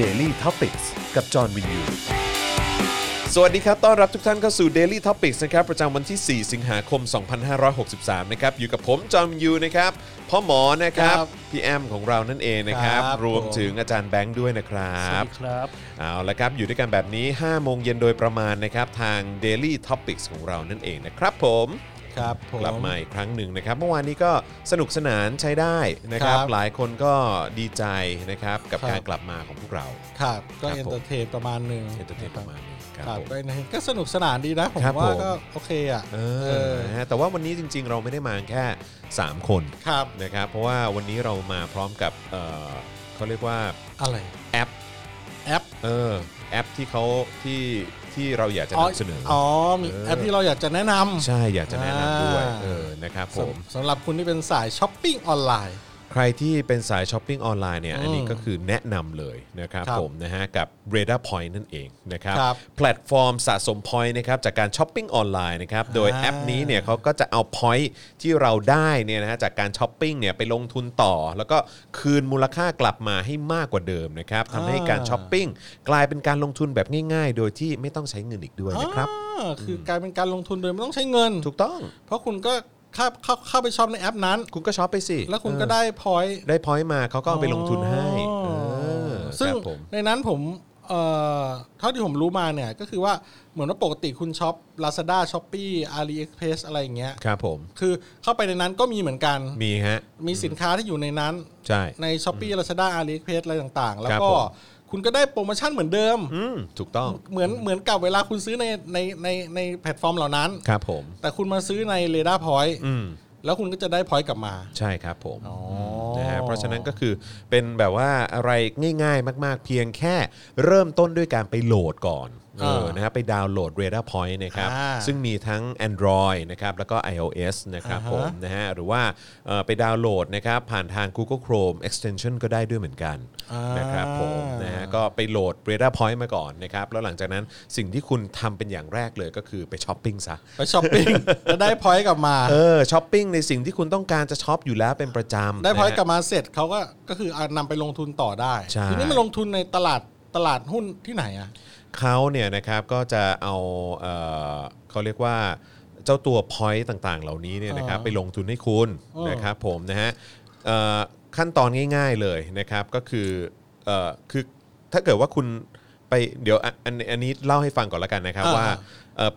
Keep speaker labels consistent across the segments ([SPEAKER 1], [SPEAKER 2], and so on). [SPEAKER 1] Daily t o p i c กกับจอห์นวินยู สวัสดีครับ ต้อนรับทุกท่านเข้าสู่ Daily Topics นะครับ ประจำวันที่ 4 สิงหาคม 2563 นะครับ อยู่กับผมจอมยูนะครับ พ่อหมอนะครับ
[SPEAKER 2] ครับ
[SPEAKER 1] พี่แอมของเรานั่นเองนะครับ
[SPEAKER 2] ครับ
[SPEAKER 1] รวมถึงอาจารย์แบงค์ด้วยนะครับ
[SPEAKER 2] ครับ
[SPEAKER 1] เอาละครับ อยู่ด้วยกันแบบนี้ 5 โมงเย็นโดยประมาณนะครับ ทาง Daily Topics ของเรานั่นเองนะครับผม
[SPEAKER 2] ครับผม
[SPEAKER 1] กลับมาอีกครั้งหนึ่งนะครับ เมื่อวานนี้ก็สนุกสนานใช้ได้นะครับ
[SPEAKER 2] ครับ
[SPEAKER 1] หลายคนก็ดีใจนะครับกับ
[SPEAKER 2] ครับ
[SPEAKER 1] การกลับมาของพวกเรา
[SPEAKER 2] ครับ ก็
[SPEAKER 1] ครับผม
[SPEAKER 2] เอนเตอร์เทนประมาณหนึ่ง
[SPEAKER 1] เอนเตอร์เทนประมาณนี้ค
[SPEAKER 2] ค
[SPEAKER 1] รั
[SPEAKER 2] รั
[SPEAKER 1] บบผม
[SPEAKER 2] ก็ entertain ก็สนุกสนานดีนะ ผม
[SPEAKER 1] ครับ
[SPEAKER 2] ว่า
[SPEAKER 1] ผม
[SPEAKER 2] ก็โอเคอ่ะ
[SPEAKER 1] เอ
[SPEAKER 2] เอ
[SPEAKER 1] อ
[SPEAKER 2] อ
[SPEAKER 1] นะฮะแต่ว่าวันนี้จริง ๆ เราไม่ได้มาแค่ 3 คน
[SPEAKER 2] ครับ
[SPEAKER 1] นะครับ เพราะว่าวันนี้เรามาพร้อมกับเอ่อเขาเรียกว่า
[SPEAKER 2] อะไร
[SPEAKER 1] แอป
[SPEAKER 2] แอป
[SPEAKER 1] เออแอปที่เขาที่ที่เราอยากจะนำเสนออ
[SPEAKER 2] อ๋อมี
[SPEAKER 1] เออ
[SPEAKER 2] แอปที่เราอยากจะแนะนำ
[SPEAKER 1] ใช่อยากจะแนะนำด้วย
[SPEAKER 2] อ่า
[SPEAKER 1] เออนะครับผม
[SPEAKER 2] สำสำหรับคุณที่เป็นสายช้อปปิ้งออนไลน์
[SPEAKER 1] ใครที่เป็นสายช้อปปิ้งออนไลน์เนี่ย
[SPEAKER 2] อืม
[SPEAKER 1] อันนี้ก็คือแนะนำเลยนะครับ
[SPEAKER 2] ครับ
[SPEAKER 1] ผมนะฮะกับ r a d a r Point นั่นเองนะครับ
[SPEAKER 2] ครับ
[SPEAKER 1] แพลตฟอร์มสะสม Point นะครับจากการช้อปปิ้งออนไลน์นะครับ โดย
[SPEAKER 2] อ่า
[SPEAKER 1] แอปนี้เนี่ยเขาก็จะเอา Point ที่เราได้เนี่ยนะฮะจากการช้อปปิ้งเนี่ยไปลงทุนต่อ แล้วก็คืนมูลค่ากลับมาให้มากกว่าเดิมนะครับทำให้
[SPEAKER 2] อ่า
[SPEAKER 1] การช้อปปิ้งกลายเป็นการลงทุนแบบง่าย ๆ โดยที่ไม่ต้องใช้เงินอีกด้วยนะครับ
[SPEAKER 2] อ่าคือกลายเป็นการลงทุนโดยไม่ต้องใช้เงิน
[SPEAKER 1] ถูกต้อง
[SPEAKER 2] เพราะคุณก็เข้าเข้าเข้าไปช็อปในแอปนั้น
[SPEAKER 1] คุณก็ช้อปไปสิ
[SPEAKER 2] แล้วคุณ
[SPEAKER 1] เออ
[SPEAKER 2] ก็ได้พอย
[SPEAKER 1] ได้ Point มาเขาก็เอาไปลงทุนให้เอ
[SPEAKER 2] อ๋อ
[SPEAKER 1] อ
[SPEAKER 2] ซึ่
[SPEAKER 1] ค
[SPEAKER 2] ง
[SPEAKER 1] รับผม
[SPEAKER 2] ในนั้นผมเอ่อเท่าที่ผมรู้มาเนี่ยก็คือว่าเหมือนว่าปกติคุณช็อป Lazada s h o p e e AliExpress อะไรอย่างเงี้ย
[SPEAKER 1] ครับผม
[SPEAKER 2] คือเข้าไปในนั้นก็มีเหมือนกัน
[SPEAKER 1] มีฮะ
[SPEAKER 2] มีสินค้าที่อยู่ในนั้น
[SPEAKER 1] ใช่
[SPEAKER 2] ใน s h o p e e Lazada AliExpress อะไรต่างๆ แล้ว
[SPEAKER 1] ครับ
[SPEAKER 2] ก็
[SPEAKER 1] ผม
[SPEAKER 2] คุณก็ได้โปรโมชั่นเหมือนเดิม
[SPEAKER 1] อืม ถูกต้อง
[SPEAKER 2] เหมือนเหมือนกับเวลาคุณซื้อในในในในแพลตฟอร์มเหล่านั้น
[SPEAKER 1] ครับผม
[SPEAKER 2] แต่คุณมาซื้อใน r a d a r Point
[SPEAKER 1] อืม
[SPEAKER 2] แล้วคุณก็จะได้พอยต์กลับมา
[SPEAKER 1] ใช่ครับผม
[SPEAKER 2] อ๋อ
[SPEAKER 1] มนะฮะเพราะฉะนั้นก็คือเป็นแบบว่าอะไรง่ายๆ มากๆ เพียงแค่เริ่มต้นด้วยการไปโหลดก่อนเอ
[SPEAKER 2] อ่า
[SPEAKER 1] อนะฮะไปดาวน์โหลด r a d a r Point นะครับ
[SPEAKER 2] อ่า
[SPEAKER 1] ซึ่งมีทั้ง Android นะครับ แล้วก็ iOS นะครับ
[SPEAKER 2] อ่าฮะ
[SPEAKER 1] ผมนะฮะหรือว่าเอ่อไปดาวน์โหลดนะครับ ผ่านทาง Google Chrome extension ก็ได้ด้วยเหมือนกัน
[SPEAKER 2] อ่าน
[SPEAKER 1] นะครับผมนะฮะก็ไปโหลด r a d a r Point มาก่อนนะครับ แล้วหลังจากนั้นสิ่งที่คุณทำเป็นอย่างแรกเลยก็คือไปช้อปปิ้งซะ
[SPEAKER 2] ไปช้อปปิ้ง จะได้พอยต์กลับมา
[SPEAKER 1] เออช้อปปิ้งในสิ่งที่คุณต้องการจะช็อปอยู่แล้วเป็นประจำ
[SPEAKER 2] ได้พอย
[SPEAKER 1] นะฮะ
[SPEAKER 2] ต์กลับมาเสร็จเขาก็ก็คือเอานำไปลงทุนต่อได้
[SPEAKER 1] ใช่
[SPEAKER 2] ทีนี้มาลงทุนในตลาดตลาดหุ้นที่ไหนอ่ะ
[SPEAKER 1] เขาเนี่ยนะครับก็จะเอาเอ่อเขาเรียกว่าเจ้าตัวพอยต์ต่างๆ เหล่านี้เนี่ยนะครับ
[SPEAKER 2] อ๋อ
[SPEAKER 1] ไปลงทุนให้คุณ
[SPEAKER 2] อ๋อ
[SPEAKER 1] นะครับผมนะฮะเอ่อขั้นตอนง่าย ๆเลยนะครับก็คือเอ่อคือถ้าเกิดว่าคุณไปเดี๋ยวอ่ะอันอันนี้เล่าให้ฟังก่อนละกันนะครับว่า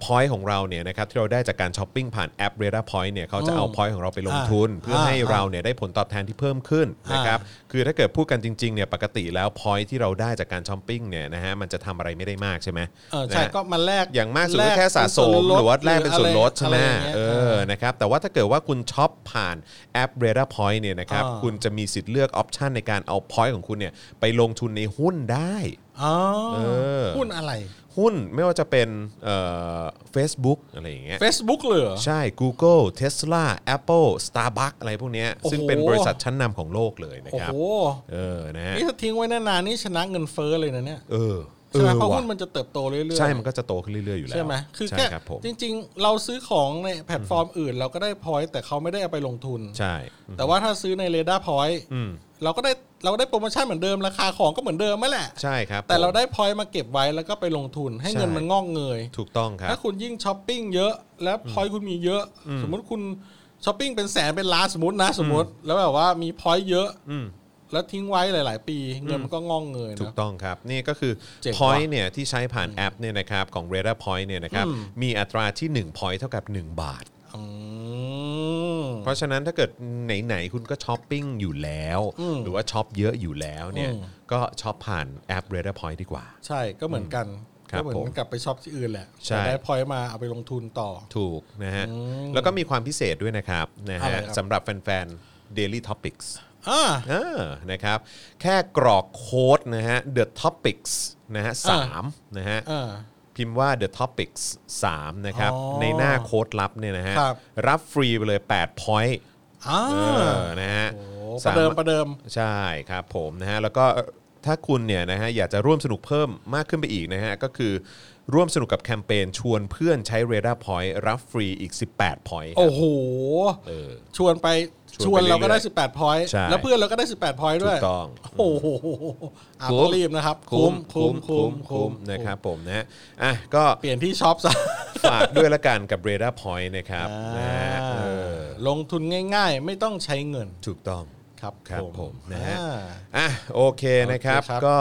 [SPEAKER 1] พอยต์ของเราเนี่ยนะครับที่เราได้จากการช้อปปิ้งผ่านแอป r a d a r Point เนี่ยเขาจะเอาพอยต์ของเราไปลงทุน เพื่อให้เรา เนี่ยได้ผลตอบแทนที่เพิ่มขึ้นนะครับ คือถ้าเกิดพูดกันจริงๆเนี่ยปกติแล้ว point ที่เราได้จากการช้อปปิ้งเนี่ยนะฮะมันจะทำอะไรไม่ได้มากใช่ไหม
[SPEAKER 2] เออใช่
[SPEAKER 1] นะฮะ
[SPEAKER 2] ก็มาแลก
[SPEAKER 1] อย่างมากสุด
[SPEAKER 2] ล
[SPEAKER 1] ก็แค่สะสม
[SPEAKER 2] เป็
[SPEAKER 1] หรือว่าแลกเป็นส่วนลด
[SPEAKER 2] หรือ
[SPEAKER 1] ใช่ไหม
[SPEAKER 2] อะไรย่างงี้ย
[SPEAKER 1] เออนะครับแต่ว่าถ้าเกิดว่าคุณช็อปผ่านแอป r a d a r Point เนี่ยนะครับ
[SPEAKER 2] อ่า
[SPEAKER 1] คุณจะมีสิทธิ์เลือกออปชันในการเอา point ของคุณเนี่ยไปลงทุนในหุ้นได้
[SPEAKER 2] อ๋อ
[SPEAKER 1] เออ
[SPEAKER 2] หุ้นอะไร
[SPEAKER 1] หุ้นไม่ว่าจะเป็นเอ่อ Facebook อะไรอย่างเงี้ย
[SPEAKER 2] Facebook เลยเหรอ
[SPEAKER 1] ใช่ Google Tesla Apple Starbucks อะไรพวกเนี้ยซึ่งเป็น
[SPEAKER 2] โอ้โห
[SPEAKER 1] บริษัทชั้นนำของโลกเลยนะ
[SPEAKER 2] โอ้
[SPEAKER 1] ครั
[SPEAKER 2] โห
[SPEAKER 1] บ เออ นะฮะ
[SPEAKER 2] นี่ถ้าทิ้งไว้นานๆนี่ชนะเงินเฟ้อเลยนะเนี่ย
[SPEAKER 1] เออ
[SPEAKER 2] ใช่ไหม
[SPEAKER 1] ออ
[SPEAKER 2] เพราะ
[SPEAKER 1] ว่
[SPEAKER 2] หุ้นมันจะเติบโตเรื่อยๆ
[SPEAKER 1] ใช่ มันก็จะโตขึ้นเรื่อยๆอยู่แล้ว
[SPEAKER 2] ใช่ไหมคือ
[SPEAKER 1] ใช่
[SPEAKER 2] แค่
[SPEAKER 1] ครับผม
[SPEAKER 2] จริง ๆ เราซื้อของในแพลตฟอร์มอื่น เราก็ได้พอยต์แต่เขาไม่ได้เอาไปลงทุน
[SPEAKER 1] ใช่
[SPEAKER 2] แต่ว่าถ้าซื้อในเรดาร์พอยต์
[SPEAKER 1] อืม
[SPEAKER 2] เราก็ได้เราก็ได้โปรโมชั่นเหมือนเดิมราคาของก็เหมือนเดิมนั่นแหละ
[SPEAKER 1] ใช่ครับ
[SPEAKER 2] แต่เรา
[SPEAKER 1] ผม
[SPEAKER 2] ได้พอยต์มาเก็บไว้แล้วก็ไปลงทุนให้
[SPEAKER 1] ใช่
[SPEAKER 2] เงินมันงอกเงย
[SPEAKER 1] ถูกต้องครับ
[SPEAKER 2] ถ้าคุณยิ่งช้อปปิ้งเยอะ แล้วพอยต์คุณมีเยอะ สมมุติคุณช้อปปิ้งเป็นแสนเป็นล้านสมมตินะสมมติ แล้วแบบว่ามีพอยต์เยอะ
[SPEAKER 1] อืม
[SPEAKER 2] แล้วทิ้งไว้หลาย ๆ ปีเงินมันก็งอกเงย
[SPEAKER 1] ถูก
[SPEAKER 2] นะ
[SPEAKER 1] ต้องครับ นี่ก็คือ
[SPEAKER 2] เจ๋งว่ะ
[SPEAKER 1] point เนี่ยที่ใช้ผ่านแอปเนี่ยนะครับของ r a d a r Point เนี่ยนะครับ มีอัตราที่ 1 point เท่ากับ 1 บาท
[SPEAKER 2] อืม
[SPEAKER 1] เพราะฉะนั้นถ้าเกิดไหน ๆ คุณก็ช้อปปิ้งอยู่แล้ว
[SPEAKER 2] อืม
[SPEAKER 1] หรือว่าช็อปเยอะอยู่แล้วเนี่ย
[SPEAKER 2] อืม
[SPEAKER 1] ก็ช็อปผ่านแอป r a d a r Point ดีกว่า
[SPEAKER 2] ใช่ก็เหมือนกัน
[SPEAKER 1] ครับ
[SPEAKER 2] ก็เหมื
[SPEAKER 1] ผม
[SPEAKER 2] อนกับไปช็อปที่อื่นแหละ
[SPEAKER 1] ใช่
[SPEAKER 2] แต่ได้พอยต์มาเอาไปลงทุนต่อ
[SPEAKER 1] ถูกนะฮะ
[SPEAKER 2] อืม
[SPEAKER 1] แล้วก็มีความพิเศษด้วยนะครับนะ
[SPEAKER 2] อะไร
[SPEAKER 1] ฮะ
[SPEAKER 2] ครับ
[SPEAKER 1] สำหรับแฟนๆ Daily Topics
[SPEAKER 2] อ่า
[SPEAKER 1] เออนะครับ แค่กรอกโค้ดนะฮะ the topics นะฮะสามนะฮะ
[SPEAKER 2] อ่า
[SPEAKER 1] พิมพ์ว่า the topics 3 นะครับ
[SPEAKER 2] อ๋อ
[SPEAKER 1] ในหน้าโค้ดลับเนี่ยนะฮะ
[SPEAKER 2] ครับ
[SPEAKER 1] รับฟรีไปเลย 8 point
[SPEAKER 2] อ่า
[SPEAKER 1] เออนะฮะ
[SPEAKER 2] โอ้ประเดิมประเดิม
[SPEAKER 1] ใช่ครับผมนะฮะ แล้วก็ ถ้าคุณเนี่ยนะฮะอยากจะร่วมสนุกเพิ่มมากขึ้นไปอีกนะฮะก็คือร่วมสนุกกับแคมเปญชวนเพื่อนใช้เรดาร์พอยต์รับฟรีอีก 18 พอยต์
[SPEAKER 2] โอ้โห
[SPEAKER 1] เออ
[SPEAKER 2] ชวนไป
[SPEAKER 1] ช
[SPEAKER 2] ช
[SPEAKER 1] ว
[SPEAKER 2] วน น
[SPEAKER 1] ไป
[SPEAKER 2] เราก็ได้
[SPEAKER 1] เรื่อย
[SPEAKER 2] 18 พอยต์
[SPEAKER 1] ใช่
[SPEAKER 2] แล้วเพื่อนเราก็ได้ 18 พอยต์ด้วย
[SPEAKER 1] ถูกต้อง
[SPEAKER 2] โอ้โหอ่ะต้องรีบนะครับ คุ้มคุ้มคุ้มคุ้ม
[SPEAKER 1] นะครับผมนะฮะอ่ะก็
[SPEAKER 2] เปลี่ยนที่ช็อปซะ
[SPEAKER 1] ฝากด้วยละกันกับ r a d a r Point นะครับนะ
[SPEAKER 2] อ่า
[SPEAKER 1] ฮะเออ
[SPEAKER 2] ลงทุนง่ายๆ ไม่ต้องใช้เงิน
[SPEAKER 1] ถูกต้อง
[SPEAKER 2] ครับ
[SPEAKER 1] ครับผมนะฮะ
[SPEAKER 2] อ่า
[SPEAKER 1] อ่ะโอเคนะครับ
[SPEAKER 2] โอเคครับ
[SPEAKER 1] ก็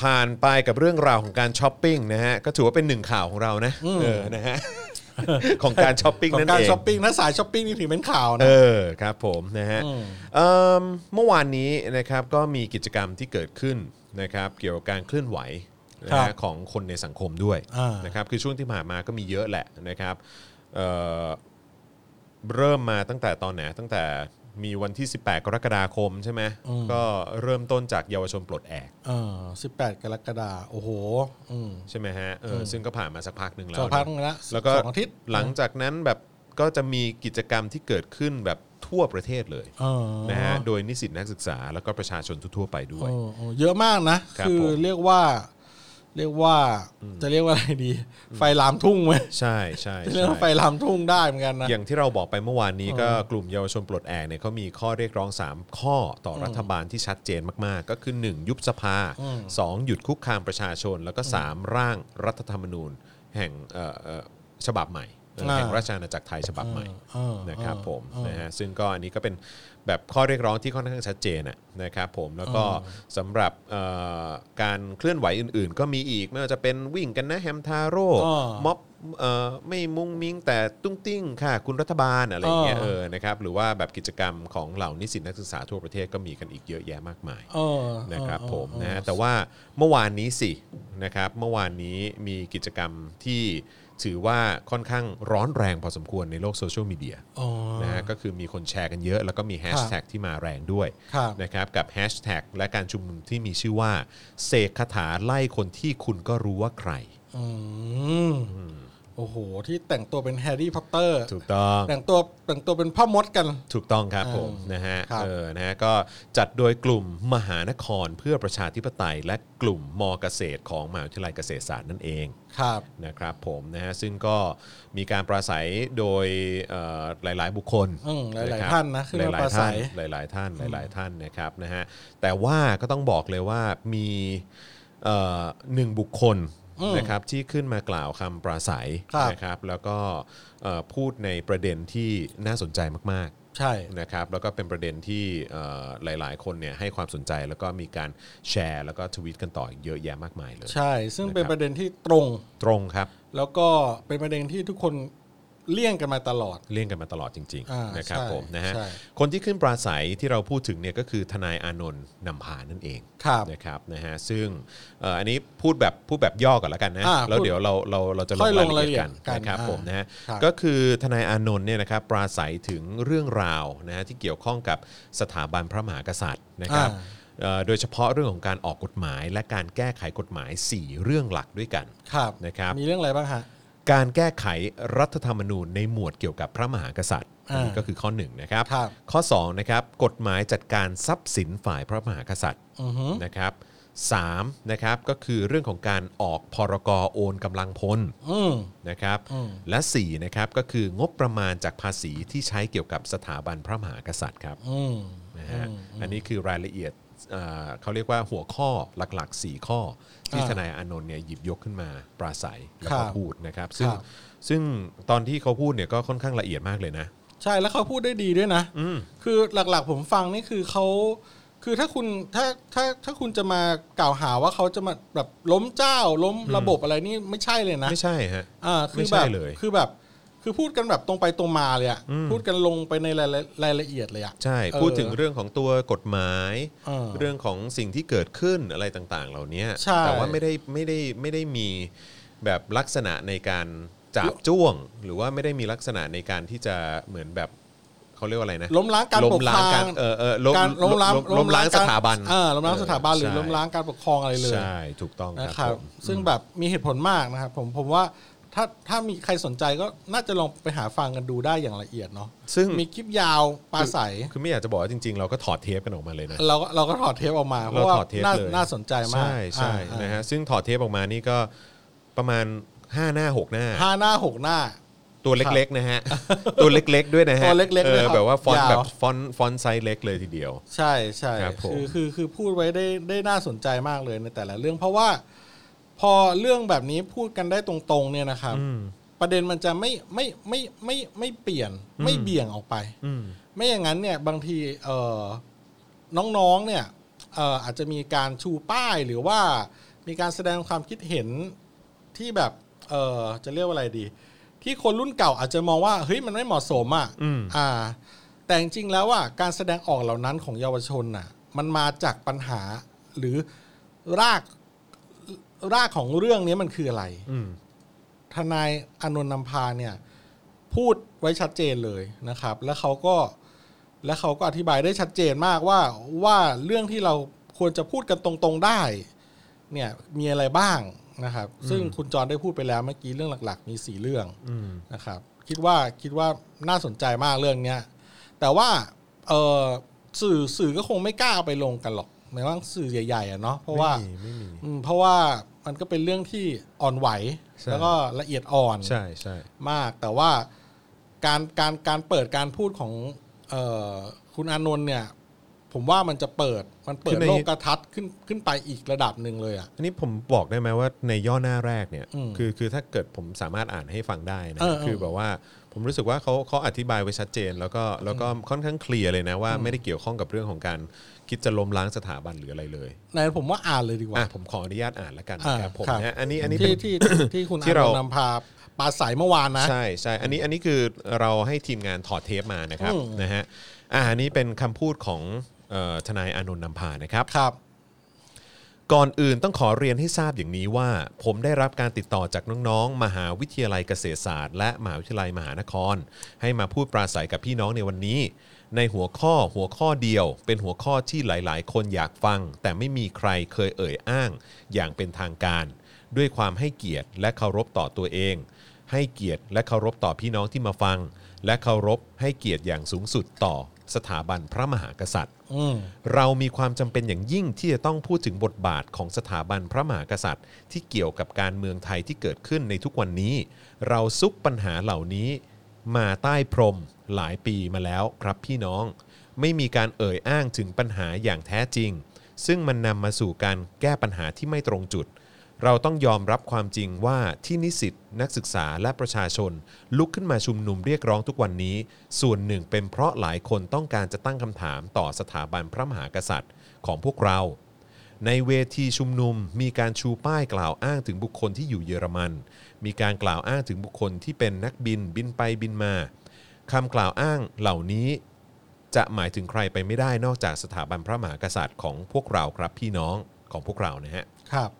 [SPEAKER 1] ผ่านไปกับเรื่องราวของการช้อปปิ้งนะฮะ ก็ถือว่าเป็นหนึ่งข่าวของเรานะเออนะฮ ะ ของการช้อปปิ้ง
[SPEAKER 2] ของ
[SPEAKER 1] นั่น
[SPEAKER 2] การ
[SPEAKER 1] เอง
[SPEAKER 2] ช้อปปิ้งถ้าสายช้อปปิ้งนี่ถือเป็นข่าว
[SPEAKER 1] เอ
[SPEAKER 2] นะ
[SPEAKER 1] อครับผมนะฮะ
[SPEAKER 2] อืม
[SPEAKER 1] เอิ่มเมื่อวานนี้นะครับก็มีกิจกรรมที่เกิดขึ้นนะครับ เกี่ยวกับการเคลื่อนไหวนะ
[SPEAKER 2] ครั
[SPEAKER 1] ฮะ
[SPEAKER 2] บ
[SPEAKER 1] ของคนในสังคมด้วย
[SPEAKER 2] อ่าน
[SPEAKER 1] นะครับคือช่วงที่ผ่านมาก็มีเยอะแหละนะครับเอ่อ เริ่มมาตั้งแต่ตอนไหนตั้งแต่มีวันที่ 18 กรกฎาคมใช่ไหมก็เริ่มต้นจากเยาวชนปลดแอก
[SPEAKER 2] เออ18 กรกฎาคมโอ้โหอืม
[SPEAKER 1] ใช่ไหมฮะเอออซึ่งก็ผ่านมาสักพักหนึ่งแล้ว
[SPEAKER 2] สักพักหนึ่งละ
[SPEAKER 1] แล้วก็
[SPEAKER 2] สองอาทิตย์
[SPEAKER 1] หลังจากนั้นแบบก็จะมีกิจกรรมที่เกิดขึ้นแบบทั่วประเทศเลย
[SPEAKER 2] เออ
[SPEAKER 1] นะฮะโดยนิสิตนักศึกษาแล้วก็ประชาชนทั่วๆไปด้ว
[SPEAKER 2] เอย อเออเยอะมากนะ
[SPEAKER 1] ครับ
[SPEAKER 2] คือ
[SPEAKER 1] ผม
[SPEAKER 2] เรียกว่า เรียกว่าจะเรียกว่าอะไรดี ไฟลามทุ่งไหม
[SPEAKER 1] ใช่ใช่
[SPEAKER 2] จะเรียก
[SPEAKER 1] ใช่
[SPEAKER 2] ว่าไฟลามทุ่งได้เหมือนกันนะ
[SPEAKER 1] อย่างที่เราบอกไปเมื่อวานนี้ก็กลุ่มเยาวชนปลดแอกเนี่ยเขามีข้อเรียกร้อง 3 ข้อต่อรัฐบาลที่ชัดเจนมากๆ ก็คือ 1 ยุบสภา
[SPEAKER 2] อืม
[SPEAKER 1] 2 หยุดคุกคามประชาชน แล้วก็ 3 ร่างรัฐธรรมนูญแห่งเอ่อเอ่อฉบับใหม่เอ่อแห่งราชอาณาจักรไทยฉบับใหม่
[SPEAKER 2] เออ
[SPEAKER 1] นะครับ
[SPEAKER 2] เออ
[SPEAKER 1] ผม
[SPEAKER 2] เออ
[SPEAKER 1] นะฮะซึ่งก็อันนี้ก็เป็นแบบข้อเรียกร้องที่ค่อนข้างชัดเจนน่ะนะครับผมแล้วก็สำหรับเอ่อการเคลื่อนไหวอื่น ๆ ก็มีอีกไม่ว่าจะเป็นวิ่งกันนะแฮมทาโร่
[SPEAKER 2] เออ
[SPEAKER 1] ม็อบเอ่อไม่มุ้งมิ้งแต่ตุ้งติ้งค่ะ คุณรัฐบาลอะไรอย่างเงี้ย
[SPEAKER 2] เอ
[SPEAKER 1] เอ
[SPEAKER 2] อ
[SPEAKER 1] อนะครับหรือว่าแบบกิจกรรมของเหล่านิสิตนักศึกษาทั่วประเทศก็มีกันอีกเยอะแยะมากมาย
[SPEAKER 2] เออ
[SPEAKER 1] นะครับ
[SPEAKER 2] เออ
[SPEAKER 1] ผม
[SPEAKER 2] เออ
[SPEAKER 1] นะฮะแต่ว่าเมื่อวานนี้สินะครับเมื่อวานนี้มีกิจกรรมที่ถือว่าค่อนข้างร้อนแรงพอสมควรในโลกโซเชียลมีเดีย
[SPEAKER 2] อ๋อ
[SPEAKER 1] นะฮะก็คือมีคนแชร์กันเยอะแล้วก็มีแฮชแท็กที่มาแรงด้วย
[SPEAKER 2] ครับ
[SPEAKER 1] นะครับกับแฮชแท็กและการชุมนุมที่มีชื่อว่าเสกคาถาไล่คนที่คุณก็รู้ว่าใคร
[SPEAKER 2] อืมโอ้โห ที่แต่งตัวเป็นแฮร์รี่พอตเตอร์
[SPEAKER 1] ถูกต้อง
[SPEAKER 2] แต่งตัวแต่งตัวเป็นพ่อมดกัน
[SPEAKER 1] ถูกต้องครับ
[SPEAKER 2] อ่า
[SPEAKER 1] ผมนะฮะ
[SPEAKER 2] ครับ
[SPEAKER 1] เออนะฮะก็จัดโดยกลุ่มมหานครเพื่อประชาธิปไตย และกลุ่มมเกษตรของมหาวิทยาลัยเกษตรศาสตร์นั่นเอง
[SPEAKER 2] ครับ
[SPEAKER 1] นะครับผมนะฮะซึ่งก็มีการปราศัยโดยเอ่อหลาย ๆ บุคคล
[SPEAKER 2] อืมหลา
[SPEAKER 1] ะ
[SPEAKER 2] ยๆ
[SPEAKER 1] ครับ
[SPEAKER 2] ท่านนะขึ้น
[SPEAKER 1] ห
[SPEAKER 2] มา
[SPEAKER 1] ลาย
[SPEAKER 2] ป
[SPEAKER 1] ๆ
[SPEAKER 2] ราศั
[SPEAKER 1] ท่าน
[SPEAKER 2] ย
[SPEAKER 1] หลายๆท่านหลายๆท่านนะครับนะฮะแต่ว่าก็ต้องบอกเลยว่ามีเอ่อหนึ่งบุคคลนะครับที่ขึ้นมากล่าวคำปราศัยนะครับแล้วก็เอ่อพูดในประเด็นที่น่าสนใจมาก ๆ
[SPEAKER 2] ใช่
[SPEAKER 1] นะครับแล้วก็เป็นประเด็นที่เอ่อหลาย ๆ คนเนี่ยให้ความสนใจแล้วก็มีการแชร์แล้วก็ทวีตกันต่ออีกเยอะแยะมากมายเลย
[SPEAKER 2] ใช่ ซึ่ง
[SPEAKER 1] นะครับ
[SPEAKER 2] เป็นประเด็นที่ตรง
[SPEAKER 1] ตรงครับ
[SPEAKER 2] แล้วก็เป็นประเด็นที่ทุกคนเลี่ยงกันมาตลอด
[SPEAKER 1] เลี่ยงกันมาตลอดจริง
[SPEAKER 2] อ่า
[SPEAKER 1] ๆ นะครับ
[SPEAKER 2] ใช่
[SPEAKER 1] ผมนะฮะ
[SPEAKER 2] ใช่
[SPEAKER 1] คนที่ขึ้นปราศัยที่เราพูดถึงเนี่ยก็คือทนายอานนท์นำพานั่นเอง
[SPEAKER 2] ครับ
[SPEAKER 1] นะครับนะฮะซึ่งเอ่ออันนี้พูดแบบพูดแบบย่อก่อนละกันนะ
[SPEAKER 2] อ่า
[SPEAKER 1] แล้ว
[SPEAKER 2] พูด
[SPEAKER 1] เดี๋ยวเราเราเราจะล
[SPEAKER 2] ค่
[SPEAKER 1] ง
[SPEAKER 2] อย
[SPEAKER 1] รา
[SPEAKER 2] ล
[SPEAKER 1] ย
[SPEAKER 2] ง
[SPEAKER 1] ละเอียดกัน
[SPEAKER 2] รายละเอียดกัน
[SPEAKER 1] นะครับ
[SPEAKER 2] อ่า
[SPEAKER 1] ผมนะฮะ
[SPEAKER 2] ครับ
[SPEAKER 1] ก็คือทนายอานนท์เนี่ยนะครับปราศัยถึงเรื่องราวนะฮะที่เกี่ยวข้องกับสถาบันพระมหากษัตริย์นะครับ
[SPEAKER 2] อ่า
[SPEAKER 1] เอ่อโดยเฉพาะเรื่องของการออกกฎหมาย และการแก้ไขกฎหมาย 4 เรื่องหลักด้วยกัน
[SPEAKER 2] ครับ
[SPEAKER 1] นะครับ
[SPEAKER 2] มีเรื่องอะไรบ้างฮะ
[SPEAKER 1] การแก้ไขรัฐธรรมนูญในหมวดเกี่ยวกับพระมหากษัตริย์
[SPEAKER 2] อ่า
[SPEAKER 1] อันนี้ก็คือข้อหนึ่งนะครับ
[SPEAKER 2] ครับ
[SPEAKER 1] ข้อสองนะครับกฎหมายจัดการทรัพย์สินฝ่ายพระมหากษัตริย์
[SPEAKER 2] อือหือ
[SPEAKER 1] นะครับสามนะครับก็คือเรื่องของการออกพรกโอนกำลังพล
[SPEAKER 2] อืม
[SPEAKER 1] นะครับ
[SPEAKER 2] อืม
[SPEAKER 1] และสี่นะครับก็คืองบประมาณจากภาษีที่ใช้เกี่ยวกับสถาบันพระมหากษัตริย์ครับ
[SPEAKER 2] อืม
[SPEAKER 1] นะฮะอันนี้คือรายละเอียดเอ่อเขาเรียกว่าหัวข้อหลักๆ 4 ข้อ ที่
[SPEAKER 2] อ่า
[SPEAKER 1] ทนายอานนท์เนี่ยหยิบยกขึ้นมาปราศัยแล้ว
[SPEAKER 2] ครั
[SPEAKER 1] ก็
[SPEAKER 2] บ
[SPEAKER 1] พูดนะครับซึ่ง
[SPEAKER 2] ครับ
[SPEAKER 1] ซึ่งตอนที่เขาพูดเนี่ยก็ค่อนข้างละเอียดมากเลยนะ
[SPEAKER 2] ใช่แล้วเขาพูดได้ดีด้วยนะคือหลักๆ ผมฟังนี่คือเขาคือถ้าคุณถ้าถ้าถ้าคุณจะมากล่าวหาว่าเขาจะมาแบบล้มเจ้าล้มระบบอะไรนี่ไม่ใช่เลยนะ
[SPEAKER 1] ไม่ใช่ฮะ
[SPEAKER 2] อ่าคือ
[SPEAKER 1] ไม่
[SPEAKER 2] แบ
[SPEAKER 1] ใช่
[SPEAKER 2] บ
[SPEAKER 1] เลย
[SPEAKER 2] คือแบบ คือพูดกันแบบตรงไปตรงมาเลยอะพูดกันลงไปในรายละรายละเอียดเลยอะ
[SPEAKER 1] ใช่
[SPEAKER 2] เออ
[SPEAKER 1] พูดถึงเรื่องของตัวกฎหมาย
[SPEAKER 2] เออ
[SPEAKER 1] เรื่องของสิ่งที่เกิดขึ้นอะไรต่างๆ เหล่านี้
[SPEAKER 2] ใช่
[SPEAKER 1] แต่ว่าไม่ได้ไม่ได้ไม่ได้มีแบบลักษณะในการจับจ้วง หรือว่าไม่ได้มีลักษณะในการที่จะเหมือนแบบเขาเรียกว่าอะไรนะ
[SPEAKER 2] ล้มล้างการ
[SPEAKER 1] ล้มล้างกา
[SPEAKER 2] ป
[SPEAKER 1] ร
[SPEAKER 2] กครอง
[SPEAKER 1] เออเออล้ม
[SPEAKER 2] การล้มล้าง
[SPEAKER 1] ล้มล้างสถาบัน
[SPEAKER 2] เออล้มล้างสถาบันหรือ
[SPEAKER 1] ใช่
[SPEAKER 2] ล้มล้างการปกครองอะไรเลย
[SPEAKER 1] ใช่ถูกต้อง
[SPEAKER 2] นะ
[SPEAKER 1] ค
[SPEAKER 2] ค
[SPEAKER 1] รั
[SPEAKER 2] รั
[SPEAKER 1] บบ ผม
[SPEAKER 2] ซึ่งแบบมีเหตุผลมากนะครับผมผมว่า ถ้าถ้ามีใครสนใจก็น่าจะลองไปหาฟังกันดูได้อย่างละเอียดเนาะ
[SPEAKER 1] ซึ่ง
[SPEAKER 2] มีคลิปยาวปลาใส
[SPEAKER 1] คือไม่อยากจะบอกว่าจริง ๆ เราก็ถอดเทปกันออกมาเลยนะ
[SPEAKER 2] เราก็เราก็ถอดเทปออกมาเพ
[SPEAKER 1] เรา
[SPEAKER 2] ราะว่า
[SPEAKER 1] ถอดเทป
[SPEAKER 2] น่า
[SPEAKER 1] เลย
[SPEAKER 2] น่าสนใจมาก
[SPEAKER 1] ใช่ใช่
[SPEAKER 2] อ่า
[SPEAKER 1] นะฮะซึ่งถอดเทปออกมานี่ก็ประมาณ 5 หน้า 6 หน้า
[SPEAKER 2] ห้าหน้าหกหน้า
[SPEAKER 1] ตัวเล็กๆนะฮะ ตัวเล็กๆด้วยนะฮะ
[SPEAKER 2] ตัวเล็กๆ
[SPEAKER 1] อ
[SPEAKER 2] ด้ว
[SPEAKER 1] อ
[SPEAKER 2] ยครับ
[SPEAKER 1] แบบว่าฟอนต์
[SPEAKER 2] ยาว
[SPEAKER 1] แบบฟอนต์ฟอนต์ไซส์เล็กเลยทีเดียว
[SPEAKER 2] ใช่ใช่
[SPEAKER 1] ครับผม
[SPEAKER 2] คือคือคือพูดไว้ได้ได้น่าสนใจมากเลยในแต่ละเรื่อง เพราะว่าพอเรื่องแบบนี้พูดกันได้ตรงๆเนี่ยนะครับ
[SPEAKER 1] อืม
[SPEAKER 2] ประเด็นมันจะไม่ไม่ไม่ไม่ไม่เปลี่ยน
[SPEAKER 1] อืม
[SPEAKER 2] ไม่เบี่ยงออกไป
[SPEAKER 1] อืม
[SPEAKER 2] ไม่อย่างนั้นเนี่ยบางทีเอ่อน้องๆเนี่ยเอ่ออาจจะมีการชูป้ายหรือว่ามีการแสดงความคิดเห็นที่แบบเอ่อจะเรียกว่าอะไรดี ที่คนรุ่นเก่าอาจจะมองว่าเฮ้ยมันไม่เหมาะสมอ่ะ
[SPEAKER 1] อืม
[SPEAKER 2] อ่า แต่จริงๆแล้วอ่ะการแสดงออกเหล่านั้นของเยาวชนน่ะมันมาจากปัญหาหรือรากรากของเรื่องนี้มันคืออะไร
[SPEAKER 1] อืม
[SPEAKER 2] ทนายอานนท์นำพาเนี่ยพูดไว้ชัดเจนเลยนะครับ แล้วเขาก็แล้วเขาก็อธิบายได้ชัดเจนมากว่าว่าเรื่องที่เราควรจะพูดกันตรงๆได้เนี่ยมีอะไรบ้างนะครับ ซึ่งคุณจรได้พูดไปแล้วเมื่อกี้เรื่องหลักๆ มีสี่เรื่อง
[SPEAKER 1] อืม
[SPEAKER 2] นะครับ คิดว่าคิดว่าน่าสนใจมากเรื่องเนี้ยแต่ว่าเออสื่อสื่อก็คงไม่กล้าเอาไปลงกันหรอกหมายว่าสื่อใหญ่ๆอะเนาะเพราะว่า
[SPEAKER 1] ไม่มีไม่มี
[SPEAKER 2] อืมเพราะว่ามันก็เป็นเรื่องที่อ่อนไหว
[SPEAKER 1] ใช่
[SPEAKER 2] แล้วก็ละเอียดอ่อน
[SPEAKER 1] ใช่ใช่
[SPEAKER 2] มาก แต่ว่าการการการเปิดการพูดของเออคุณอานนท์เนี่ย ผมว่ามันจะเปิดมันเปิดโลกกระทัดขึ้นขึ้นไปอีกระดับหนึ่งเลยอ่ะ
[SPEAKER 1] อันนี้ผมบอกได้ไหมว่าในย่อหน้าแรกเนี่ย
[SPEAKER 2] อืม
[SPEAKER 1] คือคือถ้าเกิดผมสามารถอ่านให้ฟังได้นะ
[SPEAKER 2] เออเออ
[SPEAKER 1] คือแบบว่าผมรู้สึกว่าเขาเขาอธิบายไว้ชัดเจน แล้วก็แล้วก็ค่อนข้างเคลียร์เลยนะว่าไม่ได้เกี่ยวข้องกับเรื่องของการคิดจะล้มล้างสถาบันหรืออะไรเลย
[SPEAKER 2] นายผมว่าอ่านเลยดีกว่า
[SPEAKER 1] อ่ะผมขออนุญาตอ่านละกันนะครับ
[SPEAKER 2] อ่า
[SPEAKER 1] ผม
[SPEAKER 2] ครับ
[SPEAKER 1] นะอันนี้อันนี้เป็
[SPEAKER 2] ที่
[SPEAKER 1] น
[SPEAKER 2] ที่ที่คุณ
[SPEAKER 1] ที่
[SPEAKER 2] อาน
[SPEAKER 1] เรา
[SPEAKER 2] นท์นำพาปลาใสเมื่อวานนะ
[SPEAKER 1] ใช่ใช่อันนี้อันนี้คือเราให้ทีมงานถอดเทปมานะครับ
[SPEAKER 2] อืม
[SPEAKER 1] นะฮะอ่าอันนี้เป็นคำพูดของเอ่อทนายอานนท์นำพานะครับ
[SPEAKER 2] ครับ
[SPEAKER 1] ก่อนอื่นต้องขอเรียนให้ทราบอย่างนี้ว่า ผมได้รับการติดต่อจากน้องๆ มหาวิทยาลัยเกษตรศาสตร์ และมหาวิทยาลัยมหานคร ให้มาพูดปราศัยกับพี่น้องในวันนี้ ในหัวข้อหัวข้อเดียว เป็นหัวข้อที่หลายๆ คนอยากฟัง แต่ไม่มีใครเคยเอ่ยอ้าง อย่างเป็นทางการ ด้วยความให้เกียรติและเคารพต่อตัวเอง ให้เกียรติและเคารพต่อพี่น้องที่มาฟัง และเคารพให้เกียรติอย่างสูงสุดต่อสถาบันพระมหากษัตริย์
[SPEAKER 2] อืม
[SPEAKER 1] เรามีความจำเป็นอย่างยิ่งที่จะต้องพูดถึงบทบาทของสถาบันพระมหากษัตริย์ ที่เกี่ยวกับการเมืองไทยที่เกิดขึ้นในทุกวันนี้ เราซุกปัญหาเหล่านี้ มาใต้พรมหลายปีมาแล้วครับพี่น้อง ไม่มีการเอ่ยอ้างถึงปัญหาอย่างแท้จริง ซึ่งมันนำมาสู่การแก้ปัญหาที่ไม่ตรงจุด เราต้องยอมรับความจริงว่าที่นิสิตนักศึกษาและประชาชน ลุกขึ้นมาชุมนุมเรียกร้องทุกวันนี้ ส่วนหนึ่งเป็นเพราะหลายคนต้องการจะตั้งคำถามต่อสถาบันพระมหากษัตริย์ของพวกเรา ในเวทีชุมนุมมีการชูป้ายกล่าวอ้างถึงบุคคลที่อยู่เยอรมัน มีการกล่าวอ้างถึงบุคคลที่เป็นนักบินบินไปบินมาคำกล่าวอ้างเหล่านี้ จะหมายถึงใครไปไม่ได้นอกจากสถาบันพระมหากษัตริย์ของพวกเราครับพี่น้องของพวกเรานะฮะ
[SPEAKER 2] ครับ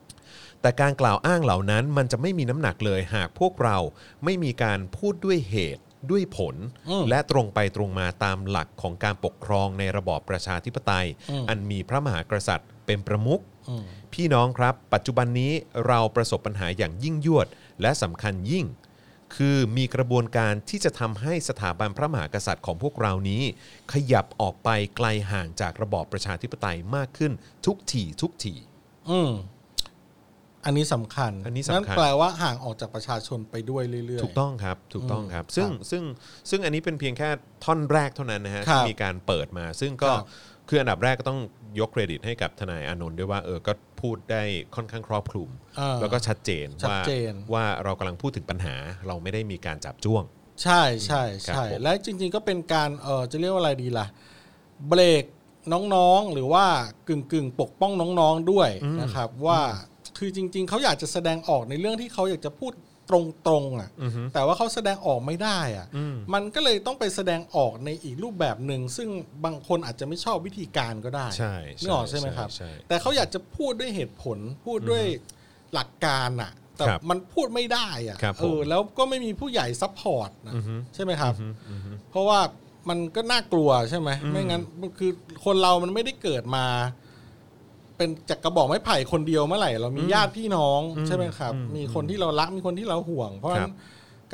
[SPEAKER 1] แต่การกล่าวอ้างเหล่านั้นมันจะไม่มีน้ำหนักเลยหากพวกเราไม่มีการพูดด้วยเหตุด้วยผล
[SPEAKER 2] อืม
[SPEAKER 1] และตรงไปตรงมาตามหลักของการปกครองในระบอบประชาธิปไตย
[SPEAKER 2] อืม
[SPEAKER 1] อันมีพระมหากษัตริย์เป็นประมุข
[SPEAKER 2] อืม
[SPEAKER 1] พี่น้องครับ ปัจจุบันนี้เราประสบปัญหาอย่างยิ่งยวด และสำคัญยิ่ง คือมีกระบวนการที่จะทำให้สถาบันพระมหากษัตริย์ของพวกเรานี้ ขยับออกไปไกลห่างจากระบอบประชาธิปไตยมากขึ้นทุกทีทุกที
[SPEAKER 2] อืม อันนี้สำคัญ
[SPEAKER 1] อันนี้สำคัญ
[SPEAKER 2] แปลว่าห่างออกจากประชาชนไปด้วยเรื่อยๆ
[SPEAKER 1] ถูกต้องครับ ถูกต้องครับ
[SPEAKER 2] อืม
[SPEAKER 1] ซึ่ง
[SPEAKER 2] ครับ
[SPEAKER 1] ซึ่งซึ่งอันนี้เป็นเพียงแค่ท่อนแรกเท่านั้นนะฮะ
[SPEAKER 2] ครับ
[SPEAKER 1] ที่มีการเปิดมา ซึ่งก็
[SPEAKER 2] ครับ
[SPEAKER 1] คืออันดับแรกก็ต้องยกเครดิตให้กับทนายอานนท์ด้วยว่าเออก็พูดได้ค่อนข้างครอบคลุม
[SPEAKER 2] เออ
[SPEAKER 1] แล้วก็ชัดเจน
[SPEAKER 2] ชัด
[SPEAKER 1] ว่า
[SPEAKER 2] เจน
[SPEAKER 1] ว่าเรากำลังพูดถึงปัญหา เราไม่ได้มีการจับจ้วง
[SPEAKER 2] ใช่ใช่
[SPEAKER 1] ครับ
[SPEAKER 2] ใช่
[SPEAKER 1] ผม
[SPEAKER 2] และจริง ๆ ก็เป็นการเออจะเรียกว่าอะไรดีล่ะ เบรกน้องๆหรือว่ากึ่งกึ่งๆปกป้องน้องๆด้วยนะครับ ว่าคือจริง ๆเขาอยากจะแสดงออกในเรื่องที่เขาอยากจะพูดตรงๆอ่ะ แต่ว่าเขาแสดงออกไม่ได้อ่ะ มันก็เลยต้องไปแสดงออกในอีกรูปแบบหนึ่งซึ่งบางคนอาจจะไม่ชอบวิธีการก็ได้
[SPEAKER 1] ใช่
[SPEAKER 2] นึกออกใช่ไหมครับ
[SPEAKER 1] ใช่
[SPEAKER 2] แต่เขาอยากจะพูดด้วยเหตุผลพูดด้วยหลักการอ่ะ แต่
[SPEAKER 1] ครับ
[SPEAKER 2] มันพูดไม่ได้อ่ะ
[SPEAKER 1] ครับผม
[SPEAKER 2] เออแล้วก็ไม่มีผู้ใหญ่ซัพพอร์ตนะ
[SPEAKER 1] อือฮึ
[SPEAKER 2] ใช่ไหมครับ เพราะว่ามันก็น่ากลัวใช่ไหมไม่งั้นคือคนเรามันไม่ได้เกิดมา เป็นจากกระบอกไม้ไผ่คนเดียวเมื่อไหร่เรามี
[SPEAKER 1] อืม
[SPEAKER 2] ญาติพี่น้อง
[SPEAKER 1] อืม
[SPEAKER 2] ใช่ไหมครับ
[SPEAKER 1] อืม
[SPEAKER 2] มีคนที่เรารักมีคนที่เราห่วง เพราะฉะ
[SPEAKER 1] ครั
[SPEAKER 2] นั้
[SPEAKER 1] บ
[SPEAKER 2] น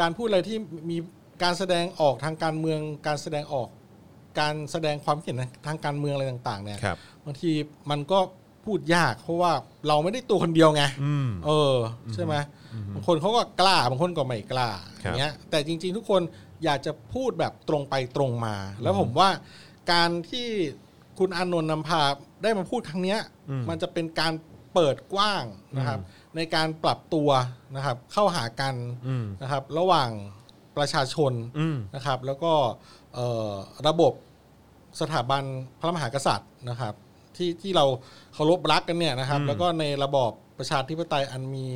[SPEAKER 2] การพูดอะไรที่มีการแสดงออกทางการเมือง การแสดงออก การแสดงความคิดเห็นทางการเมืองอะไรต่าง ๆ เนี่ย
[SPEAKER 1] ครับ
[SPEAKER 2] บางทีมันก็พูดยาก เพราะว่าเราไม่ได้ตัวคนเดียวไง
[SPEAKER 1] อืม
[SPEAKER 2] เออใช่ไหมบางคนเขาก็กล้าบางคนก็ไม่กล้า
[SPEAKER 1] ค
[SPEAKER 2] อ
[SPEAKER 1] รับ
[SPEAKER 2] ย่างเงี้ยแต่จริง ๆ ทุกคนอยากจะพูดแบบตรงไปตรงมา แล้วผมว่าการที่คุณอานนท์นำพาได้มาพูดครั้งเนี้ย
[SPEAKER 1] อืม
[SPEAKER 2] มันจะเป็นการเปิดกว้างนะครับ ในการปรับตัวนะครับ เข้าหากัน
[SPEAKER 1] อืม
[SPEAKER 2] นะครับ ระหว่างประชาชน
[SPEAKER 1] อืม
[SPEAKER 2] นะครับ แล้วก็เอ่อระบบสถาบันพระมหากษัตริย์นะครับ ที่ที่เราเคารพรักกันเนี่ยนะครับ
[SPEAKER 1] อืม
[SPEAKER 2] แล้วก็ในระบอบประชาธิปไตยอันมี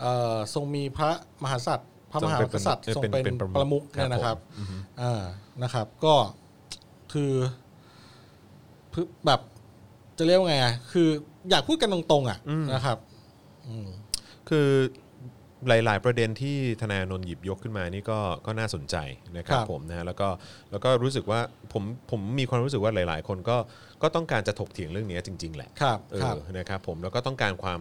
[SPEAKER 2] เอ่อทรงมีพระมหากษัตริย์พระมหากษัตริย์ทรงเป็นประมุขเนี่ยนะครับ
[SPEAKER 1] อืม
[SPEAKER 2] อ่านะครับ ก็คือคือแบบจะเรียกว่าไงอะคือ อยากพูดกันตรงๆอ่ะ
[SPEAKER 1] อืม
[SPEAKER 2] นะครับ อืม
[SPEAKER 1] คือหลาย ๆ ประเด็นที่ทนายอานนท์หยิบยกขึ้นมานี่ก็ก็น่าสนใจนะครับ
[SPEAKER 2] ครับ
[SPEAKER 1] ผมนะฮะแล้วก็แล้วก็รู้สึกว่าผมผมมีความรู้สึกว่าหลาย ๆ คนก็ก็ต้องการจะถกเถียงเรื่องนี้จริง ๆ แหละ
[SPEAKER 2] ครับ
[SPEAKER 1] เอ
[SPEAKER 2] ครั
[SPEAKER 1] อบ นะครับผมแล้วก็ต้องการความ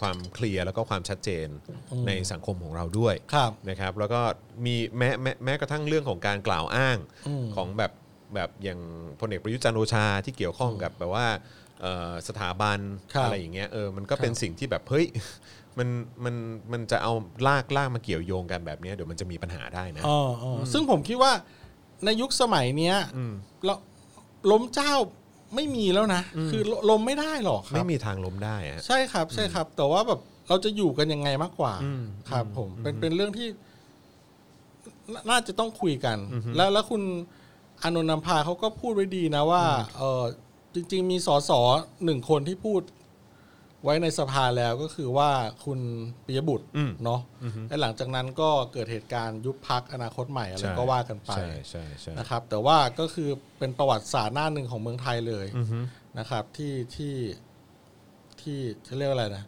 [SPEAKER 1] ความเคลียร์แล้วก็ความชัดเจน
[SPEAKER 2] อืม
[SPEAKER 1] ในสังคมของเราด้วย
[SPEAKER 2] ครับ
[SPEAKER 1] นะครับแล้วก็มีแม้แม้แม้กระทั่งเรื่องของการกล่าวอ้าง
[SPEAKER 2] อืม
[SPEAKER 1] ของแบบแบบอย่างพลเอกประยุทธ์จันทร์โอชาที่เกี่ยวข้องกับแบบว่าเอ่อสถาบัน
[SPEAKER 2] ครับ
[SPEAKER 1] อะไรอย่างเงี้ยเออมันก็เป็น
[SPEAKER 2] ครับ
[SPEAKER 1] สิ่งที่แบบเฮ้ย มันมันมันจะเอาลากลากมาเกี่ยวโยงกันแบบเนี้ยเดี๋ยวมันจะมีปัญหาได้นะ
[SPEAKER 2] อ๋ออ๋ออซึ่งผมคิดว่าในยุคสมัยเนี้ย
[SPEAKER 1] อืม
[SPEAKER 2] เราล้มเจ้าไม่มีแล้วนะ คือล้มไม่ได้หรอกครับ
[SPEAKER 1] ไม่มีทางล้มได้อะ
[SPEAKER 2] ใช่ครับใช่ครับ แต่ว่าแบบเราจะอยู่กันยังไงมากกว่า
[SPEAKER 1] อืม
[SPEAKER 2] ครับ ผมเป็นเป็นเรื่องที่นน่าจะต้องคุยกัน
[SPEAKER 1] อือฮึ
[SPEAKER 2] แล้วแล้วคุณอานนท์นำพาเขาก็พูดไว้ดีนะว่าเออจริง ๆ มีสสหนึ่งคนที่พูดไว้ในสภาแล้วก็คือว่าคุณปิยบุตร
[SPEAKER 1] อืม
[SPEAKER 2] เนาะ
[SPEAKER 1] อือฮึ
[SPEAKER 2] และหลังจากนั้นก็เกิดเหตุการณ์ยุบพักอนาคตใหม่อะไร
[SPEAKER 1] ใช่
[SPEAKER 2] ก็ว่ากันไป
[SPEAKER 1] ใช่ใช่ใช่
[SPEAKER 2] นะครับ แต่ว่าก็คือเป็นประวัติศาสตร์หน้าหนึ่งของเมืองไทยเลย
[SPEAKER 1] อือฮึ
[SPEAKER 2] นะครับที่ที่ที่จะเรียกว่าอะไรนะ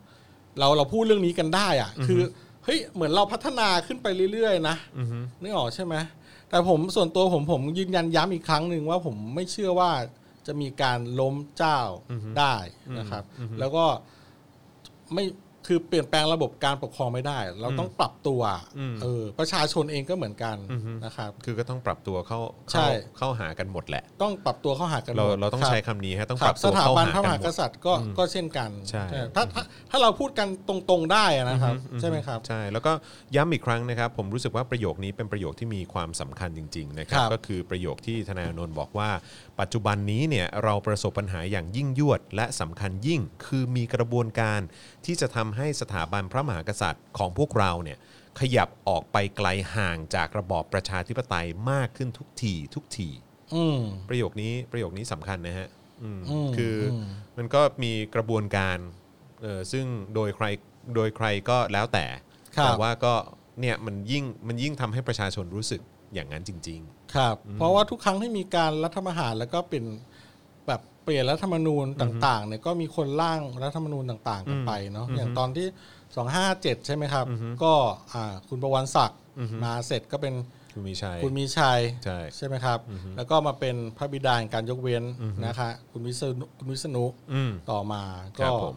[SPEAKER 2] เราเราพูดเรื่องนี้กันได้อะคือเฮ้ยเหมือนเราพัฒนาขึ้นไปเรื่อยๆนะ
[SPEAKER 1] อือฮึ
[SPEAKER 2] นึกออกใช่ไหมแต่ผมส่วนตัวผมผมยืนยันย้ำอีกครั้งหนึ่งว่าผมไม่เชื่อว่าจะมีการล้มเจ้าได้นะครับ แล้วก็ไม่คือเปลี่ยนแปลงระบบการปกครองไม่ได้ เราต้องปรับตัวเออประชาชนเองก็เหมือนกันนะครับ
[SPEAKER 1] คือก็ต้องปรับตัวเข้า
[SPEAKER 2] ใช่
[SPEAKER 1] เข้าเข้าหากันหมดแหละ
[SPEAKER 2] ต้องปรับตัวเข้าหากันหม
[SPEAKER 1] เรา
[SPEAKER 2] ด
[SPEAKER 1] เราต้อง
[SPEAKER 2] คบ
[SPEAKER 1] ใช้คำนี้ฮะต้อง
[SPEAKER 2] ค
[SPEAKER 1] ป
[SPEAKER 2] รั
[SPEAKER 1] รั
[SPEAKER 2] บบ ส
[SPEAKER 1] ตัว
[SPEAKER 2] ถา
[SPEAKER 1] เข้า
[SPEAKER 2] บัน
[SPEAKER 1] หา
[SPEAKER 2] พระม
[SPEAKER 1] กัน
[SPEAKER 2] หา
[SPEAKER 1] หม
[SPEAKER 2] ก
[SPEAKER 1] ด
[SPEAKER 2] ษัตริย์ก็ก็เช่นกัน
[SPEAKER 1] ใช่
[SPEAKER 2] ถ้าถ้าถ้าเราพูดกันตรงๆได้อะนะครับ ใช่ไหมครับ
[SPEAKER 1] ใช่แล้วก็ย้ำอีกครั้งนะครับ ผมรู้สึกว่าประโยคนี้เป็นประโยคที่มีความสำคัญจริงๆนะครับ
[SPEAKER 2] ครับ
[SPEAKER 1] ก็คือประโยคที่ธนาโนนท์บอกว่า ปัจจุบันนี้เนี่ยเราประสบปัญหาอย่างยิ่งยวด และสำคัญยิ่งคือมีกระบวนการที่จะทำให้สถาบันพระมหากษัตริย์ของพวกเราเนี่ยขยับออกไปไกลห่างจากระบอบประชาธิปไตยมากขึ้นทุกทีทุกที
[SPEAKER 2] ืม
[SPEAKER 1] ประโยคนี้ประโยคนี้สำคัญนะฮะอืม
[SPEAKER 2] อืม
[SPEAKER 1] คืออ
[SPEAKER 2] ม
[SPEAKER 1] มันก็มีกระบวนการเอ่อซึ่งโดยใครโดยใครก็แล้วแต่
[SPEAKER 2] ครับ
[SPEAKER 1] แต่ว่าก็เนี่ยมันยิ่งมันยิ่งทำให้ประชาชนรู้สึกอย่างนั้นจริง
[SPEAKER 2] ครับ เพราะว่าทุกครั้งที่มีการรัฐธรรมหารแล้วก็เป็นแบบเปลี่ยนรัฐธรรมนูญต่างๆเนี่ยก็มีคนร่างรัฐธรรมนูญต่างๆกันไปเนาะอย่างตอนที่ 257 ใช่ไหมครับ ก็อ่าคุณประวันศักดิ์มาเสร็จก็เป็น
[SPEAKER 1] ๆ คุณมีชัย
[SPEAKER 2] คุณมีชัย
[SPEAKER 1] ใช่
[SPEAKER 2] ไหมครับ แล้วก็มาเป็นพระบิดาแห่งการยกเว้นนะคะคุณวิษณุคุณวิษณุ
[SPEAKER 1] อืม
[SPEAKER 2] ต่อมา
[SPEAKER 1] ครั
[SPEAKER 2] ก็
[SPEAKER 1] บผม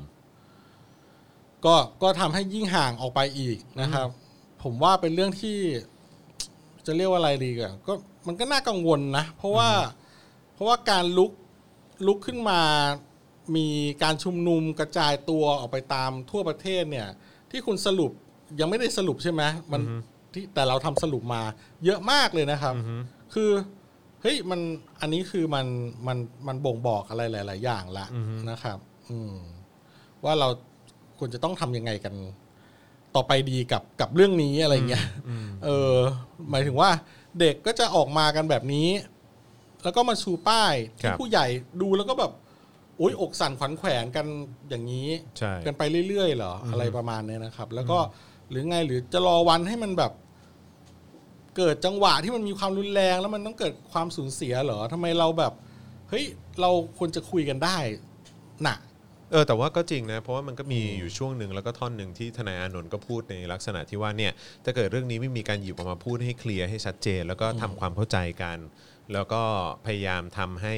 [SPEAKER 2] ก็ก็ทำให้ยิ่งห่างออกไปอีกนะครับ ผมว่าเป็นเรื่องที่ จะเรียกว่าอะไรดีกันก็มันก็น่ากังวลนะ เพราะว่า เพราะว่าการลุกลุกขึ้นมา มีการชุมนุมกระจายตัวออกไปตามทั่วประเทศเนี่ย ที่คุณสรุปยังไม่ได้สรุปใช่ไหมมันที่แต่เราทำสรุปมา เยอะมากเลยนะครับ คือเฮ้ยมันอันนี้คือมันมันมันบ่งบอกอะไรหลาย ๆ อย่างละนะครับ อืม ว่าเราควรจะต้องทำยังไงกัน ต่อไปดีกับกับเรื่องนี้อะไรเงี้ยเออ หมายถึงว่า เด็กก็จะออกมากันแบบนี้ แล้วก็มาชูป้าย
[SPEAKER 1] ครั
[SPEAKER 2] ที่
[SPEAKER 1] บ
[SPEAKER 2] ผู้ใหญ่ดูแล้วก็แบบโอ๊ยอกสั่นขวัญแขวนกันอย่างนี้
[SPEAKER 1] ใช่
[SPEAKER 2] กันไปเรื่อยๆเหรออะไรประมาณเนี้ยนะครับ แล้วก็หรือไงหรือจะรอวันให้มันแบบ เกิดจังหวะที่มันมีความรุนแรง แล้วมันต้องเกิดความสูญเสียเหรอทำไมเราแบบ เฮ้ย เราควรจะคุยกันได้น่ะ
[SPEAKER 1] เออแต่ว่าก็จริงนะเพราะว่ามันก็มีอยู่ช่วงหนึ่งแล้วก็ท่อนหนึ่งที่ทนายอานนท์ก็พูดในลักษณะที่ว่าเนี่ยถ้าเกิดเรื่องนี้ไม่มีการหยิบออกมาพูดให้เคลียร์ให้ชัดเจน แล้วก็ทำความเข้าใจกัน แล้วก็พยายามทำให้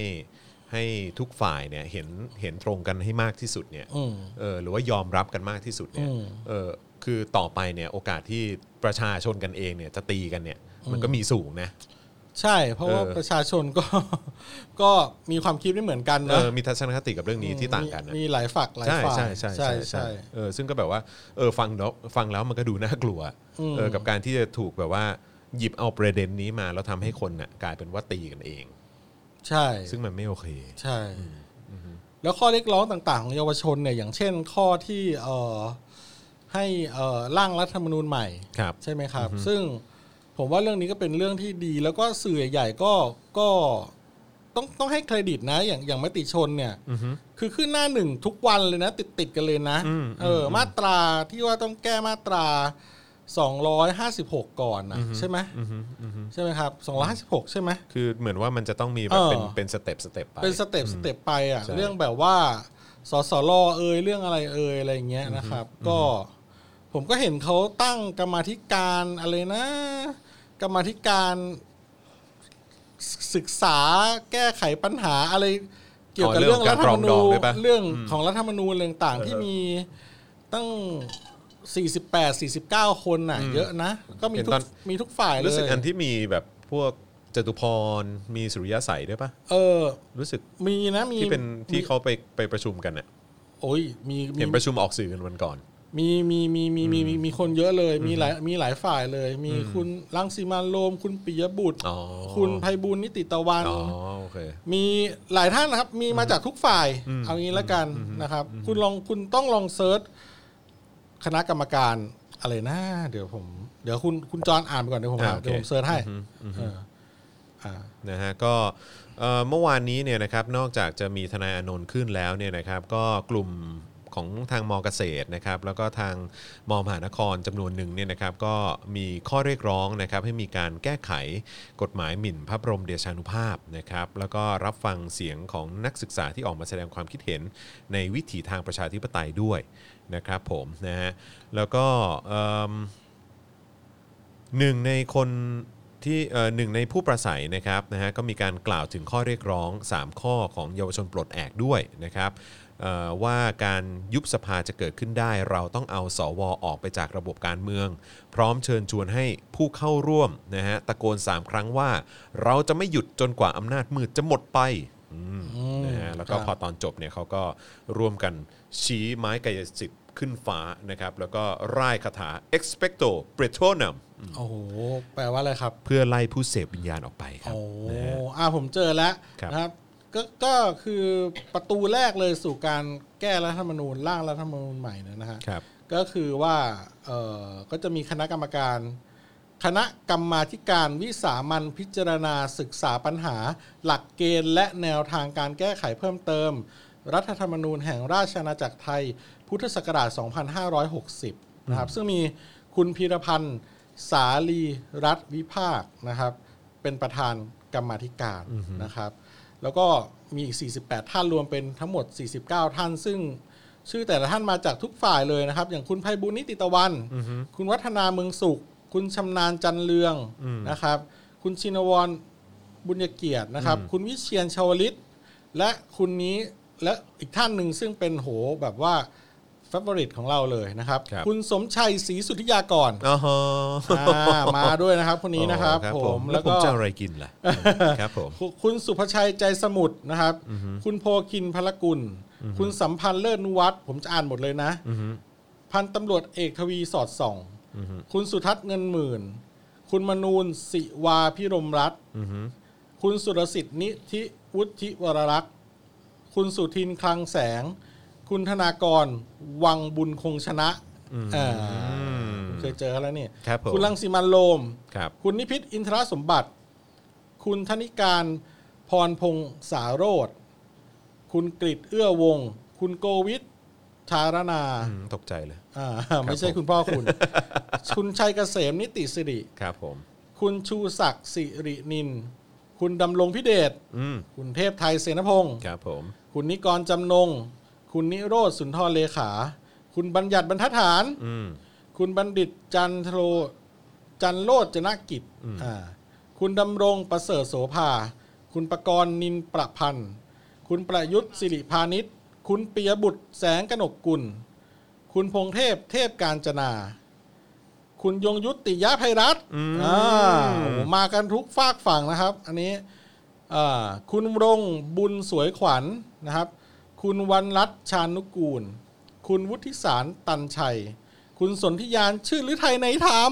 [SPEAKER 1] ให้ทุกฝ่ายเนี่ยเห็นเห็นตรงกันให้มากที่สุดเนี่ย
[SPEAKER 2] อืม
[SPEAKER 1] เออหรือว่ายอมรับกันมากที่สุดเนี่ย
[SPEAKER 2] อืม
[SPEAKER 1] เออคือต่อไปเนี่ยโอกาสที่ประชาชนกันเองเนี่ยจะตีกันเนี่ยมันก็มีสูงนะ
[SPEAKER 2] ใช่ เพราะว่า
[SPEAKER 1] เออ
[SPEAKER 2] ประชาชนก็ ก็มีความคิดไม่เหมือนกัน
[SPEAKER 1] เอ
[SPEAKER 2] นะ
[SPEAKER 1] อมีทัศนคติกับเรื่องนี้ที่ต่างกันนะ
[SPEAKER 2] มีมีหลายฝักหลาย
[SPEAKER 1] ใช่
[SPEAKER 2] ฝ่าย
[SPEAKER 1] ใช่ใช่
[SPEAKER 2] ใช่ใช่
[SPEAKER 1] เออซึ่งก็แบบว่าเออฟังแล้วฟังแล้วมันก็ดูน่ากลัว
[SPEAKER 2] อืม
[SPEAKER 1] เออกับการที่จะถูกแบบว่าหยิบเอาประเด็นนี้มาแล้วทำให้คนน่ะกลายเป็นว่าตีกันเอง
[SPEAKER 2] ใช่
[SPEAKER 1] ซึ่งมันไม่โอเค
[SPEAKER 2] ใช่ แล้วข้อเรียกร้องต่างๆ ของเยาวชนเนี่ยอย่างเช่นข้อที่เอ่อให้เอ่อร่างรัฐธรรมนูญใหม่
[SPEAKER 1] ครับ
[SPEAKER 2] ใช่ไหมครับ ซึ่งผมว่าเรื่องนี้ก็เป็นเรื่องที่ดี แล้วก็สื่อใหญ่ๆก็ก็ต้องต้องให้เครดิตนะ อย่างอย่างมติชนเนี่ย
[SPEAKER 1] อือฮึ
[SPEAKER 2] คือขึ้นหน้าหนึ่งทุกวันเลยนะติดติดๆกันเลยนะ
[SPEAKER 1] อืม
[SPEAKER 2] เอออมาตราที่ว่าต้องแก้มาตรา 256 ก่อนนะใช่ไหม
[SPEAKER 1] อือฮึอือฮึ
[SPEAKER 2] ใช่ไหมครับ 256 ใช่ไหม
[SPEAKER 1] คือเหมือนว่ามันจะต้องมีแบบเป็น
[SPEAKER 2] เออ
[SPEAKER 1] เป็นสเต็ปสเต็ปไป
[SPEAKER 2] เป็นสเต็ปสเต็ปไปอ่ะ
[SPEAKER 1] ใช่
[SPEAKER 2] เรื่องแบบว่าสสลอเอยเรื่องอะไรเอยอะไรอย่างเงี้ยนะครับ ก็ผมก็เห็นเขาตั้งกรรมาธิการอะไรนะ กรรมาธิการศศึกษาแก้ไขปัญหาอะไร เกี่ยวกับ
[SPEAKER 1] อ๋อเรื่
[SPEAKER 2] เรื่
[SPEAKER 1] อ
[SPEAKER 2] อง ง
[SPEAKER 1] กา
[SPEAKER 2] รั
[SPEAKER 1] รป
[SPEAKER 2] ฐธ
[SPEAKER 1] ร
[SPEAKER 2] ร
[SPEAKER 1] อ
[SPEAKER 2] รง ม
[SPEAKER 1] ด
[SPEAKER 2] นู
[SPEAKER 1] อง
[SPEAKER 2] ญ
[SPEAKER 1] ด้วยปะ
[SPEAKER 2] เรื่องของรัฐธรรมนูญอะไรต่างๆที่
[SPEAKER 1] เออ
[SPEAKER 2] มีตั้ง 48 49 คนน่ะ เยอะนะ ก็มีทุกมีทุกฝ่ายเลย
[SPEAKER 1] รู้สึกอันที่มีแบบพวกจตุพรมีสุริยะใสด้วยปะ
[SPEAKER 2] เออ
[SPEAKER 1] รู้สึก
[SPEAKER 2] มีนะมี
[SPEAKER 1] ที่เป็นที่
[SPEAKER 2] มี
[SPEAKER 1] เขาไปไปประชุมกันน่ะ
[SPEAKER 2] โอ้ยมีมี
[SPEAKER 1] เห็นประชุมออกสื่อกันวันก่อน
[SPEAKER 2] มีมีมีมีมีมีมีคนเยอะเลย มีหลายมีหลายฝ่ายเลย มีคุณรังสีมานโรม คุณปิยบุตร
[SPEAKER 1] อ๋อ
[SPEAKER 2] คุณไพบุญนิติตะวัน
[SPEAKER 1] อ๋อโอเค
[SPEAKER 2] มีหลายท่านนะครับ มีมาจากทุกฝ่าย เอางี้ละกันนะครับ คุณลองคุณต้องลองเซิร์ชคณะกรรมการอะไรนะเดี๋ยวผม เดี๋ยวคุณคุณจอนอ่านไปก่อนเดี๋ยวผมอ่าน
[SPEAKER 1] อ่าโอเค
[SPEAKER 2] เดี๋ยวผมเซิร์ชให้เอออ่า
[SPEAKER 1] นะฮะก็เอ่อเมื่อวานนี้เนี่ยนะครับนอกจากจะมีทนายอานนท์ขึ้นแล้วเนี่ยนะครับก็กลุ่มของทางมเกษตรนะครับแล้วก็ทางมมหานครจำนวนหนึ่งเนี่ยนะครับก็มีข้อเรียกร้องนะครับให้มีการแก้ไขกฎหมายหมิ่นพระบรมเดชานุภาพนะครับแล้วก็รับฟังเสียงของนักศึกษาที่ออกมาแสดงความคิดเห็นในวิถีทางประชาธิปไตยด้วยนะครับผมนะฮะแล้วก็เอิ่ม หนึ่งในคนที่เอ่อหนึ่งในผู้ประสัยนะครับนะฮะก็มีการกล่าวถึงข้อเรียกร้อง 3 ข้อของเยาวชนปลดแอกด้วยนะครับเอ่อว่าการยุบสภาจะเกิดขึ้นได้ เราต้องเอาสวออกไปจากระบบการเมือง พร้อมเชิญชวนให้ผู้เข้าร่วมนะฮะตะโกน 3 ครั้งว่า เราจะไม่หยุดจนกว่าอำนาจมืดจะหมดไปอืม
[SPEAKER 2] อืม
[SPEAKER 1] นะฮะแล้วก็
[SPEAKER 2] ครับ
[SPEAKER 1] พอตอนจบเนี่ยเขาก็ร่วมกันชี้ไม้กายสิทธิ์ขึ้นฟ้านะครับแล้วก็ร่ายคาถา expecto patronum
[SPEAKER 2] โอ้โหแปลว่าอะไรครับ
[SPEAKER 1] เพื่อไล่ผู้เสพวิญญาณออกไปครับ
[SPEAKER 2] โอ้
[SPEAKER 1] นะฮะ
[SPEAKER 2] อ่าผมเจอแล้ว
[SPEAKER 1] ครับ
[SPEAKER 2] นะครับก็ก็คือประตูแรกเลยสู่การแก้รัฐธรรมนูญร่างรัฐธรรมนูญใหม่เนยนะฮะ
[SPEAKER 1] ครับ
[SPEAKER 2] ก็คือว่าเออก็จะมีคณะกรรมการ คณะกรรมาธิการวิสามันพิจารณาศึกษาปัญหา หลักเกณฑ์และแนวทางการแก้ไขเพิ่มเติม รัฐธรรมนูญแห่งราชอาณาจักรไทย พุทธศักราช 2560 นะครับ ซึ่งมีคุณพีรพันธ์ สาลีรัฐวิภาคนะครับ เป็นประธานกรรมาธิการนะครับ แล้วก็มีอีก 48 ท่านรวมเป็นทั้งหมด 49 ท่าน ซึ่งชื่อแต่ละท่านมาจากทุกฝ่ายเลยนะครับ อย่างคุณไพบุญนิติตะวัน คุณวัฒนาเมืองสุข คุณชำนาญจันเรืองนะครับ คุณชินวรบุญเกียรตินะครับ คุณวิเชียนชาวลิต และคุณนี้และอีกท่านหนึ่งซึ่งเป็นโหแบบว่าฟ a v o r i t e ของเราเลยนะครับ
[SPEAKER 1] ครับ
[SPEAKER 2] ณสมชัยศรีสุทธิยาก ร
[SPEAKER 1] อ๋อฮะ
[SPEAKER 2] อ่ามาด้วยนะครับคนนี้นะครับ
[SPEAKER 1] อ๋อ
[SPEAKER 2] ผม
[SPEAKER 1] แล้
[SPEAKER 2] แล้ว ว
[SPEAKER 1] ผม
[SPEAKER 2] ก็
[SPEAKER 1] จะเอาอะไรกินล่ะ ครับผม
[SPEAKER 2] คุณคุณสุภชัยใจสมุทรนะครับ คุณโพคินพลกุล คุณสัมพันธ์เลิศนุวัฒน์ผมจะอ่านหมดเลยนะ
[SPEAKER 1] อือฮึ
[SPEAKER 2] พันตำรวจเอกทวีสอดส่อง
[SPEAKER 1] อือฮึ
[SPEAKER 2] คุณสุทัศน์เงินหมื่น คุณมนูนสิวาพิรมรัตน์
[SPEAKER 1] อือฮึ
[SPEAKER 2] คุณสุรสิทธิ์นิธิวุฒิวรรักษ์ คุณสุทินคลังแสง คุณธนากร วังบุญคงชนะอ่าเคยเจอเขาแล้วนี่
[SPEAKER 1] ครับผม
[SPEAKER 2] คุณลังสีมันโลม
[SPEAKER 1] ครับ
[SPEAKER 2] คุณนิพิษอินทรสมบัติ คุณธนิการพรพงษ์สาโรธคุณกริดเอื้อวง คุณโกวิทชารนา
[SPEAKER 1] อืมตกใจเลย
[SPEAKER 2] อ่าไม่ใช่
[SPEAKER 1] ผม
[SPEAKER 2] คุณพ่อคุณ คุณชัยเกษมนิติสิริ
[SPEAKER 1] ครับผม
[SPEAKER 2] คุณชูศักดิ์สิรินิน คุณดำรงพิเดช
[SPEAKER 1] อืม
[SPEAKER 2] คุณเทพไทยเสนพงศ์
[SPEAKER 1] ครับผม
[SPEAKER 2] คุณนิกรจำนง คุณนิโรธสุนทรเลขา คุณบัญญัติบรรทัดฐาน
[SPEAKER 1] อืม
[SPEAKER 2] คุณบัณฑิตจันโทรจันโลจนกิจอ่าคุณดำรงประเสริฐโสภา คุณประกรณ์นินประพันธ์ คุณประยุทธ์สิริพานิชย์คุณปิยบุตรแสงกนกกุล คุณพงเทพเทพการจนา คุณยงยุติยะภัยรัตน์
[SPEAKER 1] อืม
[SPEAKER 2] อ่าโอ้โหมากันทุกฝากฝั่งนะครับ อันนี้อ่าคุณรงค์บุญสวยขวัญนะครับ คุณวันรัตน์ชานุกูล คุณวุฒิสารตันชัย คุณสนธิยานชื่อหรือไทยในธรรม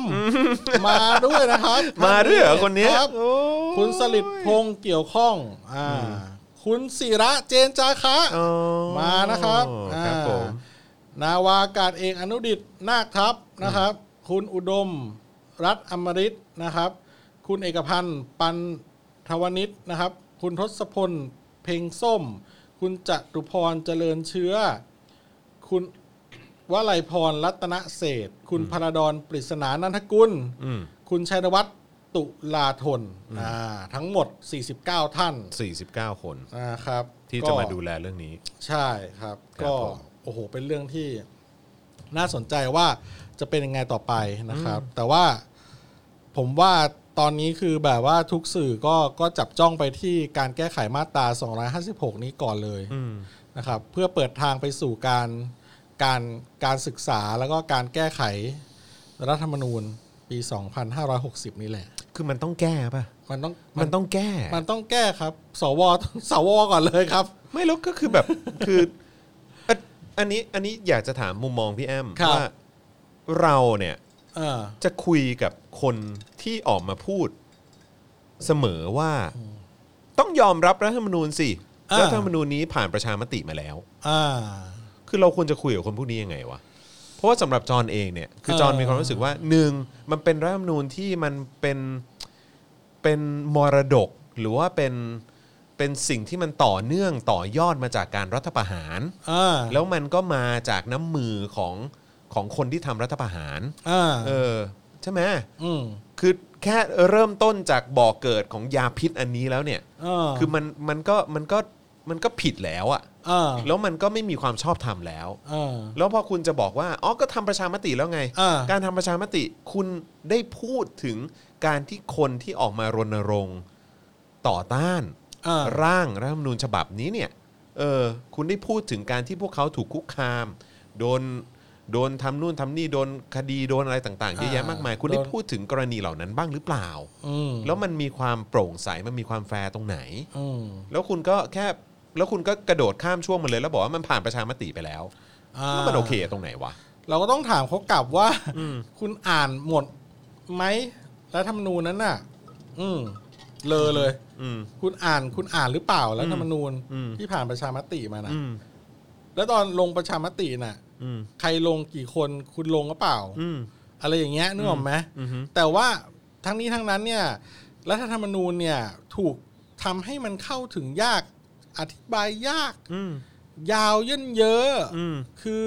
[SPEAKER 2] มาด้วยนะครับ
[SPEAKER 1] มาด้วยเหรอคนเนี้ย
[SPEAKER 2] รับ
[SPEAKER 1] โอ้ย
[SPEAKER 2] คุณสลิดพงษ์เกี่ยวข้อง อ่า คุณศิระเจนจาคะ
[SPEAKER 1] อ๋อ
[SPEAKER 2] มานะครับ
[SPEAKER 1] ครับ
[SPEAKER 2] อ่า
[SPEAKER 1] ผม
[SPEAKER 2] นาวากาศเอกอนุดิตนาคทัพนะครับ คุณอุดม รัฐอมริตนะครับ คุณเอกพันธ์ปันทวนิชนะครับ คุณทศพล เพ็งส้ม คุณจตุพรเจริญเชื้อ คุณวลัยพรรัตนเศรษฐ์คุณพระดอนปริศนานันทกุล
[SPEAKER 1] อืม
[SPEAKER 2] คุณชัยวัฒน์ตุลาธนอ่าทั้งหมด 49 ท่าน
[SPEAKER 1] 49 คน
[SPEAKER 2] นะครับ
[SPEAKER 1] ที่จะ
[SPEAKER 2] ก็
[SPEAKER 1] มาดูแลเรื่องนี้
[SPEAKER 2] ใช่ครับ
[SPEAKER 1] ครับ
[SPEAKER 2] ก็
[SPEAKER 1] ผม
[SPEAKER 2] โอ้โหเป็นเรื่องที่น่าสนใจว่าจะเป็นยังไงต่อไปนะครับ แต่ว่าผมว่าตอนนี้คือแบบว่าทุกสื่อก็ก็จับจ้องไปที่การแก้ไขมาตรา 256 นี้ก่อนเลย
[SPEAKER 1] อืม
[SPEAKER 2] นะครับ เพื่อเปิดทางไปสู่การการการศึกษาแล้วก็การแก้ไขรัฐธรรมนูญปี 2560 นี่แหละ
[SPEAKER 1] คือมันต้องแก้ป่ะ
[SPEAKER 2] มันต้อง
[SPEAKER 1] มันต้องแก้
[SPEAKER 2] มันต้องแก้ครับ สว สวก่อนเลยครับ
[SPEAKER 1] ไม่แล้วก็คือแบบ คืออ่ะอันนี้อันนี้อยากจะถามมุมมองพี่แอม
[SPEAKER 2] ครับ
[SPEAKER 1] ว่าเราเนี่ย
[SPEAKER 2] เออ
[SPEAKER 1] จะคุยกับคนที่ออกมาพูดเสมอว่า ต้องยอมรับรัฐธรรมนูญสิ
[SPEAKER 2] อ่า
[SPEAKER 1] รัฐธรรมนูญนี้ผ่านประชามติมาแล้ว
[SPEAKER 2] อ่า
[SPEAKER 1] คือเราควรจะคุยกับคนพวกนี้ยังไงวะ เพราะว่าสำหรับจอห์นเองเนี่ย คือ
[SPEAKER 2] เออ
[SPEAKER 1] จอห์นมีความรู้สึกว่าหนึ่งมันเป็นรัฐธรรมนูญที่มันเป็นเป็นมรดก หรือว่าเป็นเป็นสิ่งที่มันต่อเนื่องต่อยอดมาจากการรัฐประหาร
[SPEAKER 2] ่า
[SPEAKER 1] แล้วมันก็มาจากน้ำมือของของคนที่ทำรัฐประหาร
[SPEAKER 2] อ่า
[SPEAKER 1] เออ ใช่ไหม
[SPEAKER 2] อืม
[SPEAKER 1] คือแค่เริ่มต้นจากบ่อเกิดของยาพิษอันนี้แล้วเนี่ย
[SPEAKER 2] อ่า
[SPEAKER 1] คือมันมันก็มันก็มันก็ผิดแล้วอะ
[SPEAKER 2] อ่า
[SPEAKER 1] แล้วมันก็ไม่มีความชอบธรรมแล้ว
[SPEAKER 2] อ่า
[SPEAKER 1] แล้วพอคุณจะบอกว่า อ๋อ ก็ทำประชามติแล้วไง
[SPEAKER 2] อ่า
[SPEAKER 1] การทำประชามติ คุณได้พูดถึงการที่คนที่ออกมารณรงค์ต่อต้าน
[SPEAKER 2] อ่า
[SPEAKER 1] ร่างรัฐธรรมนูญฉบับนี้เนี่ย เออ คุณได้พูดถึงการที่พวกเขาถูกคุกคาม โดน โดนทำนู่นทำนี่ โดนคดี โดนอะไรต่างๆ เยอะแยะมากมาย คุณได้
[SPEAKER 2] โดน
[SPEAKER 1] พูดถึงกรณีเหล่านั้นบ้างหรือเปล่า
[SPEAKER 2] อืม
[SPEAKER 1] แล้วมันมีความโปร่งใส มันมีความแฟร์ตรงไหน
[SPEAKER 2] อืม
[SPEAKER 1] แล้วคุณก็แค่ แล้วคุณก็กระโดดข้ามช่วงมาเลย แล้วบอกว่ามันผ่านประชามติไปแล้ว
[SPEAKER 2] อ่า
[SPEAKER 1] แล้วมันโอเคตรงไหนวะ
[SPEAKER 2] เราก็ต้องถามเขากลับว่า คุณอ่านหมดไหมรัฐธรรมนูญนั้นน่ะ อืมเลอเลย
[SPEAKER 1] อืม
[SPEAKER 2] คุณอ่านคุณอ่านหรือเปล่ารัฐธรรมนูญ
[SPEAKER 1] อืม
[SPEAKER 2] ที่ผ่านประชามติมานะ
[SPEAKER 1] อืม
[SPEAKER 2] แล้วตอนลงประชามติน่ะ
[SPEAKER 1] อืม
[SPEAKER 2] ใครลงกี่คนคุณลงหรือเปล่า
[SPEAKER 1] อืม
[SPEAKER 2] อะไรอย่างเงี้ยนึกออกไหม
[SPEAKER 1] อืม
[SPEAKER 2] แต่ว่าทั้งนี้ทั้งนั้นเนี่ยรัฐธรรมนูญเนี่ยถูกทำให้มันเข้าถึงยากอธิบายยาก
[SPEAKER 1] อืม
[SPEAKER 2] ยาวเยินเยอะ
[SPEAKER 1] อืม
[SPEAKER 2] คือ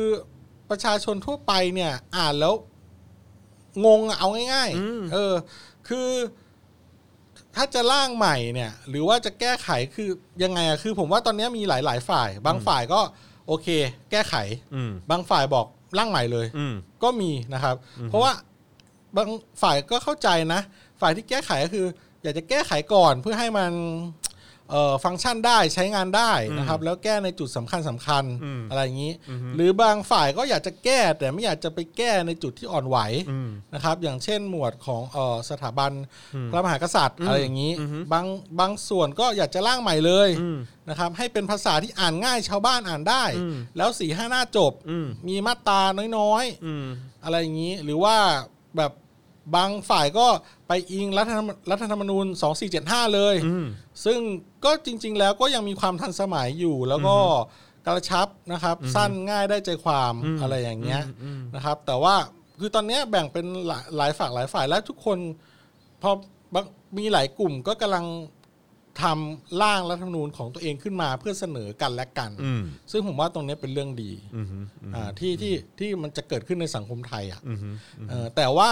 [SPEAKER 2] ประชาชนทั่วไปเนี่ยอ่านแล้วงงอะเอาง่าย
[SPEAKER 1] อืม
[SPEAKER 2] เออ คือ ถ้าจะร่างใหม่เนี่ย หรือว่าจะแก้ไขคือยังไงอะคือ ผมว่าตอนเนี้ยมีหลาย ๆ ฝ่าย บางฝ่ายก็โอเค แก้ไข
[SPEAKER 1] อืม
[SPEAKER 2] บางฝ่ายบอกร่างใหม่เลย
[SPEAKER 1] อืม
[SPEAKER 2] ก็มีนะครับ เพราะว่าบางฝ่ายก็เข้าใจนะ ฝ่ายที่แก้ไขก็คือ อยากจะแก้ไขก่อนเพื่อให้มันเอ่อฟังก์ชันได้ใช้งานได้นะครับ แล้วแก้ในจุดสำคัญสำคัญ
[SPEAKER 1] อืม
[SPEAKER 2] อะไรอย่างนี้ หรือบางฝ่ายก็อยากจะแก้แต่ไม่อยากจะไปแก้ในจุดที่อ่อนไหว
[SPEAKER 1] อืม
[SPEAKER 2] นะครับ อย่างเช่นหมวดของเออสถาบันพระมหากษัตริย์อะไรอย่างนี้ บางบางส่วนก็อยากจะร่างใหม่เลย
[SPEAKER 1] อืม
[SPEAKER 2] นะครับให้เป็นภาษาที่อ่านง่ายชาวบ้านอ่านได้
[SPEAKER 1] อืม
[SPEAKER 2] แล้วสี่ห้าหน้าจบ
[SPEAKER 1] อืม
[SPEAKER 2] มีมาตราน้อยๆ
[SPEAKER 1] อืม
[SPEAKER 2] อะไรอย่างนี้หรือว่าแบบบางฝ่ายก็ไปอิงรัฐธรรมรัฐธรรมนูญ 2475 เลย
[SPEAKER 1] อืม
[SPEAKER 2] ซึ่งก็จริง ๆ แล้วก็ยังมีความทันสมัยอยู่ แล้วก็กระชับนะครับ สั้นง่ายได้ใจความอะไรอย่างเงี้ยนะครับ แต่ว่าคือตอนเนี้ยแบ่งเป็นหลายหลายฝั่งหลายฝ่ายและทุกคนพอบางมีหลายกลุ่มก็กำลังทำร่างรัฐธรรมนูญของตัวเองขึ้นมาเพื่อเสนอกันและกัน
[SPEAKER 1] อืม
[SPEAKER 2] ซึ่งผมว่าตรงเนี้ยเป็นเรื่องดี
[SPEAKER 1] อืม
[SPEAKER 2] อ่าที่ที่ที่มันจะเกิดขึ้นในสังคมไทยอ่ะ
[SPEAKER 1] อืม
[SPEAKER 2] เออแต่ว่า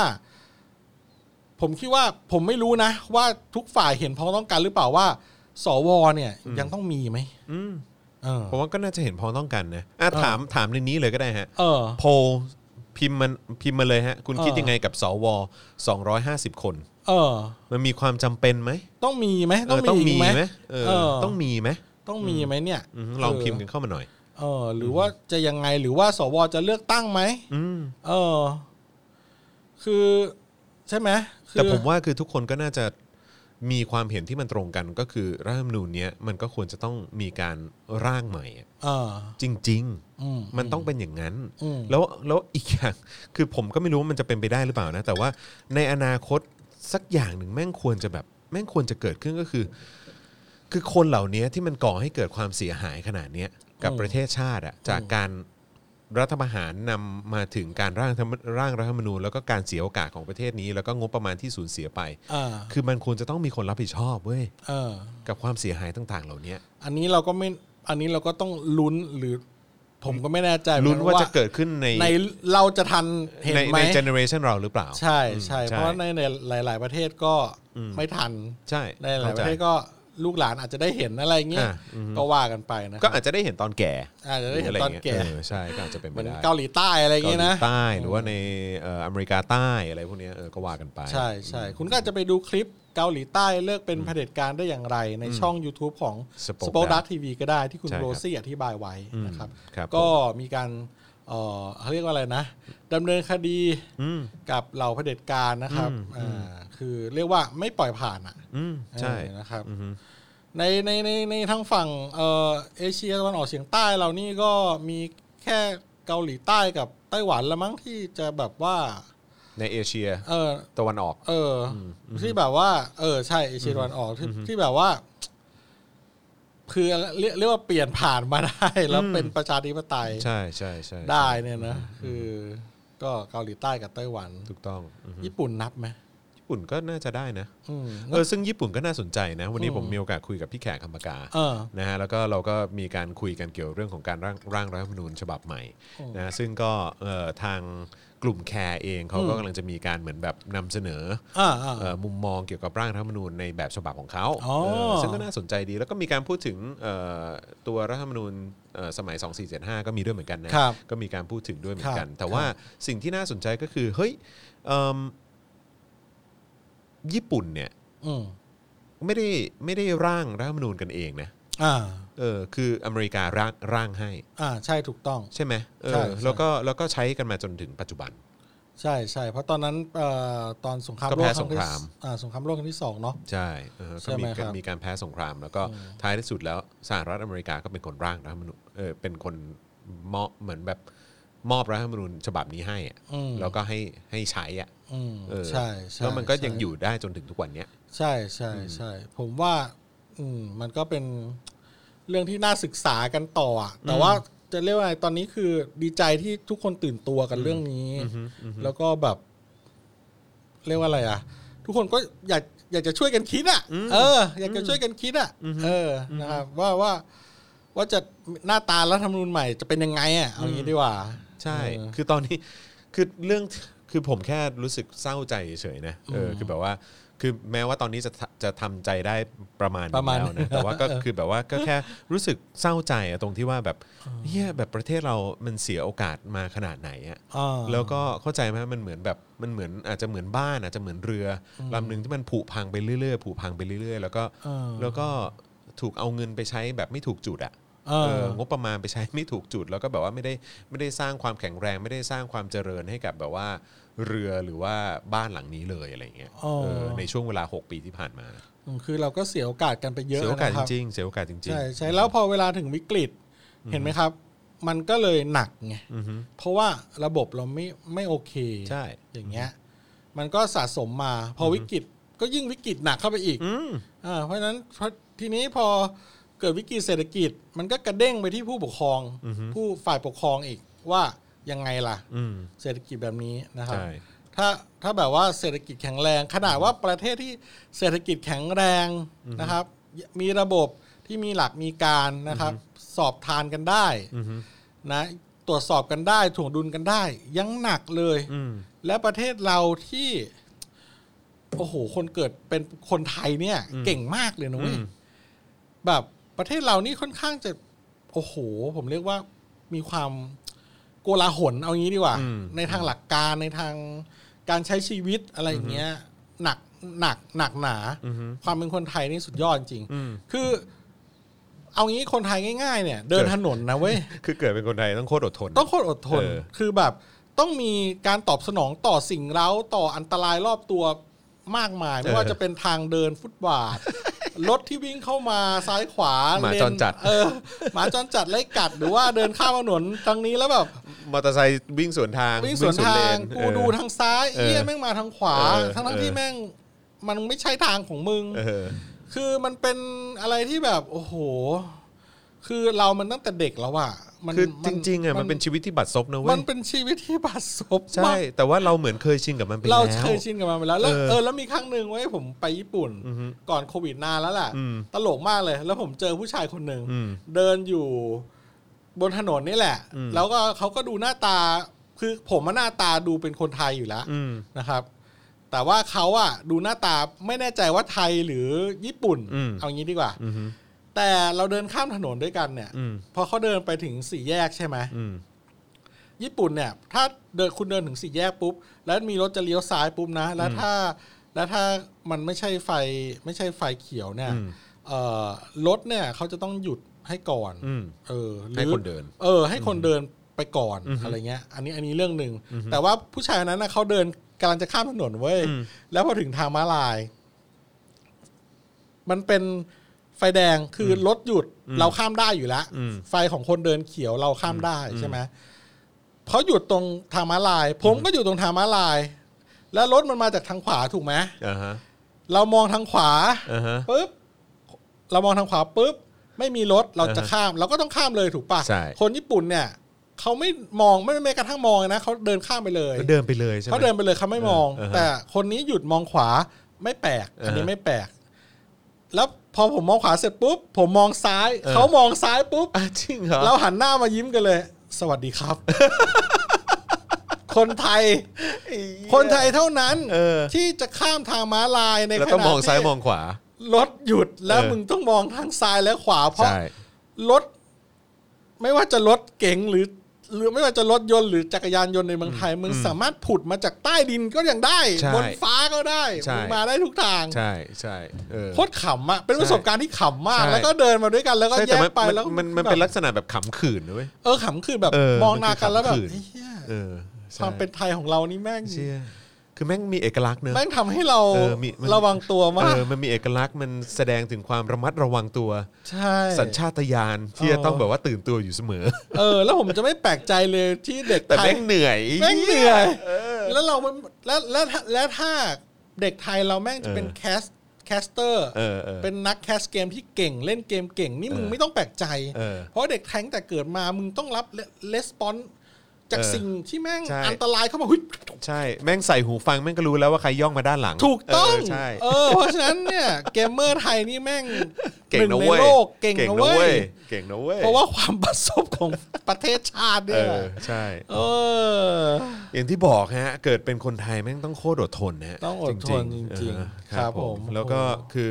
[SPEAKER 2] ผมคิดว่าผมไม่รู้นะ ว่าทุกฝ่ายเห็นพ้องต้องกันหรือเปล่าว่า สวเนี่ย ยังต้องมีไหม
[SPEAKER 1] อืม
[SPEAKER 2] เออ
[SPEAKER 1] ผมว่าก็น่าจะเห็นพ้องต้องกันนะอ่ะ
[SPEAKER 2] เออ
[SPEAKER 1] ถามถามในนี้เลยก็ได้ฮะ
[SPEAKER 2] เออ
[SPEAKER 1] โพลพิมพ์มันพิมพ์มาเลยฮะ คุณ
[SPEAKER 2] เออ
[SPEAKER 1] คิดยังไงกับสว250 คน
[SPEAKER 2] เออ
[SPEAKER 1] มันมีความจำเป็นไหม
[SPEAKER 2] ต้องมีไหม
[SPEAKER 1] เออต้องมี
[SPEAKER 2] กไหม
[SPEAKER 1] ไหมเออ
[SPEAKER 2] เออ
[SPEAKER 1] ต้องมีไหม
[SPEAKER 2] ต้องมีไหมเนี่ย
[SPEAKER 1] อืมลองพิมพ์กันเข้ามาหน่อย
[SPEAKER 2] เออหรือว่าจะยังไงหรือว่าสวจะเลือกตั้งไหม
[SPEAKER 1] อืม
[SPEAKER 2] เออ คือใช่ไหมคือ
[SPEAKER 1] แต่ผมว่าคือทุกคนก็น่าจะมีความเห็นที่มันตรงกันก็คือรัฐธรรมนูญเนี้ยมันก็ควรจะต้องมีการร่างใหม่อะ
[SPEAKER 2] เออ
[SPEAKER 1] จริง
[SPEAKER 2] อืม
[SPEAKER 1] ๆ มันต้องเป็นอย่างนั้น
[SPEAKER 2] อืม
[SPEAKER 1] แล้วแล้วอีกอย่าง คือผมก็ไม่รู้ว่ามันจะเป็นไปได้หรือเปล่านะ แต่ว่าในอนาคตสักอย่างหนึ่งแม่งควรจะแบบ แม่งควรจะเกิดขึ้นก็คือ คือคนเหล่านี้ที่มันก่อให้เกิดความเสียหายขนาดเนี้ยกับประเทศชาติอะจากการรัฐประหารนำมาถึงการร่างธรรมร่างรัฐธรรมนูญแล้วก็การเสียโอกาสของประเทศนี้ แล้วก็งบประมาณที่สูญเสียไป
[SPEAKER 2] เออ
[SPEAKER 1] คือมันควรจะต้องมีคนรับผิดชอบเว้ย
[SPEAKER 2] เออ
[SPEAKER 1] กับความเสียหายต่าง ๆ เหล่านี้
[SPEAKER 2] อันนี้เราก็ไม่ อันนี้เราก็ต้องลุ้นหรือ ผมก็ไม่แน่ใจเหมือ
[SPEAKER 1] ลุ้
[SPEAKER 2] น
[SPEAKER 1] น
[SPEAKER 2] กั
[SPEAKER 1] ว่าจะเกิดขึ้นใน
[SPEAKER 2] ในเราจะทันเห็น
[SPEAKER 1] ใน
[SPEAKER 2] ไหม
[SPEAKER 1] ในเจเนอเรชันเราหรือเปล่า
[SPEAKER 2] ใช่ใช่
[SPEAKER 1] ใช่
[SPEAKER 2] เพราะในหลาย ๆ ประเทศก็ไม่ทัน
[SPEAKER 1] ใช่
[SPEAKER 2] ในหลายป
[SPEAKER 1] ข้
[SPEAKER 2] ระ
[SPEAKER 1] ใจ
[SPEAKER 2] เทศก็ลูกหลานอาจจะได้เห็นอะไรเงี้ย
[SPEAKER 1] อ่ะอืม
[SPEAKER 2] ก็ว่ากันไปนะ
[SPEAKER 1] ก็อาจจะได้เห็นตอนแก่
[SPEAKER 2] อาจจะได้เห็นตอนแก่
[SPEAKER 1] หรืะไรย่างเงี้ยเออใช่ก็อาจจะเป็น
[SPEAKER 2] เห
[SPEAKER 1] ไป
[SPEAKER 2] มือน
[SPEAKER 1] ได้
[SPEAKER 2] เกาหลีใต้อะไรเงี้ยนะ
[SPEAKER 1] เกาหลีใต้หรือว่าในเอ่ออเมริกาใต้อะไรพวกเนี้ยเออก็ว่ากันไป
[SPEAKER 2] ใช่ใช่คุณก็อาจจะไปดูคลิปเกาหลีใต้เลิกเป็นเผด็จการได้อย่างไร ในช่อง YouTube ของ
[SPEAKER 1] สป
[SPEAKER 2] s
[SPEAKER 1] อ
[SPEAKER 2] p o
[SPEAKER 1] ร์ต
[SPEAKER 2] r t ดักทีวีก็ได้ที่คุณ
[SPEAKER 1] ใช่ครับ
[SPEAKER 2] โรซี่อธิบายไว้นะครับ
[SPEAKER 1] ครับ
[SPEAKER 2] ก็
[SPEAKER 1] ผม
[SPEAKER 2] มีการเอ่อเขาเรียกว่าอะไรนะดำเนินคดี
[SPEAKER 1] อืม
[SPEAKER 2] กับเหล่าเผด็จการนะครับ
[SPEAKER 1] อืม
[SPEAKER 2] อ่าคือเรียกว่าไม่ปล่อยผ่านอ่ะ
[SPEAKER 1] อืมใช่
[SPEAKER 2] เออนะครับ
[SPEAKER 1] อือฮึ
[SPEAKER 2] ในในในในทางฝั่งเอ่อเอเชียตะวันออกเฉียงใต้เรานี่ก็มีแค่เกาหลีใต้กับไต้หวันละมั้งที่จะแบบว่า
[SPEAKER 1] ในเอเชีย
[SPEAKER 2] เออ
[SPEAKER 1] ตะวันออก
[SPEAKER 2] เอออที่แบบว่า เออใช่เอเชียตะวันออกที่ที่แบบว่าคือเรียกเรียกว่าเปลี่ยนผ่านมาได้ แล้วเป็นประชาธิปไตย
[SPEAKER 1] ใช่ใช่ใช่
[SPEAKER 2] ได้เนี่ยนะคือก็เกาหลีใต้กับไต้หวัน
[SPEAKER 1] ถูกต้องอือฮึ
[SPEAKER 2] ญี่ปุ่นนับไหม
[SPEAKER 1] ญี่ปุ่นก็น่าจะได้นะ
[SPEAKER 2] อืม
[SPEAKER 1] เออซึ่งญี่ปุ่นก็น่าสนใจนะ วันนี้ผมมีโอกาสคุยกับพี่แขกคำปากา
[SPEAKER 2] เออ
[SPEAKER 1] นะฮะแล้วก็เราก็มีการคุยกันเกี่ยวเรื่องของการร่างร่างรัฐธรรมนูญฉบับใหม่นะฮะซึ่งก็เอ่อทางกลุ่มแคร์เองเขาก็
[SPEAKER 2] อืม
[SPEAKER 1] กำลังจะมีการเหมือนแบบนำเสนอ
[SPEAKER 2] อ่าอ่า
[SPEAKER 1] เอ่อมุมมองเกี่ยวกับร่างรัฐธรรมนูญในแบบฉบับของเขา
[SPEAKER 2] อ๋อ
[SPEAKER 1] เออซึ่งก็น่าสนใจดีแล้วก็มีการพูดถึงเอ่อตัวรัฐธรรมนูญเอ่อสมัย 2475 ก็มีด้วยเหมือนกันนะ
[SPEAKER 2] ครับ
[SPEAKER 1] ก็มีการพูดถึงด้วยเหมือนกัน
[SPEAKER 2] ครับ
[SPEAKER 1] แต่ว่าสิ่งที่น่าสนใจก็คือเฮ้ยเอิ่มญี่ปุ่นเนี่ย
[SPEAKER 2] อืม
[SPEAKER 1] ไม่ได้ไม่ได้ร่างรัฐธรรมนูญกันเองนะ
[SPEAKER 2] อ่า
[SPEAKER 1] เออคืออเมริการ่างร่างให้
[SPEAKER 2] อ่า ใช่ถูกต้อง
[SPEAKER 1] ใช่ไหมเอ
[SPEAKER 2] ใช่
[SPEAKER 1] อ
[SPEAKER 2] ใช่
[SPEAKER 1] แล้วก็แล้วก็ใช้กันมาจนถึงปัจจุบัน
[SPEAKER 2] ใช่ใช่เพราะตอนนั้นเอ่อตอนสงคราม
[SPEAKER 1] ก็
[SPEAKER 2] โล
[SPEAKER 1] แพ้
[SPEAKER 2] กครั้ง
[SPEAKER 1] สงค
[SPEAKER 2] ที่
[SPEAKER 1] ราม
[SPEAKER 2] อ่าสงครามโลกครั้งที่สองเนาะ
[SPEAKER 1] ใช่เออก็มี
[SPEAKER 2] ใช่ไหมครับ
[SPEAKER 1] มีการแพ้สงคราม แล้วก็ท้ายที่สุดแล้วสหรัฐอเมริกาก็เป็นคนร่างรัฐธรรมนูญเออเป็นคนมอบเหมือนแบบมอบรัฐธรรมนูญฉบับนี้ให้อะ
[SPEAKER 2] อืม
[SPEAKER 1] แล้วก็ให้ให้ใช้อ่ะ
[SPEAKER 2] อืม
[SPEAKER 1] เออ
[SPEAKER 2] ใช่ใช่
[SPEAKER 1] แล้วมันก็ยัง
[SPEAKER 2] ใช่
[SPEAKER 1] อยู่ได้จนถึงทุกวันเนี้ย
[SPEAKER 2] ใช่ใช่ใช่ผมว่า อืมมันก็เป็นเรื่องที่น่าศึกษากันต่ออะแต่ว่าจะเรียกว่าอะไรตอนนี้คือดีใจที่ทุกคนตื่นตัวกันเรื่องนี้ แล้วก็แบบ เรียกว่าอะไรอ่ะ ทุกคนก็อยากอยากจะช่วยกันคิดอ่ะเออ อยากจะช่วยกันคิดอ่ะเออนะครับว่าว่าว่าจะหน้าตารัฐธรรมนูญใหม่จะเป็นยังไงอ่ะเอางี้ดีกว่า
[SPEAKER 1] ใช่
[SPEAKER 2] เออ
[SPEAKER 1] คือตอนนี้ คือเรื่อง คือผมแค่รู้สึกเศร้าใจเฉยๆนะ เออ คือแบบว่า คือแม้ว่าตอนนี้จะทะจะทำใจได้ประมาณหนึ่ง
[SPEAKER 2] ประมาณ
[SPEAKER 1] แล้ว นะ แต่ว่าก็คือแบบว่าก็แค่รู้สึกเศร้าใจอะตรงที่ว่าแบบเฮียแบบประเทศเรา มันเสียโอกาสมาขนาดไหนอะ
[SPEAKER 2] อ่า
[SPEAKER 1] แล้วก็เข้าใจไหมมันเหมือนแบบ มันเหมือนอาจจะเหมือนบ้านอาจจะเหมือนเรืออลำหนึ่งที่มันผุพังไปเรื่อยๆ ผุพังไปเรื่อยๆ แล้วก็
[SPEAKER 2] เออ
[SPEAKER 1] แล้วก็ถูกเอาเงินไปใช้แบบไม่ถูกจุดอะ
[SPEAKER 2] เอ
[SPEAKER 1] เอ
[SPEAKER 2] อ
[SPEAKER 1] องบประมาณไปใช้ไม่ถูกจุด แล้วก็แบบว่าไม่ได้ไม่ได้สร้างความแข็งแรง ไม่ได้สร้างความเจริญให้กับแบบว่า เรือหรือว่าบ้านหลังนี้เลยอะไรเงี้ย
[SPEAKER 2] อ๋อ
[SPEAKER 1] เออในช่วงเวลา 6 ปีที่ผ่านมา
[SPEAKER 2] อืมคือเราก็เสียโอกาสกันไปเยอะ
[SPEAKER 1] เสียโอกาส
[SPEAKER 2] นะ
[SPEAKER 1] จ
[SPEAKER 2] ครับ
[SPEAKER 1] ริงๆเสียโอกาสจริง
[SPEAKER 2] ใช่ใช่แล้วพอเวลาถึงวิกฤตเห็นไหมครับ มันก็เลยหนักไง
[SPEAKER 1] อือฮึ
[SPEAKER 2] เพราะว่าระบบเราไม่ไม่โอเค
[SPEAKER 1] ๆ ใช่
[SPEAKER 2] อย่างเงี้ย มันก็สะสมมา พอวิกฤตก็ยิ่งวิกฤตหนักเข้าไปอีก
[SPEAKER 1] อืม
[SPEAKER 2] อ่าเพราะฉะนั้นพอทีนี้พอเกิดวิกฤตเศรษฐกิจ มันก็กระเด้งไปที่ผู้ปกครอง ผู้ฝ่ายปกครองอีกว่ายังไงล่ะ
[SPEAKER 1] อืม
[SPEAKER 2] เศรษฐกิจแบบนี้นะครับ
[SPEAKER 1] ใช่
[SPEAKER 2] ถ้าถ้าแบบว่าเศรษฐกิจแข็งแรง ขนาดว่าประเทศที่เศรษฐกิจแข็งแรงนะครับ มีระบบที่มีหลักมีการนะครับ สอบทานกันได้
[SPEAKER 1] อือฮึ
[SPEAKER 2] นะตรวจสอบกันได้ถ่วงดุลกันได้ ยังหนักเลย
[SPEAKER 1] อืม
[SPEAKER 2] และประเทศเราที่โอ้โหคนเกิดเป็นคนไทยเนี่ย เก่งมากเลยนะ
[SPEAKER 1] อื
[SPEAKER 2] เว้ย
[SPEAKER 1] ม
[SPEAKER 2] แบบประเทศเรานี่ค่อนข้างจะโอ้โห ผมเรียกว่ามีความโกลาหลเอางี้ดีกว่า ในทางหลักการในทางการใช้ชีวิตอะไรอย่างเงี้ย หนักหนักหนักหนา
[SPEAKER 1] อืม
[SPEAKER 2] ความเป็นคนไทยนี่สุดยอดจริง
[SPEAKER 1] อืม
[SPEAKER 2] คือ เอางี้คนไทยง่ายๆเนี่ย เดินถนนนะเว้ย
[SPEAKER 1] คือเกิดเป็นคนไทยต้องโคตรอดทน
[SPEAKER 2] ต้องโคตรอดทน
[SPEAKER 1] เออ
[SPEAKER 2] คือแบบต้องมีการตอบสนองต่อสิ่งเร้าต่ออันตรายรอบตัวมากมาย ไม่ว่าจะเป็นทางเดินฟุตบา ท รถที่วิ่งเข้ามาซ้ายขวา
[SPEAKER 1] หมา
[SPEAKER 2] เลน
[SPEAKER 1] จรจัด
[SPEAKER 2] เออหมาจรจัดไล่กัดหรือว่าเดินข้ามถนนทางนี้แล้ว แบบ
[SPEAKER 1] มอเตอร์ไซค์วิ่งสวนทาง
[SPEAKER 2] วิ่งสวนทา
[SPEAKER 1] เล
[SPEAKER 2] ง
[SPEAKER 1] น
[SPEAKER 2] กู
[SPEAKER 1] เออ
[SPEAKER 2] ดูทางซ้าย
[SPEAKER 1] เออ
[SPEAKER 2] เอี้ยแม่งมาทางขวา
[SPEAKER 1] เออ
[SPEAKER 2] ทั้งทั้งๆ
[SPEAKER 1] เออ
[SPEAKER 2] ที่แม่งมันไม่ใช่ทางของมึง
[SPEAKER 1] เออ
[SPEAKER 2] คือมันเป็นอะไรที่แบบ โอ้โห คือเรามันตั้งแต่เด็กแล้วอะมัน
[SPEAKER 1] คือ
[SPEAKER 2] มั
[SPEAKER 1] จ
[SPEAKER 2] น
[SPEAKER 1] ริงๆอ่ะมันเป็นชีวิตที่บัดซบนะเว้
[SPEAKER 2] มัน
[SPEAKER 1] ย
[SPEAKER 2] เป็นชีวิตที่บาดซบ
[SPEAKER 1] ใช่
[SPEAKER 2] มาก
[SPEAKER 1] แต่ว่าเราเหมือนเคยชินกับมันไปแล้ว
[SPEAKER 2] เราเคยชินกับมันไปแล้วแล้ว
[SPEAKER 1] เออ
[SPEAKER 2] เออแล้วมีครั้งหนึ่งเว้ยผมไปญี่ปุ่น ก่อนโควิดนานแล้วแหละ
[SPEAKER 1] อืม
[SPEAKER 2] ตลกมากเลย แล้วผมเจอผู้ชายคนหนึ่ง
[SPEAKER 1] อืม
[SPEAKER 2] เดินอยู่บนถนนนี่แหละ
[SPEAKER 1] อืม
[SPEAKER 2] แล้วก็เขาก็ดูหน้าตาคือผมมาหน้าตาดูเป็นคนไทยอยู่แล้ว
[SPEAKER 1] อืม
[SPEAKER 2] นะครับ แต่ว่าเขาอะดูหน้าตาไม่แน่ใจว่าไทยหรือญี่ปุ่น
[SPEAKER 1] อืม
[SPEAKER 2] เอางี้ดีกว่า
[SPEAKER 1] อืม
[SPEAKER 2] แต่เราเดินข้ามถนนด้วยกันเนี่ย
[SPEAKER 1] อืม
[SPEAKER 2] พอเขาเดินไปถึงสี่แยกใช่ไหม
[SPEAKER 1] อืม
[SPEAKER 2] ญี่ปุ่นเนี่ย ถ้าเดินคุณเดินถึงสี่แยกปุ๊บ แล้วมีรถจะเลี้ยวซ้ายปุ๊บนะ แล้วถ้า แล้วถ้ามันไม่ใช่ไฟไม่ใช่ไฟเขียวเนี่ย
[SPEAKER 1] อืม
[SPEAKER 2] เอ่อรถเนี่ยเขาจะต้องหยุดให้ก่อน
[SPEAKER 1] อืม
[SPEAKER 2] เออหรือ
[SPEAKER 1] ให้คนเดิน
[SPEAKER 2] เออ ให้คนเดินไปก่อน
[SPEAKER 1] อือฮึ
[SPEAKER 2] อะไรเงี้ย อันนี้อันนี้เรื่องหนึ่งแต่ว่าผู้ชายคนนั้นนะเขาเดินกำลังจะข้ามถนนเว้ย
[SPEAKER 1] อืม
[SPEAKER 2] แล้วพอถึงทางม้าลาย มันเป็นไฟแดงคือรถหยุดเราข้ามได้อยู่แล้ว
[SPEAKER 1] อืม
[SPEAKER 2] ไฟของคนเดินเขียวเราข้ามได้ใช่ไหมเขาหยุดตรงทางม้าลาย ผมก็อยู่ตรงทางม้าลาย แล้วรถมันมาจากทางขวาถูกไหม
[SPEAKER 1] อ่าฮะ
[SPEAKER 2] เรามองทางขวา
[SPEAKER 1] อ่าฮะ
[SPEAKER 2] ปุ๊บเรามองทางขวาปุ๊บไม่มีรถเราจะ
[SPEAKER 1] อ่าฮะ
[SPEAKER 2] ข้าม เราก็ต้องข้ามเลยถูกปะ
[SPEAKER 1] ใช่
[SPEAKER 2] คนญี่ปุ่นเนี่ยเขาไม่มองไม่ไม่กระทั่งมองนะเขาเดินข้ามไปเลย
[SPEAKER 1] เดินไปเลยใช่ไหม
[SPEAKER 2] เขาเดินไปเลยเขาไม่มอง
[SPEAKER 1] เออเออฮะ
[SPEAKER 2] แต่คนนี้หยุดมองขวาไม่แปลก อันนี้
[SPEAKER 1] อ่าฮะ
[SPEAKER 2] ไม่แปลก แล้วพอผมมองขวาเสร็จปุ๊บผมมองซ้าย
[SPEAKER 1] เออ
[SPEAKER 2] เขามองซ้ายปุ๊บ
[SPEAKER 1] อ่ะ จริงเหรอ
[SPEAKER 2] เราหันหน้ามายิ้มกันเลย สวัสดี ครับ คนไทย
[SPEAKER 1] ไอ้เหี้ย
[SPEAKER 2] คนไทยเท่านั้น
[SPEAKER 1] เออ
[SPEAKER 2] ที่จะข้ามทางม้าลายใน
[SPEAKER 1] เรา
[SPEAKER 2] ข
[SPEAKER 1] ต้อง
[SPEAKER 2] ณะ
[SPEAKER 1] มองซ้าย
[SPEAKER 2] ที่
[SPEAKER 1] มองขวา
[SPEAKER 2] รถหยุดแล้ว
[SPEAKER 1] เออ
[SPEAKER 2] มึงต้องมองทั้งซ้ายและขวา เพราะ
[SPEAKER 1] ใช่
[SPEAKER 2] รถ ไม่ว่าจะรถเก๋งหรือ หรือไม่ว่าจะรถยนต์หรือจักรยานยนต์ในเมืองไทย มึงสามารถผุดมาจากใต้ดินก็ยังได้
[SPEAKER 1] ใช่
[SPEAKER 2] บนฟ้าก็ได้
[SPEAKER 1] ใช่
[SPEAKER 2] มึงมาได้ทุกทาง
[SPEAKER 1] ใช่ใช่เออ
[SPEAKER 2] โคตรขำอะเป็นประสบการณ์ที่ขำมาก
[SPEAKER 1] ใช่
[SPEAKER 2] แล้วก็เดินมาด้วยกันแล้วก็
[SPEAKER 1] ใช่
[SPEAKER 2] แย
[SPEAKER 1] แต่
[SPEAKER 2] ก
[SPEAKER 1] มัน
[SPEAKER 2] ไป
[SPEAKER 1] มัน
[SPEAKER 2] แล้ว
[SPEAKER 1] มันมันเป็นลักษณะแบบขำขื่นนะเว้ย
[SPEAKER 2] เออขำคือแบบ
[SPEAKER 1] เออ
[SPEAKER 2] มองห
[SPEAKER 1] มั
[SPEAKER 2] น้าน
[SPEAKER 1] คือ
[SPEAKER 2] กันแล้วแบบ
[SPEAKER 1] ขำขื่น
[SPEAKER 2] ไอ้เหี้ย
[SPEAKER 1] เออ
[SPEAKER 2] ค
[SPEAKER 1] ใช่
[SPEAKER 2] วามเป็นไทยของเรานี่แม่ง
[SPEAKER 1] เชี่ยคือแม่งมีเอกลักษณ์เนอะ
[SPEAKER 2] แม่งทำให้เรา
[SPEAKER 1] เออมีมัน
[SPEAKER 2] ระวังตัว
[SPEAKER 1] เอ
[SPEAKER 2] มาก
[SPEAKER 1] อมันมีเอกลักษณ์มันแสดงถึงความระมัดระวังตัว
[SPEAKER 2] ใช่
[SPEAKER 1] สัญชาตญาณที่
[SPEAKER 2] เออ
[SPEAKER 1] จะต้องแบบว่าตื่นตัวอยู่เสมอ
[SPEAKER 2] เออ แล้วผมจะไม่แปลกใจเลยที่เด็ก
[SPEAKER 1] แต่
[SPEAKER 2] ไทย
[SPEAKER 1] แม่งเหนื่อย
[SPEAKER 2] แม่งเหนื่อยแล้วเรามันแล้วแล้วแล้วถ้าเด็กไทยเราแม่งจะเป็น
[SPEAKER 1] เออ
[SPEAKER 2] แคสแคสเตอร์
[SPEAKER 1] เออเออ
[SPEAKER 2] เป็นนักแคสเกมที่เก่งเล่นเกมเก่งนี่มึง
[SPEAKER 1] เออ
[SPEAKER 2] ไม่ต้องแปลกใจ
[SPEAKER 1] เออ
[SPEAKER 2] เพราะเด็กแท้งแต่เกิดมามึงต้องรับレスปอนจาก
[SPEAKER 1] เออ
[SPEAKER 2] สิ่งที่แม่ง
[SPEAKER 1] ใช่
[SPEAKER 2] อันตรายเข้ามาหุ้ย
[SPEAKER 1] ใช่ แม่งใส่หูฟังแม่งก็รู้แล้วว่าใครย่องมาด้านหลัง
[SPEAKER 2] ถูกต้อง
[SPEAKER 1] เใช่
[SPEAKER 2] เออเพราะฉะนั้นเนี่ยเกมเมอร์ไทยนี่แม่ง
[SPEAKER 1] เก่ง
[SPEAKER 2] ห
[SPEAKER 1] นะ
[SPEAKER 2] นึ่ใน
[SPEAKER 1] เว้ย
[SPEAKER 2] โลกเก่งนะเว้ย
[SPEAKER 1] เก่งนะเว้ย
[SPEAKER 2] เพราะว่าความประสบของประเทศชาติ
[SPEAKER 1] เอ
[SPEAKER 2] เนี่ย
[SPEAKER 1] อใช่
[SPEAKER 2] เออ
[SPEAKER 1] อย่างที่บอกฮะ เกิดเป็นคนไทยแม่งต้องโคตรอดทนนะฮะ
[SPEAKER 2] ต้องอดทนจริงๆ
[SPEAKER 1] เออค
[SPEAKER 2] ครั
[SPEAKER 1] รับบ ผ
[SPEAKER 2] ผม ม
[SPEAKER 1] แล้วก็คือ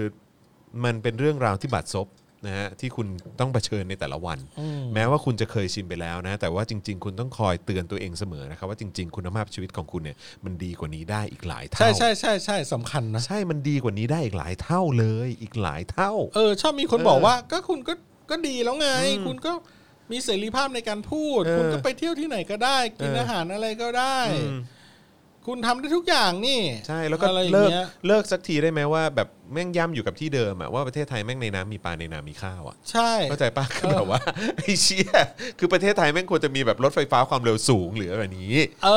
[SPEAKER 1] มันเป็นเรื่องราวที่บาดซบนะฮะที่คุณต้องเผชิญในแต่ละวัน แม้ว่าคุณจะเคยชินไปแล้วนะ แต่ว่าจริง ๆ คุณต้องคอยเตือนตัวเองเสมอนะครับว่าจริง ๆ คุณภาพชีวิตของคุณเนี่ยมันดีกว่านี้ได้อีกหลาย
[SPEAKER 2] ใช่
[SPEAKER 1] เท่า
[SPEAKER 2] ใช่ใช่ใช่สำคัญนะ
[SPEAKER 1] ใช่มันดีกว่านี้ได้อีกหลายเท่าเลย อีกหลายเท่า
[SPEAKER 2] เออชอบมีคนบอกว่าก็คุณก็ก็ดีแล้วไง คุณก็มีเสรีภาพในการพูด
[SPEAKER 1] เออ
[SPEAKER 2] คุณก็ไปเที่ยวที่ไหนก็ได้ กิน
[SPEAKER 1] เอออ
[SPEAKER 2] อาหารอะไรก็ได้
[SPEAKER 1] อืม
[SPEAKER 2] คุณทำได้ทุกอย่างนี่
[SPEAKER 1] ใช่แล้วก็
[SPEAKER 2] อะไรอย่า
[SPEAKER 1] เลิ
[SPEAKER 2] ง
[SPEAKER 1] ก
[SPEAKER 2] งี้ย
[SPEAKER 1] เลิกสักทีได้ไหมว่าแบบแม่งย่ำอยู่กับที่เดิมอะว่าประเทศไทยแม่งในน้ำมีปลาในนามีข้าวอะ
[SPEAKER 2] ใช่
[SPEAKER 1] เข้าใจปะคือแบบว่า ไอ้เชี่ยคือประเทศไทยแม่งควรจะมีแบบรถไฟฟ้าความเร็วสูงหรืออะไรแบบนี้
[SPEAKER 2] เอ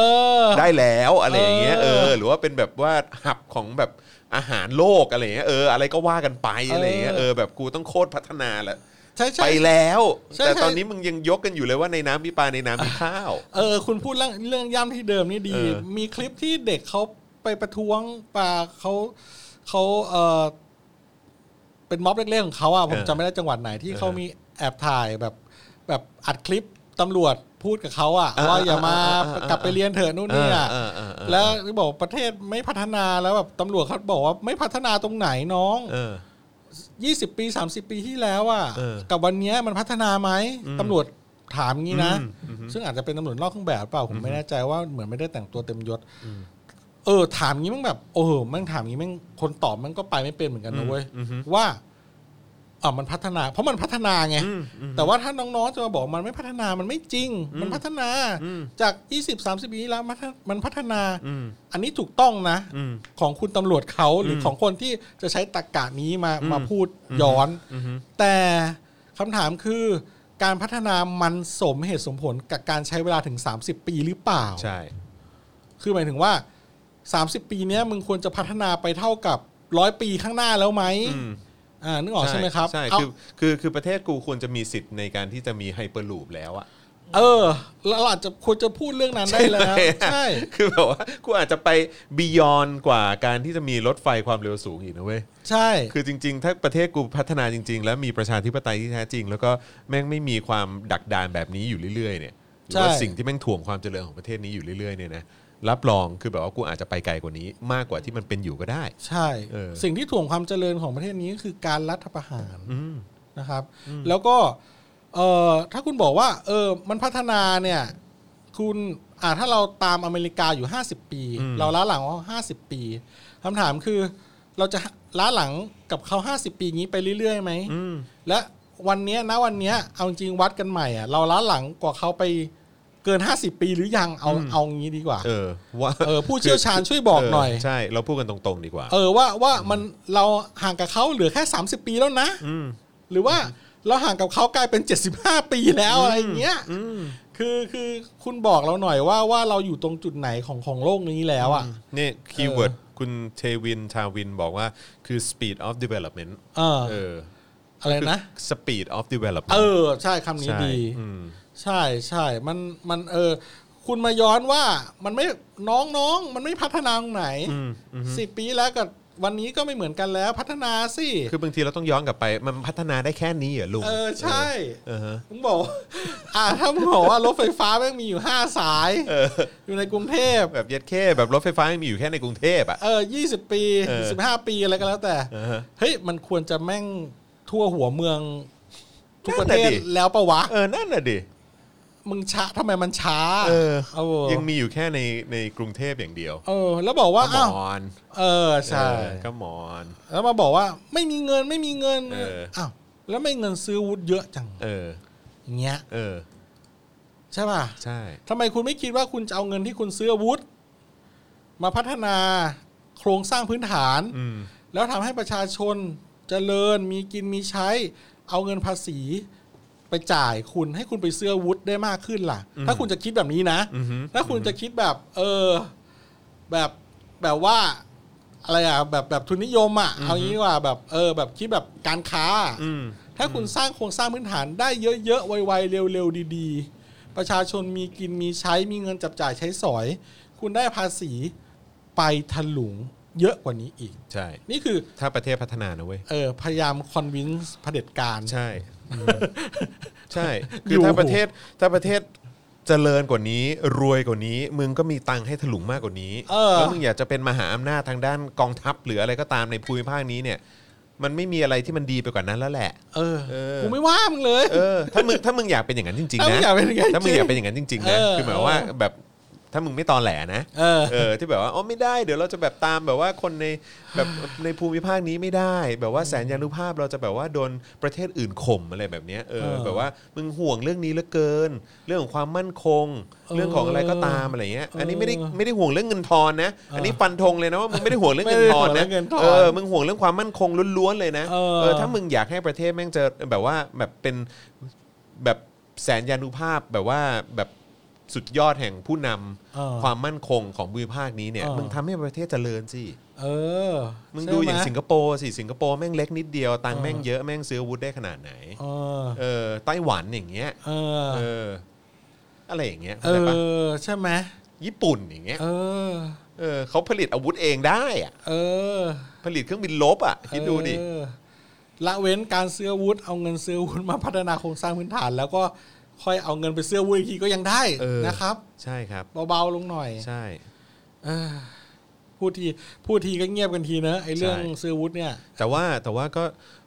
[SPEAKER 2] อ
[SPEAKER 1] ได้แล้วอะไรอย่างเงี้ยเอ
[SPEAKER 2] เออ
[SPEAKER 1] อหรือว่าเป็นแบบว่าหับของแบบอาหารโลกอะไรอย่างเงี้ยเอออะไรก็ว่ากันไปอะไรอย่างเงี้ย
[SPEAKER 2] เอ
[SPEAKER 1] เอ
[SPEAKER 2] อ
[SPEAKER 1] อแบบกูต้องโคตรพัฒนาแหละ
[SPEAKER 2] ใช่ใช่
[SPEAKER 1] ไปแล้ว
[SPEAKER 2] ใช่
[SPEAKER 1] แต่
[SPEAKER 2] ใช่
[SPEAKER 1] ตอนนี้มึงยังยกกันอยู่เลยว่าในน้ำมีปลาในน้ำมีข้าว
[SPEAKER 2] เออ คุณพูดเรื่องเรื่องย่ำที่เดิมนี่ดี
[SPEAKER 1] เออ
[SPEAKER 2] มีคลิปที่เด็กเขาไปประท้วงป่าเขาเขาเออเป็นม็อบเล็กๆของเขาอ่ะผม
[SPEAKER 1] เออ
[SPEAKER 2] จำไม่ได้จังหวัดไหนที่
[SPEAKER 1] เออ
[SPEAKER 2] เขามีแอบถ่ายแบบแบบอัดคลิปตำรวจพูดกับเขาอ่ะ
[SPEAKER 1] เออ
[SPEAKER 2] ว่าอย่ามา
[SPEAKER 1] เออเออเออเออ
[SPEAKER 2] กลับไปเรียนเถอะนู่นนี่อ่ะ
[SPEAKER 1] เออเออเออ
[SPEAKER 2] แล้วบอกประเทศไม่พัฒนาแล้วแบบตำรวจเขาบอกว่าไม่พัฒนาตรงไหนน้อง
[SPEAKER 1] เออ
[SPEAKER 2] 20 ปี 30 ปีที่แล้วอ่ะ
[SPEAKER 1] เออ
[SPEAKER 2] กับวันเนี้ยมันพัฒนาไหมตำรวจถามงี้นะ
[SPEAKER 1] อืมอือฮึ
[SPEAKER 2] ซึ่งอาจจะเป็นตำรวจนอกเครื่องแบบเปล่าผมไม่แน่ใจว่าเหมือนไม่ได้แต่งตัวเต็มยศเออ ถามงี้แมันแบบ โอ้โหแมันถามงี้แมันคนตอบแมันก็ไปไม่เป็นเหมือนกันนะเว้ยว่า อ่ะมันพัฒนา เพราะมันพัฒนาไง แต่ว่าถ้าน้องๆจะมาบอกมันไม่พัฒนามันไม่จริง มันพัฒนาจาก 20 30ปีที่แล้วมันพัฒมันพัฒนา
[SPEAKER 1] อืม
[SPEAKER 2] อันนี้ถูกต้องนะ
[SPEAKER 1] อืม
[SPEAKER 2] ของคุณตำรวจเขาหรือ
[SPEAKER 1] ม
[SPEAKER 2] ของคนที่จะใช้ตรรกกะนี้มา
[SPEAKER 1] อืม
[SPEAKER 2] มาพูดย้อน
[SPEAKER 1] อืมฮึ
[SPEAKER 2] แต่คำถามคือการพัฒนามันสมเหตุสมผลกับการใช้เวลาถึง 30 ปีหรือเปล่า
[SPEAKER 1] ใช่
[SPEAKER 2] คือหมายถึงว่า 30 ปีเนี้ยมึงควรจะพัฒนาไปเท่ากับร้อยปีข้างหน้าแล้วไหม
[SPEAKER 1] อืม
[SPEAKER 2] อ่านึกออกใช่ไหมครับ
[SPEAKER 1] ใช่
[SPEAKER 2] เา
[SPEAKER 1] คือคือคือประเทศกูควรจะมีสิทธิ์ในการที่จะมีไฮเปอร์ลูปแล้วอะ
[SPEAKER 2] เออแล้วเราอาจจะควรจะพูดเรื่องนั้นได้แล้วใช่
[SPEAKER 1] คือแบบว่ากูอาจจะไปบียอนกว่าการที่จะมีรถไฟความเร็วสูงอีกนะเว้ย
[SPEAKER 2] ใช่
[SPEAKER 1] คือจริง ๆ ถ้าประเทศกูพัฒนาจริง ๆ แล้วมีประชาธิปไตยที่แท้จริง แล้วก็แม่งไม่มีความดักดานแบบนี้อยู่เรื่อยๆเนี่ยหรือว่าสิ่งที่แม่งถ่วงความเจริญของประเทศนี้อยู่เรื่อยๆเนี่ยนะรับรองคือแบบว่ากูอาจจะไปไกลกว่านี้ มากกว่าที่มันเป็นอยู่ก็ได้
[SPEAKER 2] ใช่
[SPEAKER 1] เออ
[SPEAKER 2] สิ่งที่ถ่วงความเจริญของประเทศนี้ก็คือการรัฐประหาร
[SPEAKER 1] อืม
[SPEAKER 2] นะครับ แล้วก็เออถ้าคุณบอกว่า เออมันพัฒนาเนี่ย คุณอ่าถ้าเราตามอเมริกาอยู่ 50 ปี
[SPEAKER 1] อืม
[SPEAKER 2] เราล้าหลังเขา50 ปีคำถามคือ เราจะล้าหลังกับเขา50 ปีนี้ไปเรื่อยๆไหม
[SPEAKER 1] อืม
[SPEAKER 2] และวันเนี้ยนะวันเนี้ยเอาจริงวัดกันใหม่อ่ะเราล้าหลังกว่าเขาไปเกิน 50 ปีหรือยังเอา
[SPEAKER 1] อืม
[SPEAKER 2] เอางี้ดีกว่า
[SPEAKER 1] เออว่า
[SPEAKER 2] เออผู้เชี่ยวชาญช่วยบอกหน่อย
[SPEAKER 1] เใช่เราพูดกันตรงๆดีกว่า
[SPEAKER 2] เออว่าว่ามันเราห่างกับเขาเหลือแค่ 30 ปีแล้วนะ
[SPEAKER 1] อืม
[SPEAKER 2] หรือว่าเราห่างกับเขากลายเป็น 75 ปีแล้วอะไรอย่างเงี้ย
[SPEAKER 1] อืม
[SPEAKER 2] คือคือคุณบอกเราหน่อยว่าว่าเราอยู่ตรงจุดไหนของของโลกนี้แล้วอ่ะ
[SPEAKER 1] นี่คีย์เวิร์ดคุณเทวิน ชาวินบอกว่าคือ speed of development
[SPEAKER 2] เออ
[SPEAKER 1] เออ
[SPEAKER 2] อะไรนะ
[SPEAKER 1] คือ speed of
[SPEAKER 2] เอ
[SPEAKER 1] development
[SPEAKER 2] อใช่คำนี้
[SPEAKER 1] ใช่
[SPEAKER 2] ดี
[SPEAKER 1] อืม
[SPEAKER 2] ใช่ใช่มันมันเออ คุณมาย้อนว่ามันไม่น้องน้องมันไม่พัฒนาตรงไหน
[SPEAKER 1] อืมอืม
[SPEAKER 2] สิบปีแล้วกับวันนี้ก็ไม่เหมือนกันแล้วพัฒนาสิ
[SPEAKER 1] คือบางทีเราต้องย้อนกลับไป มันพัฒนาได้แค่นี้เหรอลุง
[SPEAKER 2] เออใช่
[SPEAKER 1] เออฮะ
[SPEAKER 2] มึงบอก อ่าถ้ามึงบอกว่ารถไฟฟ้าแม่งมีอยู่ห้าสาย
[SPEAKER 1] เออ
[SPEAKER 2] อยู่ในกรุงเทพ
[SPEAKER 1] แบบเย็ดเข้แบบรถไฟฟ้ายังมีอยู่แค่ในกรุงเทพอ่ะ
[SPEAKER 2] เออยี่สิบปี
[SPEAKER 1] เออ
[SPEAKER 2] สิบห้าปีอะไรก็แล้วแต่
[SPEAKER 1] เออฮะ
[SPEAKER 2] เฮ้ย มันควรจะแม่งทั่วหัวเมือง ทุกประ
[SPEAKER 1] นั่
[SPEAKER 2] เท
[SPEAKER 1] นน่ะ
[SPEAKER 2] ศ
[SPEAKER 1] ดิ
[SPEAKER 2] แล้วปะวะ
[SPEAKER 1] เออ นั่นน่ะดิ
[SPEAKER 2] มึงช้าทำไมมันช้า
[SPEAKER 1] เออ
[SPEAKER 2] เออ
[SPEAKER 1] ยังมีอยู่แค่ในในกรุงเทพอย่างเดียว
[SPEAKER 2] เออ แล้วบอกว่า
[SPEAKER 1] ก็
[SPEAKER 2] อ้าว
[SPEAKER 1] มอน
[SPEAKER 2] เออใช่
[SPEAKER 1] ก็มอน
[SPEAKER 2] แล้วมาบอกว่าไม่มีเงินไม่มีเงิน
[SPEAKER 1] เออ
[SPEAKER 2] อ้าวแล้วไม่เงินซื้อวุฒิเยอะจัง
[SPEAKER 1] เออ
[SPEAKER 2] เงี้ย
[SPEAKER 1] เออ
[SPEAKER 2] ใช่ป่ะ
[SPEAKER 1] ใช่
[SPEAKER 2] ทำไมคุณไม่คิดว่าคุณจะเอาเงินที่คุณซื้ออาวุธ มาพัฒนาโครงสร้างพื้นฐาน
[SPEAKER 1] อืม
[SPEAKER 2] แล้วทำให้ประชาชนเจริญมีกินมีใช้ เอาเงินภาษีไปจ่ายคุณให้คุณไปซื้ออาวุธได้มากขึ้นล่ะ ถ้าคุณจะคิดแบบนี้นะ
[SPEAKER 1] อือฮึ
[SPEAKER 2] ถ้าคุณจะคิดแบบ เออ แบบแบบว่าอะไรอ่ะแบบแบบทุนนิยมอ่ะเอางี้ดีกว่าแบบเออ แบบคิดแบบการค้าอะ
[SPEAKER 1] อืม
[SPEAKER 2] ถ้าคุณสร้างโครงสร้างพื้นฐานได้เยอะๆไวๆเร็วๆดีๆ ประชาชนมีกินมีใช้มีเงินจับจ่ายใช้สอย คุณได้ภาษีไปถลุงเยอะกว่านี้อีก
[SPEAKER 1] ใช่
[SPEAKER 2] นี่คือ
[SPEAKER 1] ถ้าประเทศพัฒนานะเว้ย
[SPEAKER 2] เออพยายามคอนวินส์เผด็จการ
[SPEAKER 1] ใช่ ใช่ คื
[SPEAKER 2] ยู่
[SPEAKER 1] อถ้าประเทศถ้าประเทศเจริญกว่านี้ รวยกว่านี้ มึงก็มีตังค์ให้ถลุงมากกว่านี้
[SPEAKER 2] เออ
[SPEAKER 1] แล้วมึงอยากจะเป็นมหาอำนาจทางด้านกองทัพหรืออะไรก็ตามในภูมิภาคนี้เนี่ย มันไม่มีอะไรที่มันดีไปกว่านั้นแล้วแหละ
[SPEAKER 2] เออ
[SPEAKER 1] เออ
[SPEAKER 2] กูไม่ว่ามึงเลย
[SPEAKER 1] เออ ถ้ามึงถ้ามึงอยากเป็นอย่างนั้นจริง
[SPEAKER 2] ถ้า
[SPEAKER 1] ๆนะ
[SPEAKER 2] มึงอยากเป็นอย่างนั้น
[SPEAKER 1] ถ้ามึง
[SPEAKER 2] จริง
[SPEAKER 1] อยากเป็นอย่างนั้นจริงๆนะ
[SPEAKER 2] เออ
[SPEAKER 1] คือหมายว่าแบบถ้ามึงไม่ตอแหลนะ
[SPEAKER 2] เออ
[SPEAKER 1] เออที่แบบว่าอ๋อไม่ได้เดี๋ยวเราจะแบบตามแบบว่าคนในแบบในภูมิภาคนี้ไม่ได้ แบบว่าแสนยานุภาพเราจะแบบว่าโดนประเทศอื่นข่มอะไรแบบเนี้ยเอ
[SPEAKER 2] เอ
[SPEAKER 1] อ
[SPEAKER 2] อ
[SPEAKER 1] แบบว่ามึงห่วงเรื่องนี้เหลือเกิน เรื่องของความมั่นคง
[SPEAKER 2] เออ
[SPEAKER 1] เรื่องของอะไรก็ตามอะไรเงี้ย อันนี้ไม่ได้
[SPEAKER 2] เออ
[SPEAKER 1] ไม่ได้ห่วงเรื่องเงินทอนนะ อันนี้ฟันธงเลยนะว่ามึงไม่ได้ห่วงเรื่องเงินทอน
[SPEAKER 2] ไม่ได้ห่วงเรื่
[SPEAKER 1] นะ
[SPEAKER 2] องเงินทอน
[SPEAKER 1] เออมึงห่วงเรื่องความมั่นคงล้วนๆเลยนะ
[SPEAKER 2] เออ
[SPEAKER 1] เออถ้ามึงอยากให้ประเทศแม่งเจอแบบว่าแบบเป็น แบบแสนยานุภาพแบบว่าแบบสุดยอดแห่งผู้นำ
[SPEAKER 2] เออ
[SPEAKER 1] ความมั่นคงของภูมิภาคนี้เนี่ย
[SPEAKER 2] เออ
[SPEAKER 1] มึงทำให้ประเทศเจริญสิ
[SPEAKER 2] เออ
[SPEAKER 1] มึงดูอย่าง
[SPEAKER 2] ใช่ไหม
[SPEAKER 1] สิงคโปร์สิสิงคโปร์แม่งเล็กนิดเดียวตังค์
[SPEAKER 2] เออ
[SPEAKER 1] แม่งเยอะแม่งซื้ออาวุธได้ขนาดไหน
[SPEAKER 2] เออ
[SPEAKER 1] เออไต้หวันอย่างเงี้ย
[SPEAKER 2] เออ
[SPEAKER 1] เอออะไรอย่างเงี้ย
[SPEAKER 2] เอ
[SPEAKER 1] เข้าใจปะ
[SPEAKER 2] อใช่ไหม
[SPEAKER 1] ญี่ปุ่นอย่างเงี้ย
[SPEAKER 2] เออ
[SPEAKER 1] เออเขาผลิตอาวุธเองได้อะ
[SPEAKER 2] เออ
[SPEAKER 1] ผลิตเครื่องบินลบอ่ะคิดดูดิ
[SPEAKER 2] เออละเว้นการซื้ออาวุธเอาเงินซื้ออาวุธมาพัฒนาโครงสร้างพื้นฐาน แล้วก็ค่อยเอาเงินไปซื้ออาวุธอีกทีก็ยังได้
[SPEAKER 1] เออ
[SPEAKER 2] นะครับ
[SPEAKER 1] ใช่ครับ
[SPEAKER 2] เบาๆลงหน่อย
[SPEAKER 1] ใช่
[SPEAKER 2] เออพูดทีพูดทีก็เงียบกันทีเนอะไอ้เรื่อง
[SPEAKER 1] ใช่
[SPEAKER 2] ซื้ออาวุธเนี่ย
[SPEAKER 1] แต่ว่าแต่ว่าก็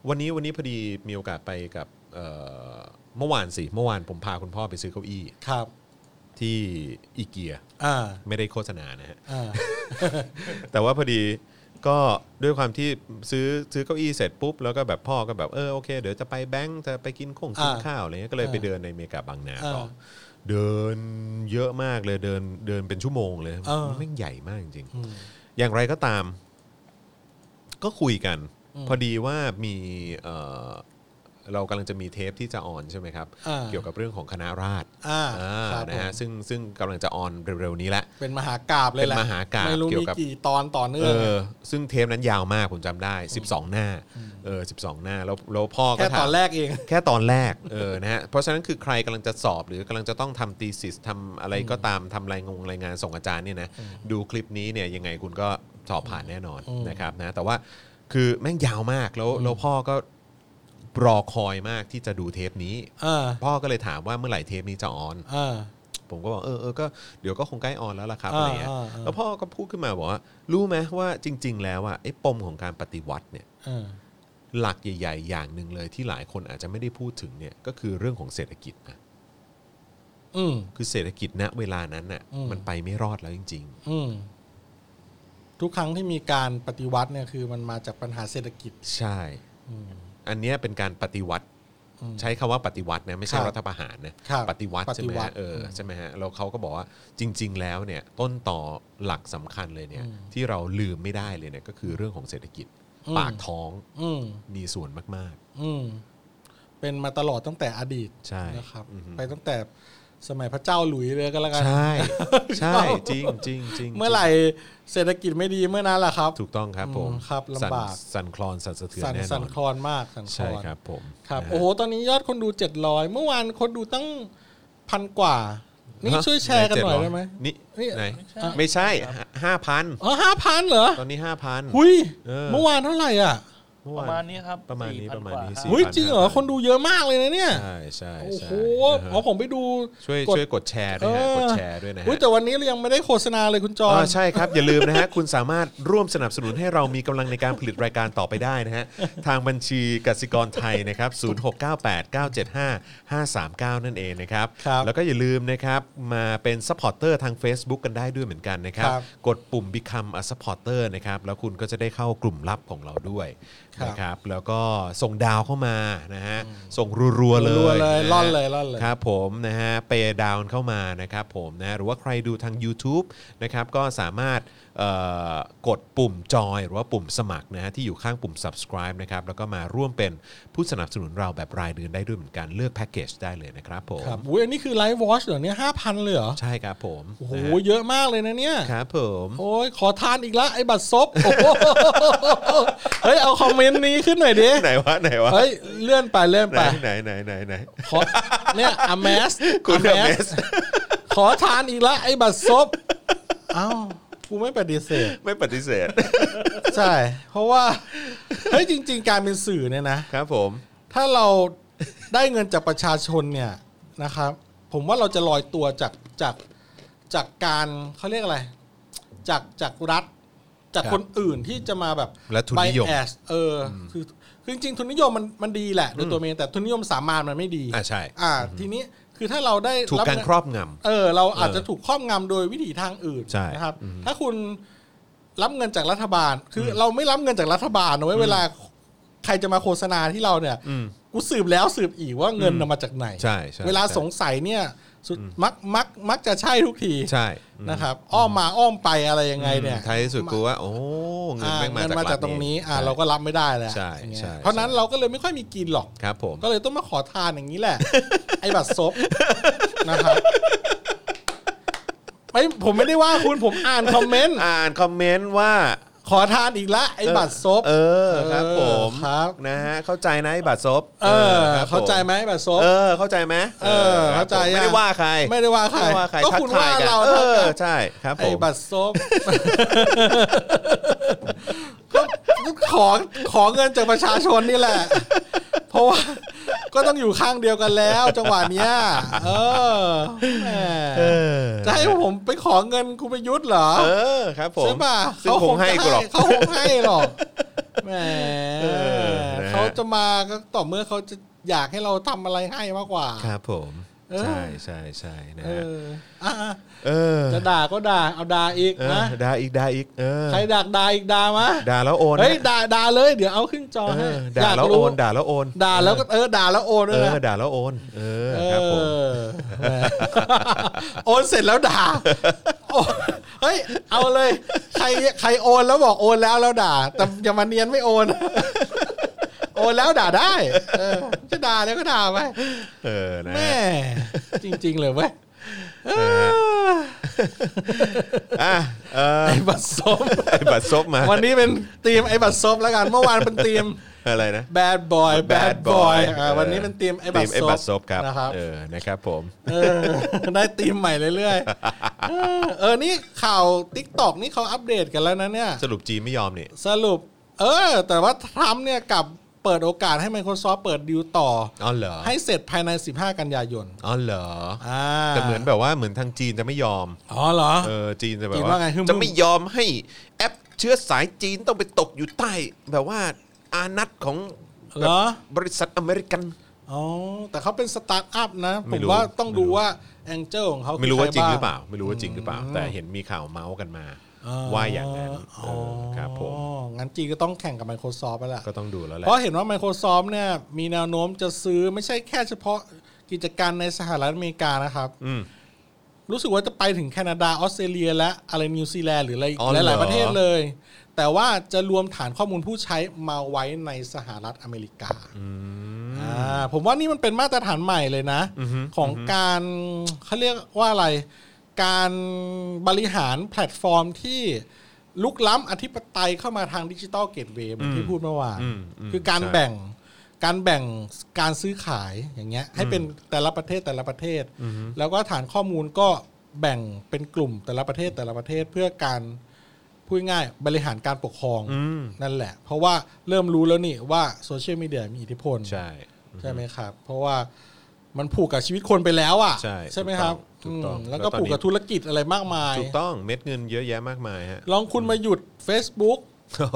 [SPEAKER 1] วันนี้วันนี้พอดีมีโอกาสไปกับเอ่อเมื่อวานสิเมื่อวานผมพาคุณพ่อไปซื้อเก้าอี้
[SPEAKER 2] ครับ
[SPEAKER 1] ที่อีเกีย
[SPEAKER 2] อ่า
[SPEAKER 1] ไม่ได้โฆษณานะฮะ
[SPEAKER 2] อ่า
[SPEAKER 1] แต่ว่าพอดี ก็ด้วยความที่ซื้อซื้อเก้าอี้เสร็จปุ๊บ แล้วก็แบบพ่อก็แบบเออโอเคเดี๋ยวจะไปแบงค์จะไปกินข้งกิน
[SPEAKER 2] อ่า
[SPEAKER 1] ข้าวอะไรเงี้ยก็เลยไป
[SPEAKER 2] อ่า
[SPEAKER 1] เดินในอเมริกาบางนาต่ออา เดินเยอะมากเลยเดินเดินเป็นชั่วโมงเลย
[SPEAKER 2] เออ
[SPEAKER 1] แม่งใหญ่มากจริง
[SPEAKER 2] อืม
[SPEAKER 1] อย่างไรก็ตาม ก็คุยกัน
[SPEAKER 2] อืม
[SPEAKER 1] พอดีว่ามีเอ่อเรากำลังจะมีเทปที่จะออนใช่ไหมครับ
[SPEAKER 2] อ่า
[SPEAKER 1] เกี่ยวกับเรื่องของคณะราษฎร
[SPEAKER 2] อ่า
[SPEAKER 1] อ่า
[SPEAKER 2] ครับ
[SPEAKER 1] นะฮะซึ่งซึ่งกำลังจะออนเร็วๆนี้แหละ
[SPEAKER 2] ผมเป็นมหากราบเลยแหละ
[SPEAKER 1] เป็นมหากาพย์
[SPEAKER 2] ไม่รู้
[SPEAKER 1] เกี่ย
[SPEAKER 2] มี
[SPEAKER 1] วกับ
[SPEAKER 2] กี่ตอนต่อเนื่
[SPEAKER 1] เอ
[SPEAKER 2] อง
[SPEAKER 1] อซึ่งเทปนั้นยาวมากผมจำได้ 12 หน้าเออ12 หน้าแล้วแล้วพ่อก็
[SPEAKER 2] แค่
[SPEAKER 1] ถาม
[SPEAKER 2] ตอนแรกเอง
[SPEAKER 1] แค่ตอนแรก เออ นะฮะ เพราะฉะนั้นคือใครกำลังจะสอบหรือกำลังจะต้องทำ thesis ทำอะไรก็ตามทำรายงงรายงานส่งอาจารย์เนี่ยนะ ดูคลิปนี้เนี่ยยังไงคุณก็สอบผ่านแน่นอน
[SPEAKER 2] อืม
[SPEAKER 1] นะครับนะ แต่ว่าคือแม่งยาวมากแล้วแล้วพ่อก็รอคอยมากที่จะดูเทปนี้
[SPEAKER 2] อ่า
[SPEAKER 1] พ่อก็เลยถามว่าเมื่อไหร่เทปนี้จะออน
[SPEAKER 2] อ่า
[SPEAKER 1] ผมก็บอกเออเออก็เดี๋ยวก็คงใกล้ออนแล้วล่ะครับอะไรเงี้ย
[SPEAKER 2] อ่าอ่า
[SPEAKER 1] แล้วพ่อก็พูดขึ้นมาบอกว่า รู้ไหมว่าจริง ๆ แล้วอะไอ้ปมของการปฏิวัติเนี่ย
[SPEAKER 2] อ่า
[SPEAKER 1] หลักใหญ่ ๆ อย่างหนึ่งเลยที่หลายคนอาจจะไม่ได้พูดถึงเนี่ยก็คือเรื่องของเศรษฐกิจนะ
[SPEAKER 2] อืม
[SPEAKER 1] คือเศรษฐกิจณเวลานั้นน่ะ
[SPEAKER 2] อืม
[SPEAKER 1] มันไปไม่รอดแล้วจริง
[SPEAKER 2] อืมทุกครั้งที่มีการปฏิวัติเนี่ยคือมันมาจากปัญหาเศรษฐกิจ
[SPEAKER 1] ๆ ใช่
[SPEAKER 2] อืม
[SPEAKER 1] อันเนี้ยเป็นการปฏิวัติ
[SPEAKER 2] อืม
[SPEAKER 1] ใช้คำว่าปฏิวัตินะไม่ใช่
[SPEAKER 2] ครับ
[SPEAKER 1] รัฐประหารนะครับ ปฏิวัติใช่ไหม
[SPEAKER 2] ปฏิวัติ
[SPEAKER 1] ฮะเออใช่ไหมฮะเราเขาก็บอกว่าจริง ๆ แล้วเนี่ยต้นต่อหลักสำคัญเลยเนี่ย
[SPEAKER 2] อืม
[SPEAKER 1] ที่เราลืมไม่ได้เลยเนี่ยก็คือเรื่องของเศรษฐกิจ
[SPEAKER 2] อืม
[SPEAKER 1] ปากท้อง
[SPEAKER 2] อืม
[SPEAKER 1] มีส่วนมาก
[SPEAKER 2] อืม เป็นมาตลอดตั้งแต่อดีต
[SPEAKER 1] ใช่
[SPEAKER 2] นะครับ
[SPEAKER 1] อือฮึ
[SPEAKER 2] ไปตั้งแต่สมัยพระเจ้าหลุยเลยก็แล้วกั
[SPEAKER 1] ๆ
[SPEAKER 2] น
[SPEAKER 1] ใช่ ใช่จริงจริงจริง
[SPEAKER 2] เมื่อไหร่เศรษฐกิจไม่ดีเมื่อนั้นแหละครับ
[SPEAKER 1] ถูกต้องครับผม
[SPEAKER 2] อืมครับลำบาก
[SPEAKER 1] สั่นสั่นคลอนสั่นสะเทือน
[SPEAKER 2] สั่น
[SPEAKER 1] แน่น
[SPEAKER 2] สั่น
[SPEAKER 1] อน
[SPEAKER 2] คลอนมากสั่นคล
[SPEAKER 1] ใช่
[SPEAKER 2] อน
[SPEAKER 1] ครับผม
[SPEAKER 2] ครับ
[SPEAKER 1] นะฮะ
[SPEAKER 2] โอ้โห ตอนนี้ยอดคนดูเจ็ดร้อยเมื่อวานคนดูตั้งพันกว่า นี่
[SPEAKER 1] ฮะ
[SPEAKER 2] ช่วยแชร์กันหน่อย
[SPEAKER 1] 700
[SPEAKER 2] ได้ไหม
[SPEAKER 1] นี่
[SPEAKER 2] นี่
[SPEAKER 1] ไหน
[SPEAKER 2] อ่ะ
[SPEAKER 1] ไม่ใช่ห้าพัน
[SPEAKER 2] อ๋อห้าพันเหรอ
[SPEAKER 1] ตอนนี้ห้าพัน
[SPEAKER 2] หุย
[SPEAKER 1] เออ
[SPEAKER 2] เมื่อวานเท่าไหร่อ่ะ
[SPEAKER 1] เมื่อ
[SPEAKER 3] ป
[SPEAKER 1] วา
[SPEAKER 3] ระมาณ
[SPEAKER 1] น
[SPEAKER 3] นี้ครับ
[SPEAKER 1] ประมาณนี้
[SPEAKER 3] 4,000
[SPEAKER 1] ประมาณนี้
[SPEAKER 3] กว่
[SPEAKER 1] สิ
[SPEAKER 2] เฮ้ยจริงเหรอ คนดูเยอะมากเลยนะเนี่ย
[SPEAKER 1] ใช่ใช่
[SPEAKER 2] โอ้
[SPEAKER 1] ใช่
[SPEAKER 2] โห
[SPEAKER 1] นะฮะ
[SPEAKER 2] พอผมไปดู
[SPEAKER 1] ช่วย
[SPEAKER 2] กด
[SPEAKER 1] ช่วยกดแชร์ด้วยฮะกดแชร์ด้วยนะ
[SPEAKER 2] เฮ้ย
[SPEAKER 1] ฮะ
[SPEAKER 2] แต่วันนี้เรายังไม่ได้โฆษณาเลยคุณจอ
[SPEAKER 1] อ๋
[SPEAKER 2] ห์น
[SPEAKER 1] อใช่ครับ อย่าลืมนะฮะ คุณสามารถร่วมสนับสนุนให้เรามีกำลังในการผลิตรายการต่อไปได้นะฮะ ทางบัญชีกสิกรไทยนะครับ 0698975539 นั่นเองนะครับ
[SPEAKER 2] ครับ
[SPEAKER 1] แล้วก็อย่าลืมนะครับ มาเป็นซัพพอร์เตอร์ทาง Facebook กันได้ด้วยเหมือนกันนะครับ
[SPEAKER 2] ครับ
[SPEAKER 1] กดปุ่ม Become a supporter นะครับ แล้วคุณก็จะได้เข้ากลุ่มลับของเราด้วย
[SPEAKER 2] ครับ
[SPEAKER 1] นะครับ แล้วก็ส่งดาวเข้ามานะฮะ ส่งรัวๆเลย
[SPEAKER 2] รัวๆเลย
[SPEAKER 1] ะฮะ
[SPEAKER 2] ล่อนเลยล่อนเลย
[SPEAKER 1] ครับผมนะฮะเปย์ดาวน์เข้ามานะครับผมนะ หรือว่าใครดูทาง YouTube นะครับ ก็สามารถเอ่อกดปุ่มจอยหรือว่าปุ่มสมัครนะฮะที่อยู่ข้างปุ่ม subscribe นะครับ แล้วก็มาร่วมเป็นผู้สนับสนุนเราแบบรายเดือนได้ด้วยเหมือนกัน เลือกแพ็กเกจได้เลยนะครับผม
[SPEAKER 2] ครับอุ้ยอันนี้คือไลฟ์วอชเหรอเนี่ยห้าพันเลยเหรอ
[SPEAKER 1] ใช่ครับผม
[SPEAKER 2] โอ้โห
[SPEAKER 1] นะฮะ
[SPEAKER 2] เยอะมากเลยนะเนี่ย
[SPEAKER 1] ครับผม
[SPEAKER 2] โอ้ยขอทานอีกละไอ้บัตรซบโอ้โหเฮ้ย เอาคอมเมนต์นี้ขึ้นหน่อยดิ
[SPEAKER 1] ไหนวะไหนวะ
[SPEAKER 2] เฮ้ย เลื่อนไปเลื่อน
[SPEAKER 1] ไห
[SPEAKER 2] ไป
[SPEAKER 1] นไหนไหนไหนไหน
[SPEAKER 2] ขอเนี่ยอเมส
[SPEAKER 1] คุณ
[SPEAKER 2] อ
[SPEAKER 1] Amaze
[SPEAKER 2] เมสขอทานอีกละไอ้บัตรซบเอ้ากูไม่ปฏิเสธ
[SPEAKER 1] ไม่ปฏิเส ธ
[SPEAKER 2] ใช่ เพราะว่า เฮ้ย จริง ๆ การเป็นสื่อเนี่ยนะ
[SPEAKER 1] ครับผม
[SPEAKER 2] ถ้า เราได้เงินจากประชาชนเนี่ยนะครับ ผมว่าเราจะลอยตัวจากจากจากการเขาเรียกอะไร จากจากรัฐ จาก
[SPEAKER 1] ครับ
[SPEAKER 2] คนอื่นที่จะมาแบบ
[SPEAKER 1] และทุนนิยม
[SPEAKER 2] bias เอออคือคือจริงๆทุนนิยมมันมันดีแหละโดยตัวเองแต่ทุนนิยมสามัญมันไม่ดี
[SPEAKER 1] อ่าใช่
[SPEAKER 2] อ่า ทีนี้คือถ้าเราได้
[SPEAKER 1] ถูก
[SPEAKER 2] รับ
[SPEAKER 1] การ
[SPEAKER 2] เงิน
[SPEAKER 1] ครอบง
[SPEAKER 2] เออเราอาจ
[SPEAKER 1] เออ
[SPEAKER 2] จะถูกครอบงำโดยวิถีทางอื่น
[SPEAKER 1] ใช่
[SPEAKER 2] นะครับ ถ้าคุณรับเงินจากรัฐบาล คือเราไม่รับเงินจากรัฐบาลนะเว้ยเวลาใครจะมาโฆษณาที่เราเนี่ย
[SPEAKER 1] อืม
[SPEAKER 2] กูสืบแล้วสืบอีกว่าเงินน่ะมาจากไหน
[SPEAKER 1] ใช่ใช่
[SPEAKER 2] เวลา
[SPEAKER 1] ใช่
[SPEAKER 2] สงสัยเนี่ยสุดมักมักมักจะใช่ทุกที
[SPEAKER 1] ำใช่อืม
[SPEAKER 2] นะครับ อ้อมมาอ้อมไปอะไรยังไงเนี่ย
[SPEAKER 1] ท้ายที่สุดกูว่า โอ้เงิน
[SPEAKER 2] อ่า
[SPEAKER 1] แม่งมา
[SPEAKER 2] เงิน
[SPEAKER 1] จาก
[SPEAKER 2] มาจากตรงนี้อ่าเราก็
[SPEAKER 1] ใช่
[SPEAKER 2] รับไม่ได้แล้ว
[SPEAKER 1] ใช่
[SPEAKER 2] อย่างเงี้ย
[SPEAKER 1] ใช่
[SPEAKER 2] เพราะนั้น
[SPEAKER 1] ใช่
[SPEAKER 2] เราก็เลยไม่ค่อยมีกินหรอก
[SPEAKER 1] ครับผม
[SPEAKER 2] ก็เลยต้องมาขอทานอย่าง นี้แหละ ไอ้บัตรซบนะครับไม่ผมไม่ได้ว่าคุณผมอ่านคอมเมนต์
[SPEAKER 1] อ่านคอมเมนต์ว่า
[SPEAKER 2] ขอทานอีกละไอ้บัตรซบ
[SPEAKER 1] เออครับผม
[SPEAKER 2] ครับ
[SPEAKER 1] นะฮะเข้าใจนะไอ้บัตรซบ
[SPEAKER 2] เออ
[SPEAKER 1] ครับ
[SPEAKER 2] เข้าใจไหมไอ้บัตรซบ
[SPEAKER 1] เออเข้าใจไหม
[SPEAKER 2] เออเข้าใจ
[SPEAKER 1] ครับผมไม่ได้
[SPEAKER 2] อ่ะ
[SPEAKER 1] ว่าใคร
[SPEAKER 2] ไม่ได้ว่าใคร
[SPEAKER 1] ไม่ได้ว่าใคร
[SPEAKER 2] ก็
[SPEAKER 1] ทั
[SPEAKER 2] คุณ
[SPEAKER 1] ท
[SPEAKER 2] ว่าย
[SPEAKER 1] กัน
[SPEAKER 2] เรา
[SPEAKER 1] เอ
[SPEAKER 2] เท่า
[SPEAKER 1] อ
[SPEAKER 2] กัน
[SPEAKER 1] ใช่ครับผ
[SPEAKER 2] ไอ้
[SPEAKER 1] ม
[SPEAKER 2] บัตรซบ ก็ขอขอเงินจากประชาชนนี่แหละ เพราะว่า ก็ต้องอยู่ข้างเดียวกันแล้ว จังหวะเนี้ยเออแหม
[SPEAKER 1] อ
[SPEAKER 2] จะให้ผมไปขอเงินคุณประยุทธ์เหรอ
[SPEAKER 1] เออครับผม
[SPEAKER 2] ใช่ป่ะ
[SPEAKER 1] ซึ่งคงให้
[SPEAKER 2] จะ
[SPEAKER 1] กูหรอก
[SPEAKER 2] เขาคงให้หรอกแหม
[SPEAKER 1] เออนะฮะ
[SPEAKER 2] เขาจะมาก็ต่อเมื่อเขาจะอยากให้เราทำอะไรให้มากกว่า
[SPEAKER 1] ครับผม
[SPEAKER 2] เออ
[SPEAKER 1] ใช่ใช่ใช่นะ
[SPEAKER 2] เอ
[SPEAKER 1] ฮะ
[SPEAKER 2] ออ่ะอ่ะ
[SPEAKER 1] เออ
[SPEAKER 2] จะด่าก็ด่าเอาด่าอีก
[SPEAKER 1] เออ
[SPEAKER 2] นะ
[SPEAKER 1] ด่าอีกด่าอีกเออ
[SPEAKER 2] ใครด่าด่าอีกด่ามา
[SPEAKER 1] ด่าแล้วโอน
[SPEAKER 2] เฮ้ย
[SPEAKER 1] นะ
[SPEAKER 2] ด่าด่าเลย เดี๋ยวเอาขึ้นจอ
[SPEAKER 1] เอ
[SPEAKER 2] ให้
[SPEAKER 1] อด่าแล้วโอน ด่าแล้วโอน
[SPEAKER 2] ด่าแล้วก็เออด่าแล้วโอน
[SPEAKER 1] เอ
[SPEAKER 2] ด้วย
[SPEAKER 1] อ
[SPEAKER 2] นะ
[SPEAKER 1] ด่าแล้วโอนเออ
[SPEAKER 2] เอ
[SPEAKER 1] ครับผม
[SPEAKER 2] อแหม โอนเสร็จแล้วด่าโอนเฮ้ยเอาเลย ใครใครโอนแล้วบอกโอนแล้วแล้วด่า แต่อย่ามาเนียนไม่โอน โอนแล้วด่าได้เออจะด่าแล้วก็ด่าไป
[SPEAKER 1] เออนะ
[SPEAKER 2] แม่
[SPEAKER 1] ฮะ
[SPEAKER 2] จริง ๆ เลยเว้ย
[SPEAKER 1] อ่ะเออ
[SPEAKER 2] ไอ้บัตรซบ
[SPEAKER 1] ไอ้บัตรซบมา
[SPEAKER 2] วันนี้เป็นทีมไอ้บัตรซบแล้วกัน เมื่อวานเป็นทีม
[SPEAKER 1] อะไรนะ
[SPEAKER 2] bad boy bad
[SPEAKER 1] Bad
[SPEAKER 2] boy
[SPEAKER 1] Boy
[SPEAKER 2] อ่าวันนี้เป็นทีมไอ้บั
[SPEAKER 1] ที
[SPEAKER 2] ต
[SPEAKER 1] ม
[SPEAKER 2] ร
[SPEAKER 1] ไอ้
[SPEAKER 2] ซ
[SPEAKER 1] บั
[SPEAKER 2] บ
[SPEAKER 1] ตรซบครับ
[SPEAKER 2] นะครับ
[SPEAKER 1] เออนะครับผม
[SPEAKER 2] เออ ได้ทีมใหม่เรื่อยๆเออเออนี่ข่าวทิกตอกนี่เขาอัปเดตกันแล้วนะเนี่ย
[SPEAKER 1] สรุปจีนไม่ยอมนี่
[SPEAKER 2] สรุป เออ แต่ว่าทรัมป์เนี่ยกลับเปิดโอกาสให้ Microsoft เปิดดีลต่อ
[SPEAKER 1] อ๋อเหรอ
[SPEAKER 2] ให้เสร็จภายใน 15 กันยายน
[SPEAKER 1] อ๋อเหรอ
[SPEAKER 2] อ่า
[SPEAKER 1] แต่เหมือนแบบว่าเหมือนทางจีนจะไม่ยอม
[SPEAKER 2] อ๋อเหรอ
[SPEAKER 1] เออจีนจะแบบ
[SPEAKER 2] จีน
[SPEAKER 1] ว่า
[SPEAKER 2] ว่าไงฮึ่มๆ
[SPEAKER 1] จะไม่ยอมให้แอปเชื้อสายจีนต้องไปตกอยู่ใต้ แบบว่าอานัตของ
[SPEAKER 2] เหรอ
[SPEAKER 1] บริษัทอเมริกัน
[SPEAKER 2] อ๋อ แต่เขาเป็นสตาร์ทอัพนะ ผ
[SPEAKER 1] ไม่
[SPEAKER 2] ม
[SPEAKER 1] รู้
[SPEAKER 2] ว่าต้องดู
[SPEAKER 1] ไม่รู้
[SPEAKER 2] ว่าแองเจิลของเขาคือ
[SPEAKER 1] ไม่รู้ว่าจริงหรือเปล่า
[SPEAKER 2] ใคบ้
[SPEAKER 1] ไม่รู้ว่าจริงหรือเปล่า แต่เห็นมีข่าวเมาส์กันมา
[SPEAKER 2] อ่า
[SPEAKER 1] ว่าอย่างนั้น
[SPEAKER 2] ง
[SPEAKER 1] เออครับผม
[SPEAKER 2] อ๋องั้นจีนก็ต้องแข่งกับ Microsoft ไปละ
[SPEAKER 1] ก็ต้องดูแล้วแหละ
[SPEAKER 2] เพราะเห็นว่า Microsoft เนี่ยมีแนวโน้มจะซื้อไม่ใช่แค่เฉพาะกิจการในสหรัฐอเมริกานะครับ
[SPEAKER 1] อืม
[SPEAKER 2] รู้สึกว่าจะไปถึงแคนาดา ออสเตรเลีย และอะไรนิวซีแลนด์หรืออะไรอีก
[SPEAKER 1] อ๋อเหรอ
[SPEAKER 2] หลายๆประเทศเลย แต่ว่าจะรวมฐานข้อมูลผู้ใช้มาไว้ในสหรัฐอเมริกา
[SPEAKER 1] อืม
[SPEAKER 2] อ่าผมว่านี่มันเป็นมาตรฐานใหม่เลยนะ
[SPEAKER 1] อือฮึ
[SPEAKER 2] ของการเขาเรียกว่าอะไร การบริหารแพลตฟอร์มที่ลุกล้ำอธิปไตยเข้ามาทางดิจิตอลเกตเวย์เหมือนที่พูดเมื่อวาน
[SPEAKER 1] อืมม
[SPEAKER 2] คือการ
[SPEAKER 1] ใช่
[SPEAKER 2] แบ่งการแบ่งการซื้อขายอย่างเงี้ยให้เป็นแต่ละประเทศแต่ละประเทศ
[SPEAKER 1] อือฮึ
[SPEAKER 2] แล้วก็ฐานข้อมูลก็แบ่งเป็นกลุ่มแต่ละประเทศแต่ละประเทศเพื่อการพูดง่ายๆบริหารการปกครอง
[SPEAKER 1] อืม
[SPEAKER 2] นั่นแหละ เพราะว่าเริ่มรู้แล้วนี่ว่าโซเชียลมีเดียมีอิทธิพล
[SPEAKER 1] ใช่
[SPEAKER 2] ใช่ไหมครับ เพราะว่ามันผูกกับชีวิตคนไปแล้วอ่ะ
[SPEAKER 1] ใช่
[SPEAKER 2] ไหมครับ
[SPEAKER 1] ถูกต้องถูกต้อ
[SPEAKER 2] ม
[SPEAKER 1] ง
[SPEAKER 2] แล้วก็
[SPEAKER 1] แล้วตอนนี้
[SPEAKER 2] ผูกกับธุรกิจอะไรมากมาย
[SPEAKER 1] ถูกต้องเม็ดเงินเยอะแยะมากมายฮะ
[SPEAKER 2] ลองคุณมาหยุด Facebook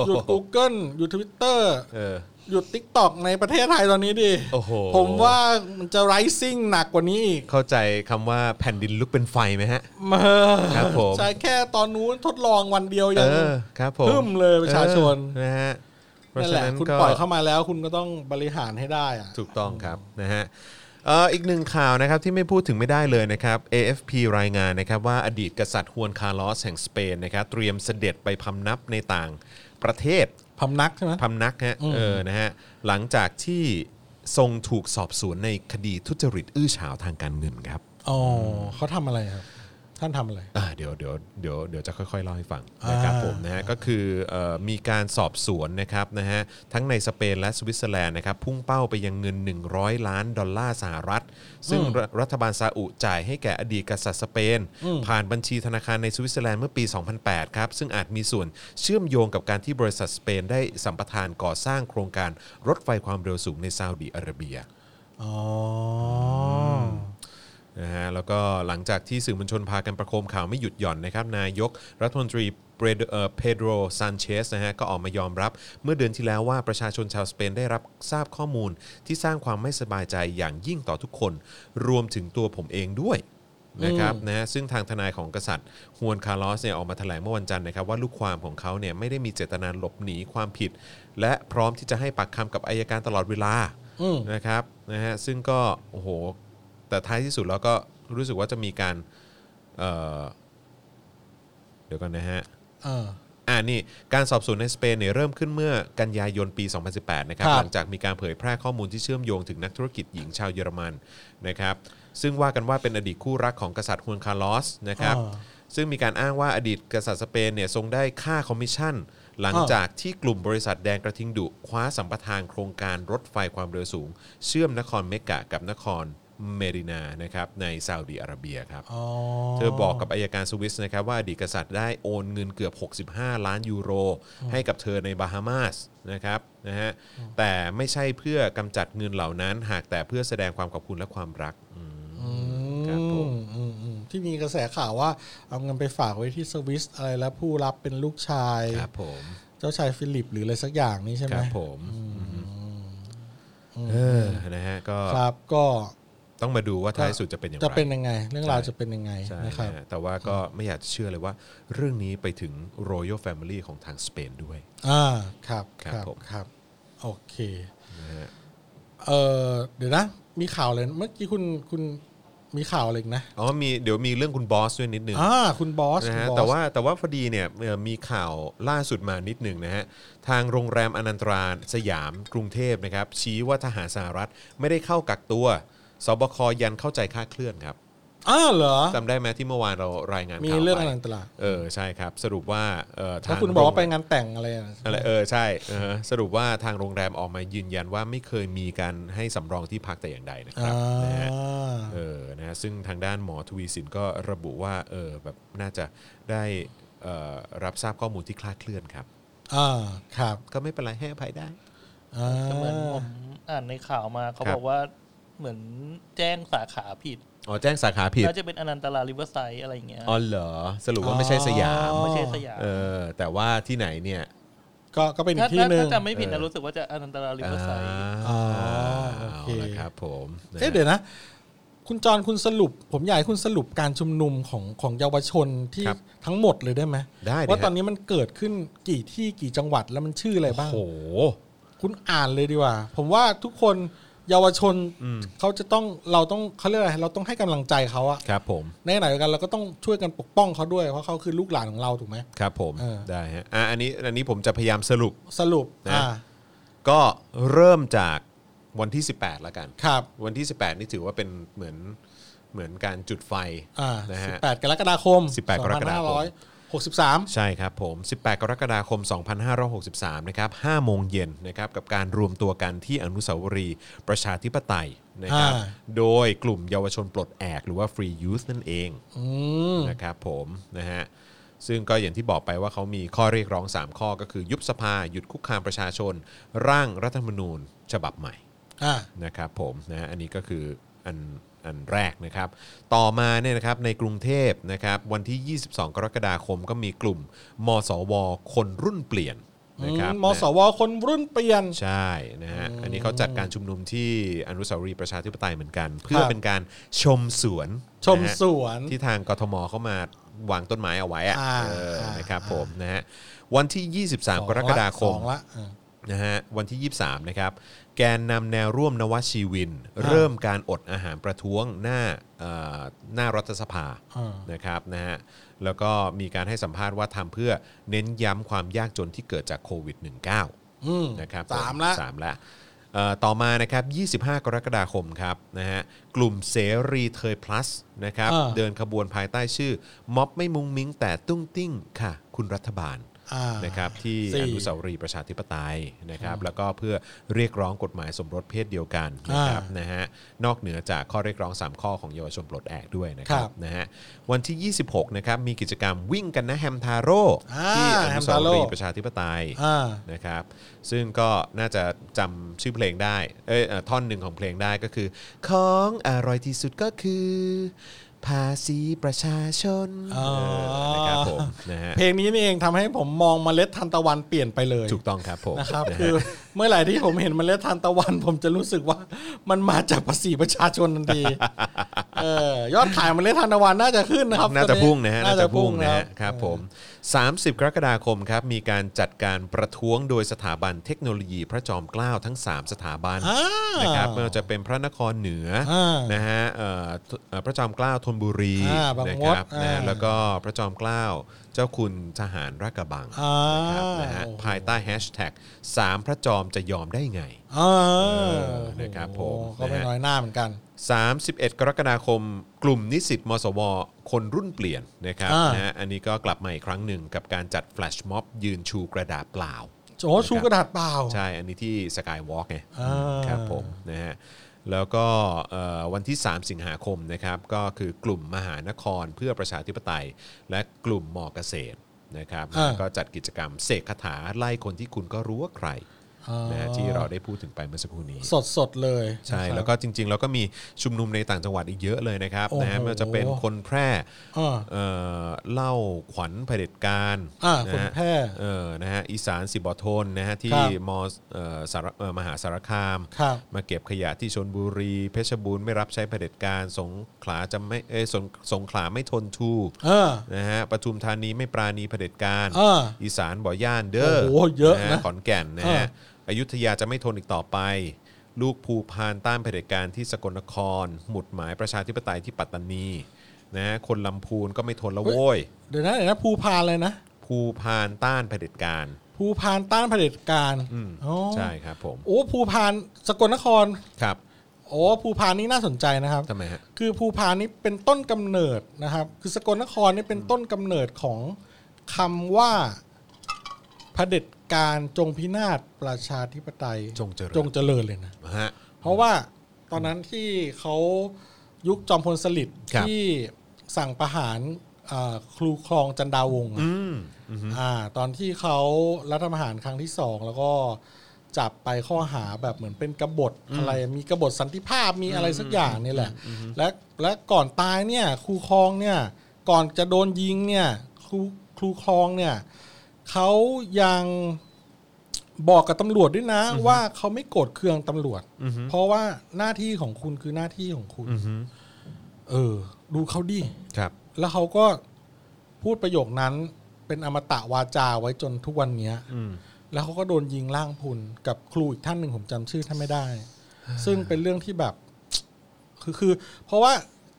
[SPEAKER 2] หยุด Google หยุด Twitter
[SPEAKER 1] เออ
[SPEAKER 2] หยุด TikTok ในประเทศไทยตอนนี้ดิ
[SPEAKER 1] โอ้โห
[SPEAKER 2] ผมว่ามันจะ rising หนักกว่านี้อีก
[SPEAKER 1] เข้าใจคำว่าแผ่นดินลุกเป็นไฟไหมฮะ ครับผม
[SPEAKER 2] ใช่แค่ตอนนู้นทดลองวันเดียว
[SPEAKER 1] เอ
[SPEAKER 2] ยัง
[SPEAKER 1] อครับผม
[SPEAKER 2] พึ่มเลยประชาชน
[SPEAKER 1] เออนะฮะเพราะ
[SPEAKER 2] นั่น
[SPEAKER 1] ฉะ
[SPEAKER 2] แหละ
[SPEAKER 1] นั้น
[SPEAKER 2] คุณ
[SPEAKER 1] ก็
[SPEAKER 2] ปล่อยเข้ามาแล้วคุณก็ต้องบริหารให้ได้อะ
[SPEAKER 1] ถูกต้องครับนะฮะเอ่ออีกหนึ่งข่าวนะครับที่ไม่พูดถึงไม่ได้เลยนะครับ AFP รายงานนะครับว่าอดีตกษัตริย์ฮวนคาร์ลอสแห่งสเปนนะครับเตรียมเสด็จไปพำนับในต่างประเทศ
[SPEAKER 2] พำนักใช่ไหม
[SPEAKER 1] พำนักฮะ
[SPEAKER 2] อืม
[SPEAKER 1] เออนะฮะหลังจากที่ทรงถูกสอบสวนในคดีทุจริตอื้อฉาวทางการเงินครับ
[SPEAKER 2] อ๋อเขาทำอะไรครับ ท่านทำอะไร
[SPEAKER 1] อ่าเดี๋ยวเดี๋ยวเดี๋ยวเดี๋ยวจะค่อยๆเล่าให้ฟังนะครับ
[SPEAKER 2] อ่า
[SPEAKER 1] ผมนะฮะก็คือเอ่อมีการสอบสวนนะครับนะฮะทั้งในสเปนและสวิตเซอร์แลนด์นะครับพุ่งเป้าไปยังเงิน 100 ล้านดอลลาร์สหรัฐ ซึ่งรัฐรัฐบาลซาอุจ่ายให้แก่อดีตกษัตริย์สเปน ผ่านบัญชีธนาคารในสวิตเซอร์แลนด์เมื่อปี 2008 ครับ ซึ่งอาจมีส่วนเชื่อมโยงกับการที่บริษัทสเปนได้สัมปทานก่อสร้างโครงการรถไฟความเร็วสูงในซาอุดีอาระเบีย
[SPEAKER 2] อ๋อ
[SPEAKER 1] นะฮะแล้วก็หลังจากที่สื่อมวลชนพากันประโคมข่าวไม่หยุดหย่อนนะครับนายกรัฐมนตรีเปโดเอ่อ Pedro Sanchez นะฮะก็ออกมายอมรับ เมื่อเดือนที่แล้วว่าประชาชนชาวสเปนได้รับทราบข้อมูลที่สร้างความไม่สบายใจอย่างยิ่งต่อทุกคน รวมถึงตัวผมเองด้วยนะครับนะฮะซึ่งทางทนายของกษัตริย์ฮวนคาร์ลอสเนี่ยออกมาแถลงเมื่อวันจันทร์นะครับว่าลูกความของเขาเนี่ยไม่ได้มีเจตนาหลบหนีความผิด และพร้อมที่จะให้ปากคำกับอายการตลอดเวลา
[SPEAKER 2] อืม
[SPEAKER 1] นะครับนะฮะซึ่งก็โอ้โหแต่ท้ายที่สุดแล้วก็รู้สึกว่าจะมีการเอ่อเดี๋ยวกันนะฮะ
[SPEAKER 2] เออ
[SPEAKER 1] อ่านี่การสอบสวนในสเปนเนี่ยเริ่มขึ้นเมื่อกันยายนปี 2018 นะครับ
[SPEAKER 2] ครับ
[SPEAKER 1] หลังจากมีการเผยแพร่ข้อมูลที่เชื่อมโยงถึงนักธุรกิจหญิงชาวเยอรมันนะครับ ซึ่งว่ากันว่าเป็นอดีตคู่รักของกษัตริย์ฮวนคาร์ลอสนะครับ
[SPEAKER 2] อ่า
[SPEAKER 1] ซึ่งมีการอ้างว่าอดีตกษัตริย์สเปนเนี่ยทรงได้ค่าคอมมิชชั่น หลัง
[SPEAKER 2] อ่า
[SPEAKER 1] จากที่กลุ่มบริษัทแดงกระทิงดุ คว้าสัมปทานโครงการรถไฟความเร็วสูง เชื่อมนครเมกะกับนครเมดินานะครับในซาอุดีอาระเบียครับ
[SPEAKER 2] อ๋อ
[SPEAKER 1] เธอบอกกับอายการสวิสนะครับว่าอดีตกษัตริย์ได้โอนเงินเกือบ 65 ล้านยูโร ให้กับเธอในบาฮามาสนะครับนะฮะแต่ไม่ใช่เพื่อกำจัดเงินเหล่านั้น หากแต่เพื่อแสดงความขอบคุณและความรักอืม
[SPEAKER 2] อืม
[SPEAKER 1] ครับผม
[SPEAKER 2] อืมอืมที่มีกระแสข่าวว่า เอาเงินไปฝากไว้ที่สวิสอะไรแล้วผู้รับเป็นลูกชาย
[SPEAKER 1] ครับผม
[SPEAKER 2] เจ้าชายฟิลิปหรืออะไรสักอย่างนี้ใช่
[SPEAKER 1] ค
[SPEAKER 2] ไหม
[SPEAKER 1] รับผมเออนะฮะก็
[SPEAKER 2] ครับก็
[SPEAKER 1] ต้องมาดูว่าท้ายสุดจะเป็นอย่างไร
[SPEAKER 2] จะเป็นยังไง เรื่องราว
[SPEAKER 1] ใช่
[SPEAKER 2] จะเป็นยังไง
[SPEAKER 1] ใช่
[SPEAKER 2] นะครับ
[SPEAKER 1] นะฮะแต่ว่าก็ไม่อยากจะเชื่อเลยว่า เรื่องนี้ไปถึง Royal Family ของทางสเปนด้วย
[SPEAKER 2] อ่าครับ
[SPEAKER 1] ครับผม
[SPEAKER 2] ครับโอเค
[SPEAKER 1] นะฮะ
[SPEAKER 2] เออเดี๋ยวนะ มีข่าวเลยเมื่อกี้คุณคุณมีข่าวอะไรอีกนะ
[SPEAKER 1] อ๋อมีเดี๋ยวมีเรื่องคุณบอสด้วยนิดนึง
[SPEAKER 2] อ่าคุณบอส
[SPEAKER 1] นะ
[SPEAKER 2] คุณ
[SPEAKER 1] ฮะ
[SPEAKER 2] บอส
[SPEAKER 1] แต่ว่าแต่ว่าพอดีเนี่ยเอ่อมีข่าวล่าสุดมานิดหนึ่งนะฮะทางโรงแรมอนันตราสยามกรุงเทพนะครับชี้ว่าทหารสหรัฐไม่ได้เข้ากักตัวสบคยันเข้าใจค่าเคลื่อนครับ
[SPEAKER 2] อ้าวเหรอ
[SPEAKER 1] จำได้ไหมที่เมื่อวานเรารายงาน
[SPEAKER 2] มี
[SPEAKER 1] ข่าว
[SPEAKER 2] เรื่อง
[SPEAKER 1] ไป
[SPEAKER 2] อะไรตลาด
[SPEAKER 1] เออใช่ครับ สรุปว่าเอ่อท
[SPEAKER 2] ถ้าง คุณบอกว่าไปงานแต่งอะไรอะ
[SPEAKER 1] อะไรเออใช่เออสรุปว่าทางโรงแรมออกมายืนยันว่าไม่เคยมีการให้สำรองที่พักแต่อย่างใดนะค
[SPEAKER 2] อ่
[SPEAKER 1] รับนะฮะ
[SPEAKER 2] า
[SPEAKER 1] เออ นะฮะซึ่งทางด้านหมอทวีสินก็ระบุว่า เออ แบบ น่าจะได้เอ่อรับทราบข้อมูลที่คลาดเคลื่อนครับ
[SPEAKER 2] อ่าครับ
[SPEAKER 1] ก็ไม่เป็นไรให้อภัยได้
[SPEAKER 2] อ่า
[SPEAKER 3] แต่เหมือนผมอ่านในข่าวมาเขา
[SPEAKER 1] ครับ
[SPEAKER 3] บอกว่าเหมือนแจ้งสาขาผิด
[SPEAKER 1] อ๋อ แจ้งสาขาผิด
[SPEAKER 3] น่าจะเป็นอนันตลาริเวอร์ไซด์อะไรอย่างเงี้ย
[SPEAKER 1] อ๋อ เหรอ สรุปว่าไม่ใช่สยาม
[SPEAKER 3] ไม่ใช่สยาม
[SPEAKER 1] เออ แต่ว่าที่ไหนเนี่ย
[SPEAKER 2] ก็ก็เป็นอี
[SPEAKER 3] ถ้าก
[SPEAKER 2] ที่
[SPEAKER 3] ถ้า
[SPEAKER 2] หนึ่ง
[SPEAKER 3] ถ้าจำไม่ผิด
[SPEAKER 1] เอ
[SPEAKER 3] นะ
[SPEAKER 1] อ
[SPEAKER 3] รู้สึกว่าจะอนันตลาริเวอร์ไซด์
[SPEAKER 2] อ๋อ
[SPEAKER 1] เอ
[SPEAKER 2] โอเค
[SPEAKER 1] าละครับผมนะ
[SPEAKER 2] เอ๊ะเดี๋ยวนะ คุณจรคุณสรุป ผมอยากให้คุณสรุปการชุมนุมของของเยาวชนที่ทั้งหมดเลยได้ไหม
[SPEAKER 1] ได้ดิ
[SPEAKER 2] ว่าตอน
[SPEAKER 1] ฮะ
[SPEAKER 2] นี้มันเกิดขึ้นกี่ที่กี่จังหวัดแล้วมันชื่ออะไรบ้าง
[SPEAKER 1] โอ้โห
[SPEAKER 2] คุณอ่านเลยดีกว่า ผมว่าทุกคนเยาวชน
[SPEAKER 1] อืม
[SPEAKER 2] เขาจะต้องเราต้องเขาเรียกอะไรเราต้องให้กำลังใจเขาอะ
[SPEAKER 1] ครับผม
[SPEAKER 2] ในขณะเดียวกันเราก็ต้องช่วยกันปกป้องเขาด้วยเพราะเขาคือลูกหลานของเราถูกไหม
[SPEAKER 1] ครับผม
[SPEAKER 2] เออ
[SPEAKER 1] ได้ฮะ อ่ะ อันนี้ อันนี้ผมจะพยายามสรุป
[SPEAKER 2] สรุป
[SPEAKER 1] นะ
[SPEAKER 2] อ่า
[SPEAKER 1] ก็เริ่มจากวันที่ 18ละกัน
[SPEAKER 2] ครับ
[SPEAKER 1] วันที่ 18 นี่ถือว่าเป็นเหมือน เหมือนการจุดไฟ
[SPEAKER 2] อ่า
[SPEAKER 1] นะฮะ
[SPEAKER 2] สิบแปดกรกฎาคม
[SPEAKER 1] 18กรกฎาคม
[SPEAKER 2] หกสิบสาม
[SPEAKER 1] ใช่ครับผม 18 กรกฎาคม 2563 นะครับ 5 โมงเย็นนะครับกับการรวมตัวกันที่อนุสาวรีย์ประชาธิปไตยนะครับ โดยกลุ่มเยาวชนปลดแอกหรือว่า Free Youth นั่นเอง
[SPEAKER 2] อืม
[SPEAKER 1] นะครับผมนะฮะซึ่งก็อย่างที่บอกไปว่าเขามีข้อเรียกร้อง 3 ข้อก็คือยุบสภา หยุดคุกคามประชาชน ร่างรัฐธรรมนูญฉบับใหม่
[SPEAKER 2] อ่า
[SPEAKER 1] นะครับผมนะอันนี้ก็คืออันอันแรกนะครับ ต่อมาเนี่ยนะครับในกรุงเทพนะครับวันที่ 22 กรกฎาคมก็มีกลุ่ม มสว คนรุ่นเปลี่ยนนะครับ
[SPEAKER 2] อืมมสวคนรุ่นเปลี่ยน
[SPEAKER 1] ใช่นะฮะอันนี้เขาจัดการชุมนุมที่อนุสาวรีย์ประชาธิปไตยเหมือนกัน เพื่อเป็นการชมสวน
[SPEAKER 2] ชมสวน
[SPEAKER 1] ะฮะที่ทางกทมเข้ามาวางต้นไม้เอาไว้อะ
[SPEAKER 2] อ่า
[SPEAKER 1] เออ
[SPEAKER 2] อ่าน
[SPEAKER 1] นะครับผมนะฮะวันที่
[SPEAKER 2] สอง
[SPEAKER 1] 23 กรกฎาค
[SPEAKER 2] ละส
[SPEAKER 1] ม
[SPEAKER 2] องละเออ
[SPEAKER 1] นะฮะวันที่ 23 นะครับ แกนนำแนวร่วมนวชีวิน เริ่มการอดอาหารประท้วงหน้าเอ่อหน้ารัฐสภา
[SPEAKER 2] อ่าน
[SPEAKER 1] นะครับนะฮะแล้วก็มีการให้สัมภาษณ์ว่าทำเพื่อเน้นย้ำความยากจนที่เกิดจากโควิด -19
[SPEAKER 2] อืม
[SPEAKER 1] นะครับ
[SPEAKER 2] สาม
[SPEAKER 1] ผ
[SPEAKER 2] ละ
[SPEAKER 1] สามละเอ่อต่อมานะครับ 25 กรกฎาคมครับนะฮะกลุ่มเสรีเทย plus นะครับ
[SPEAKER 2] อ่า
[SPEAKER 1] เดินขบวนภายใต้ชื่อ ม็อบไม่มุงมิ้งแต่ตุ้งติ้งค่ะ คุณรัฐบาล
[SPEAKER 2] อ่า
[SPEAKER 1] นะครับที่
[SPEAKER 2] สี่
[SPEAKER 1] อนุสาวรีย์ประชาธิปไตยนะครับแล้วก็เพื่อเรียกร้องกฎหมายสมรสเพศเดียวกันนะครับ
[SPEAKER 2] อ่าน
[SPEAKER 1] นะฮะนอกเหนือจากข้อเรียกร้อง 3 ข้อของเยาวชนปลดแอกด้วยนะครั
[SPEAKER 2] ครับ บ
[SPEAKER 1] นะฮะวันที่ 26นะครับมีกิจกรรมวิ่งกันนะแฮมทาโร่
[SPEAKER 2] อ่า
[SPEAKER 1] ที่อนุสาวรีย์
[SPEAKER 2] Hamtaro
[SPEAKER 1] ประชาธิปไตย
[SPEAKER 2] อ่า
[SPEAKER 1] นะครับซึ่งก็น่าจะจำชื่อเพลงได้เอยเอ่อท่อนหนึ่งของเพลงได้ก็คือ ของอร่อยที่สุดก็คือ ภาษีประชาชน
[SPEAKER 2] อ๋อ
[SPEAKER 1] เอนะครับผมนะฮะ
[SPEAKER 2] เพลงนี้นี่เองทำให้ผมมองเมล็ดทานตะวันเปลี่ยนไปเลย
[SPEAKER 1] ถูกต้องครับผม
[SPEAKER 2] นะครับ
[SPEAKER 1] นะฮะ
[SPEAKER 2] คือเมื่อไหร่ที่ผมเห็นเมล็ดทานตะวัน ผมจะรู้สึกว่ามันมาจากภาษีประชาชนทันทีเออยอดขายเมล็ดทานตะวันน่าจะขึ้นนะครับ
[SPEAKER 1] น่าจะพุ่งนะฮะ
[SPEAKER 2] น่า
[SPEAKER 1] น่า
[SPEAKER 2] จะ
[SPEAKER 1] จะ
[SPEAKER 2] พุ่
[SPEAKER 1] พุ่
[SPEAKER 2] ง
[SPEAKER 1] ง
[SPEAKER 2] นะ
[SPEAKER 1] นะ
[SPEAKER 2] ครั
[SPEAKER 1] ฮะ
[SPEAKER 2] บ
[SPEAKER 1] ครับผม 30 กรกฎาคมครับมีการจัดการประท้วงโดยสถาบันเทคโนโลยีพระจอมเกล้าทั้ง 3 สถาบัน
[SPEAKER 2] อ่า
[SPEAKER 1] นะครับไม่ว่าจะเป็นพระนครเหนืออา นะฮะเอ่อทุเอ่อพระจอมเกล้าธนบุรี
[SPEAKER 2] อ่าบางมด
[SPEAKER 1] นะครันะฮะ
[SPEAKER 2] อ่า
[SPEAKER 1] แล้วก็พระจอมเกล้าเจ้าคุณทหารรักกระบัง
[SPEAKER 2] อ่า
[SPEAKER 1] ครับนะฮะภายใต้แฮชแท็กสามพระจอมจะยอมได้ไง
[SPEAKER 2] อ่า
[SPEAKER 1] เออนะครับผม
[SPEAKER 2] ก็ไม่น้อยหน้าเหมือนกัน
[SPEAKER 1] 31 กรกฎาคม กลุ่มนิสิตมสว คนรุ่นเปลี่ยนนะครับ
[SPEAKER 2] อ่าน
[SPEAKER 1] นะฮะอันนี้ก็กลับมาอีกครั้งหนึ่งกับการจัดแฟลชม็อบยืนชูกระดาษเปล่า
[SPEAKER 2] โอ้ชูกระดาษเปล่า
[SPEAKER 1] ใช่ อันนี้ที่สกายวอล์กไง
[SPEAKER 2] อ่า
[SPEAKER 1] ครับผมนะฮะแล้วก็เอ่อวันที่ 3 สิงหาคมนะครับก็คือกลุ่มมหานครเพื่อประชาธิปไตย และกลุ่มมอเกษตรนะครับ
[SPEAKER 2] อ่า
[SPEAKER 1] ก็จัดกิจกรรมเสกคาถาไล่คนที่คุณก็รู้ว่าใคร
[SPEAKER 2] อ๋อ
[SPEAKER 1] นะฮะที่เราได้พูดถึงไปเมื่อสักครู่นี้
[SPEAKER 2] สดสดๆเลย
[SPEAKER 1] ใช่
[SPEAKER 2] นะครับ
[SPEAKER 1] แล้วก็จริงๆเราก็มีชุมนุมในต่างจังหวัดอีกเยอะเลยนะครับ
[SPEAKER 2] โอ้โห
[SPEAKER 1] นะฮะไม่ว่าจะเป็นคนแพร่
[SPEAKER 2] อ่า
[SPEAKER 1] เอ่อเล่าขวัญเผด็จการ
[SPEAKER 2] อ่า
[SPEAKER 1] ะฮะ
[SPEAKER 2] คนแพร่
[SPEAKER 1] เออ นะฮะ อีสานสิบอทนนะฮะ
[SPEAKER 2] ค
[SPEAKER 1] ที่
[SPEAKER 2] รับ
[SPEAKER 1] มเออสารเอ่อมหาสารคาม
[SPEAKER 2] ครับ
[SPEAKER 1] มาเก็บขยะที่ชนบุรี เพชรบูรณ์ไม่รับใช้เผด็จการ สงขลาจะไม่ เอยสงสงขลาไม่ทนทู
[SPEAKER 2] เออ
[SPEAKER 1] นะฮะ ปทุมธานีไม่ปราณีเผด็จการ
[SPEAKER 2] เออ
[SPEAKER 1] อีสานบ่อย่านเด้อ
[SPEAKER 2] โอ้โหเยอะนะ
[SPEAKER 1] ฮขอนแก่นนะฮะ
[SPEAKER 2] เอ
[SPEAKER 1] อยุธยาจะไม่ทนอีกต่อไป ลูกภูพานต้านเผด็จการที่สกลนคร หมุดหมายประชาธิปไตยที่ปัตตานีนะฮะ คนลำพูนก็ไม่ทนแล้วโว้ย
[SPEAKER 2] เดี๋ยวนะเดี๋ยวนะภูพานเลยนะ
[SPEAKER 1] ภูพานต้านเผด็จการ
[SPEAKER 2] ภูพานต้านเผด็จการ
[SPEAKER 1] อืม
[SPEAKER 2] อ๋อ
[SPEAKER 1] ใช่ครับผม
[SPEAKER 2] โอ้ภูพานสกลนคร
[SPEAKER 1] ครับ
[SPEAKER 2] โอ้ภูพานนี่น่าสนใจนะครับ
[SPEAKER 1] ทำไมฮะ
[SPEAKER 2] คือภูพานนี่เป็นต้นกำเนิดนะครับ คือสกลนครนี่เป็นต้นกำเนิดของคำว่าเผด็จการจงพินาศประชาธิปไตย
[SPEAKER 1] จงเจริญ
[SPEAKER 2] จงเจริญเลยนะ
[SPEAKER 1] ฮะ
[SPEAKER 2] เพราะว่าตอนนั้นที่เขายุคจอมพลสฤษดิ์
[SPEAKER 1] ครับ
[SPEAKER 2] ที่สั่งประหารเอ่อครูคลองจันดาวงศ์อะ
[SPEAKER 1] อืมอืม
[SPEAKER 2] อ่าตอนที่เขารัฐประหารครั้งที่สองแล้วก็จับไปข้อหาแบบเหมือนเป็นกบฏอะไรมีกบฏสันติภาพมีอะไรสักอย่างนี่แหละ และและก่อนตายเนี่ยครูคลองเนี่ยก่อนจะโดนยิงเนี่ยครูครูคลองเนี่ยเขายังบอกกับตำรวจด้วยนะ ว่าเขาไม่โกรธเคืองตำรวจ
[SPEAKER 1] อืม
[SPEAKER 2] เพราะว่าหน้าที่ของคุณคือหน้าที่ของคุณ
[SPEAKER 1] อืม
[SPEAKER 2] เออ ดูเขาดิ
[SPEAKER 1] ครับ
[SPEAKER 2] แล้วเขาก็พูดประโยคนั้นเป็นอมตะวาจาไว้จนทุกวันเนี้ย
[SPEAKER 1] อืม
[SPEAKER 2] แล้วเขาก็โดนยิงล่างพรุนกับครูอีกท่านหนึ่งผมจำชื่อท่านไม่ได้ ซึ่งเป็นเรื่องที่แบบ คือคือ เพราะว่า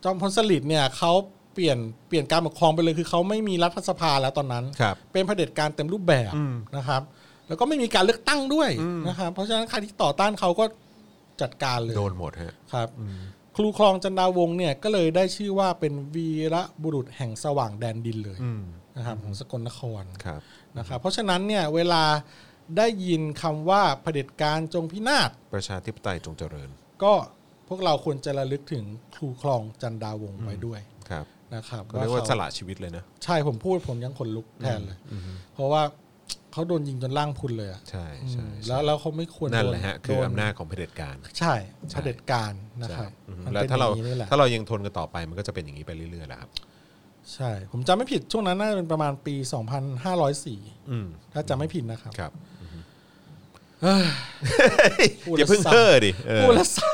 [SPEAKER 2] จอมพลสฤษดิ์เนี่ยเขาเปลี่ยนเปลี่ยนการปกครองไปเลยคือเขาไม่มีรัฐสภาแล้วตอนนั้น
[SPEAKER 1] ครับ
[SPEAKER 2] เป็นเผด็จการเต็มรูปแบบ
[SPEAKER 1] อืม
[SPEAKER 2] นะครับ แล้วก็ไม่มีการเลือกตั้งด้วย
[SPEAKER 1] อืม
[SPEAKER 2] นะครับ เพราะฉะนั้นใครที่ต่อต้านเขาก็จัดการเลย
[SPEAKER 1] โดนหมดฮะ
[SPEAKER 2] ครับ
[SPEAKER 1] อืม
[SPEAKER 2] ครูคลองจันดาวงศ์เนี่ยก็เลยได้ชื่อว่าเป็นวีระบุรุษแห่งสว่างแดนดินเลย
[SPEAKER 1] อืม
[SPEAKER 2] นะครับของสกลนคร
[SPEAKER 1] ครับ
[SPEAKER 2] นะครับ เพราะฉะนั้นเนี่ยเวลาได้ยินคำว่าเผด็จการจงพินาศ
[SPEAKER 1] ประชาธิปไตยจงเจริญ
[SPEAKER 2] ก็พวกเราควรจะระลึกถึงครูคลองจันดาวงศ์ไว้ด้วย
[SPEAKER 1] ครับ
[SPEAKER 2] นะครับ
[SPEAKER 1] ก็เรียกว่า
[SPEAKER 2] ข
[SPEAKER 1] สละชีวิตเลยนะ
[SPEAKER 2] ใช่ผมพูดผมยังขนลุกแทนเลย
[SPEAKER 1] อืม
[SPEAKER 2] เพราะว่าเขาโดนยิงจนล่างพรุนเลยอะ
[SPEAKER 1] ใช่ใช่
[SPEAKER 2] อืม
[SPEAKER 1] ใช่
[SPEAKER 2] แล้วแล้วเขาไม่ควร
[SPEAKER 1] นั่น
[SPEAKER 2] โด
[SPEAKER 1] แหละฮะคือ
[SPEAKER 2] โด
[SPEAKER 1] อำนาจของเผด็จการ
[SPEAKER 2] ใช่เผด็จการนะครับ
[SPEAKER 1] ใช่อืม
[SPEAKER 2] มัน
[SPEAKER 1] แล้ว
[SPEAKER 2] เป็น
[SPEAKER 1] ถ้าเรา
[SPEAKER 2] อย่งนี้นี่แหละ
[SPEAKER 1] ถ้าเรายังทนกันต่อไปมันก็จะเป็นอย่างนี้ไปเรื่อยๆแหละครับ
[SPEAKER 2] ใช่ ผมจำไม่ผิดช่วงนั้นน่าจะเป็นประมาณปี 2504
[SPEAKER 1] อืม
[SPEAKER 2] ถ้าจำไม่ผิดนะครับ
[SPEAKER 1] ครับ
[SPEAKER 2] พูด
[SPEAKER 1] อย่าเพิ่ง
[SPEAKER 2] แล้วเศร้า
[SPEAKER 1] เพ้อดิเออ
[SPEAKER 2] พูดแล้วเศร้า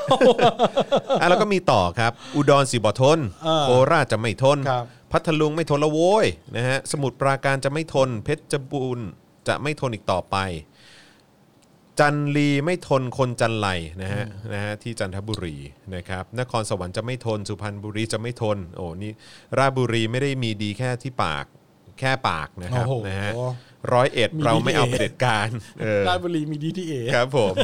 [SPEAKER 1] อ่ะแล้วก็มีต่อครับ อุดรสิบอทน
[SPEAKER 2] เออ
[SPEAKER 1] โคราชจะไม่ทน
[SPEAKER 2] ครับ
[SPEAKER 1] พัทลุงไม่ทนละโว้ยนะฮะสมุทรปราการจะไม่ทน เพชรบูรณ์จะไม่ทนอีกต่อไป จันลีไม่ทนคนจันไหลนะฮะนะฮะที่จันทบุรีนะครับนครสวรรค์จะไม่ทน สุพรรณบุรีจะไม่ทนโอ้นี่ราชบุรีไม่ได้มีดีแค่ที่ปากแค่ปากนะครับ
[SPEAKER 2] โอ้โห
[SPEAKER 1] นะฮะร้อยเอ็ด
[SPEAKER 2] มี
[SPEAKER 1] เราไม่เอา
[SPEAKER 2] ดี
[SPEAKER 1] เผ
[SPEAKER 2] เอ
[SPEAKER 1] ด็จการเออ
[SPEAKER 2] ราชบุรีมีดีทีเอ
[SPEAKER 1] ครับผม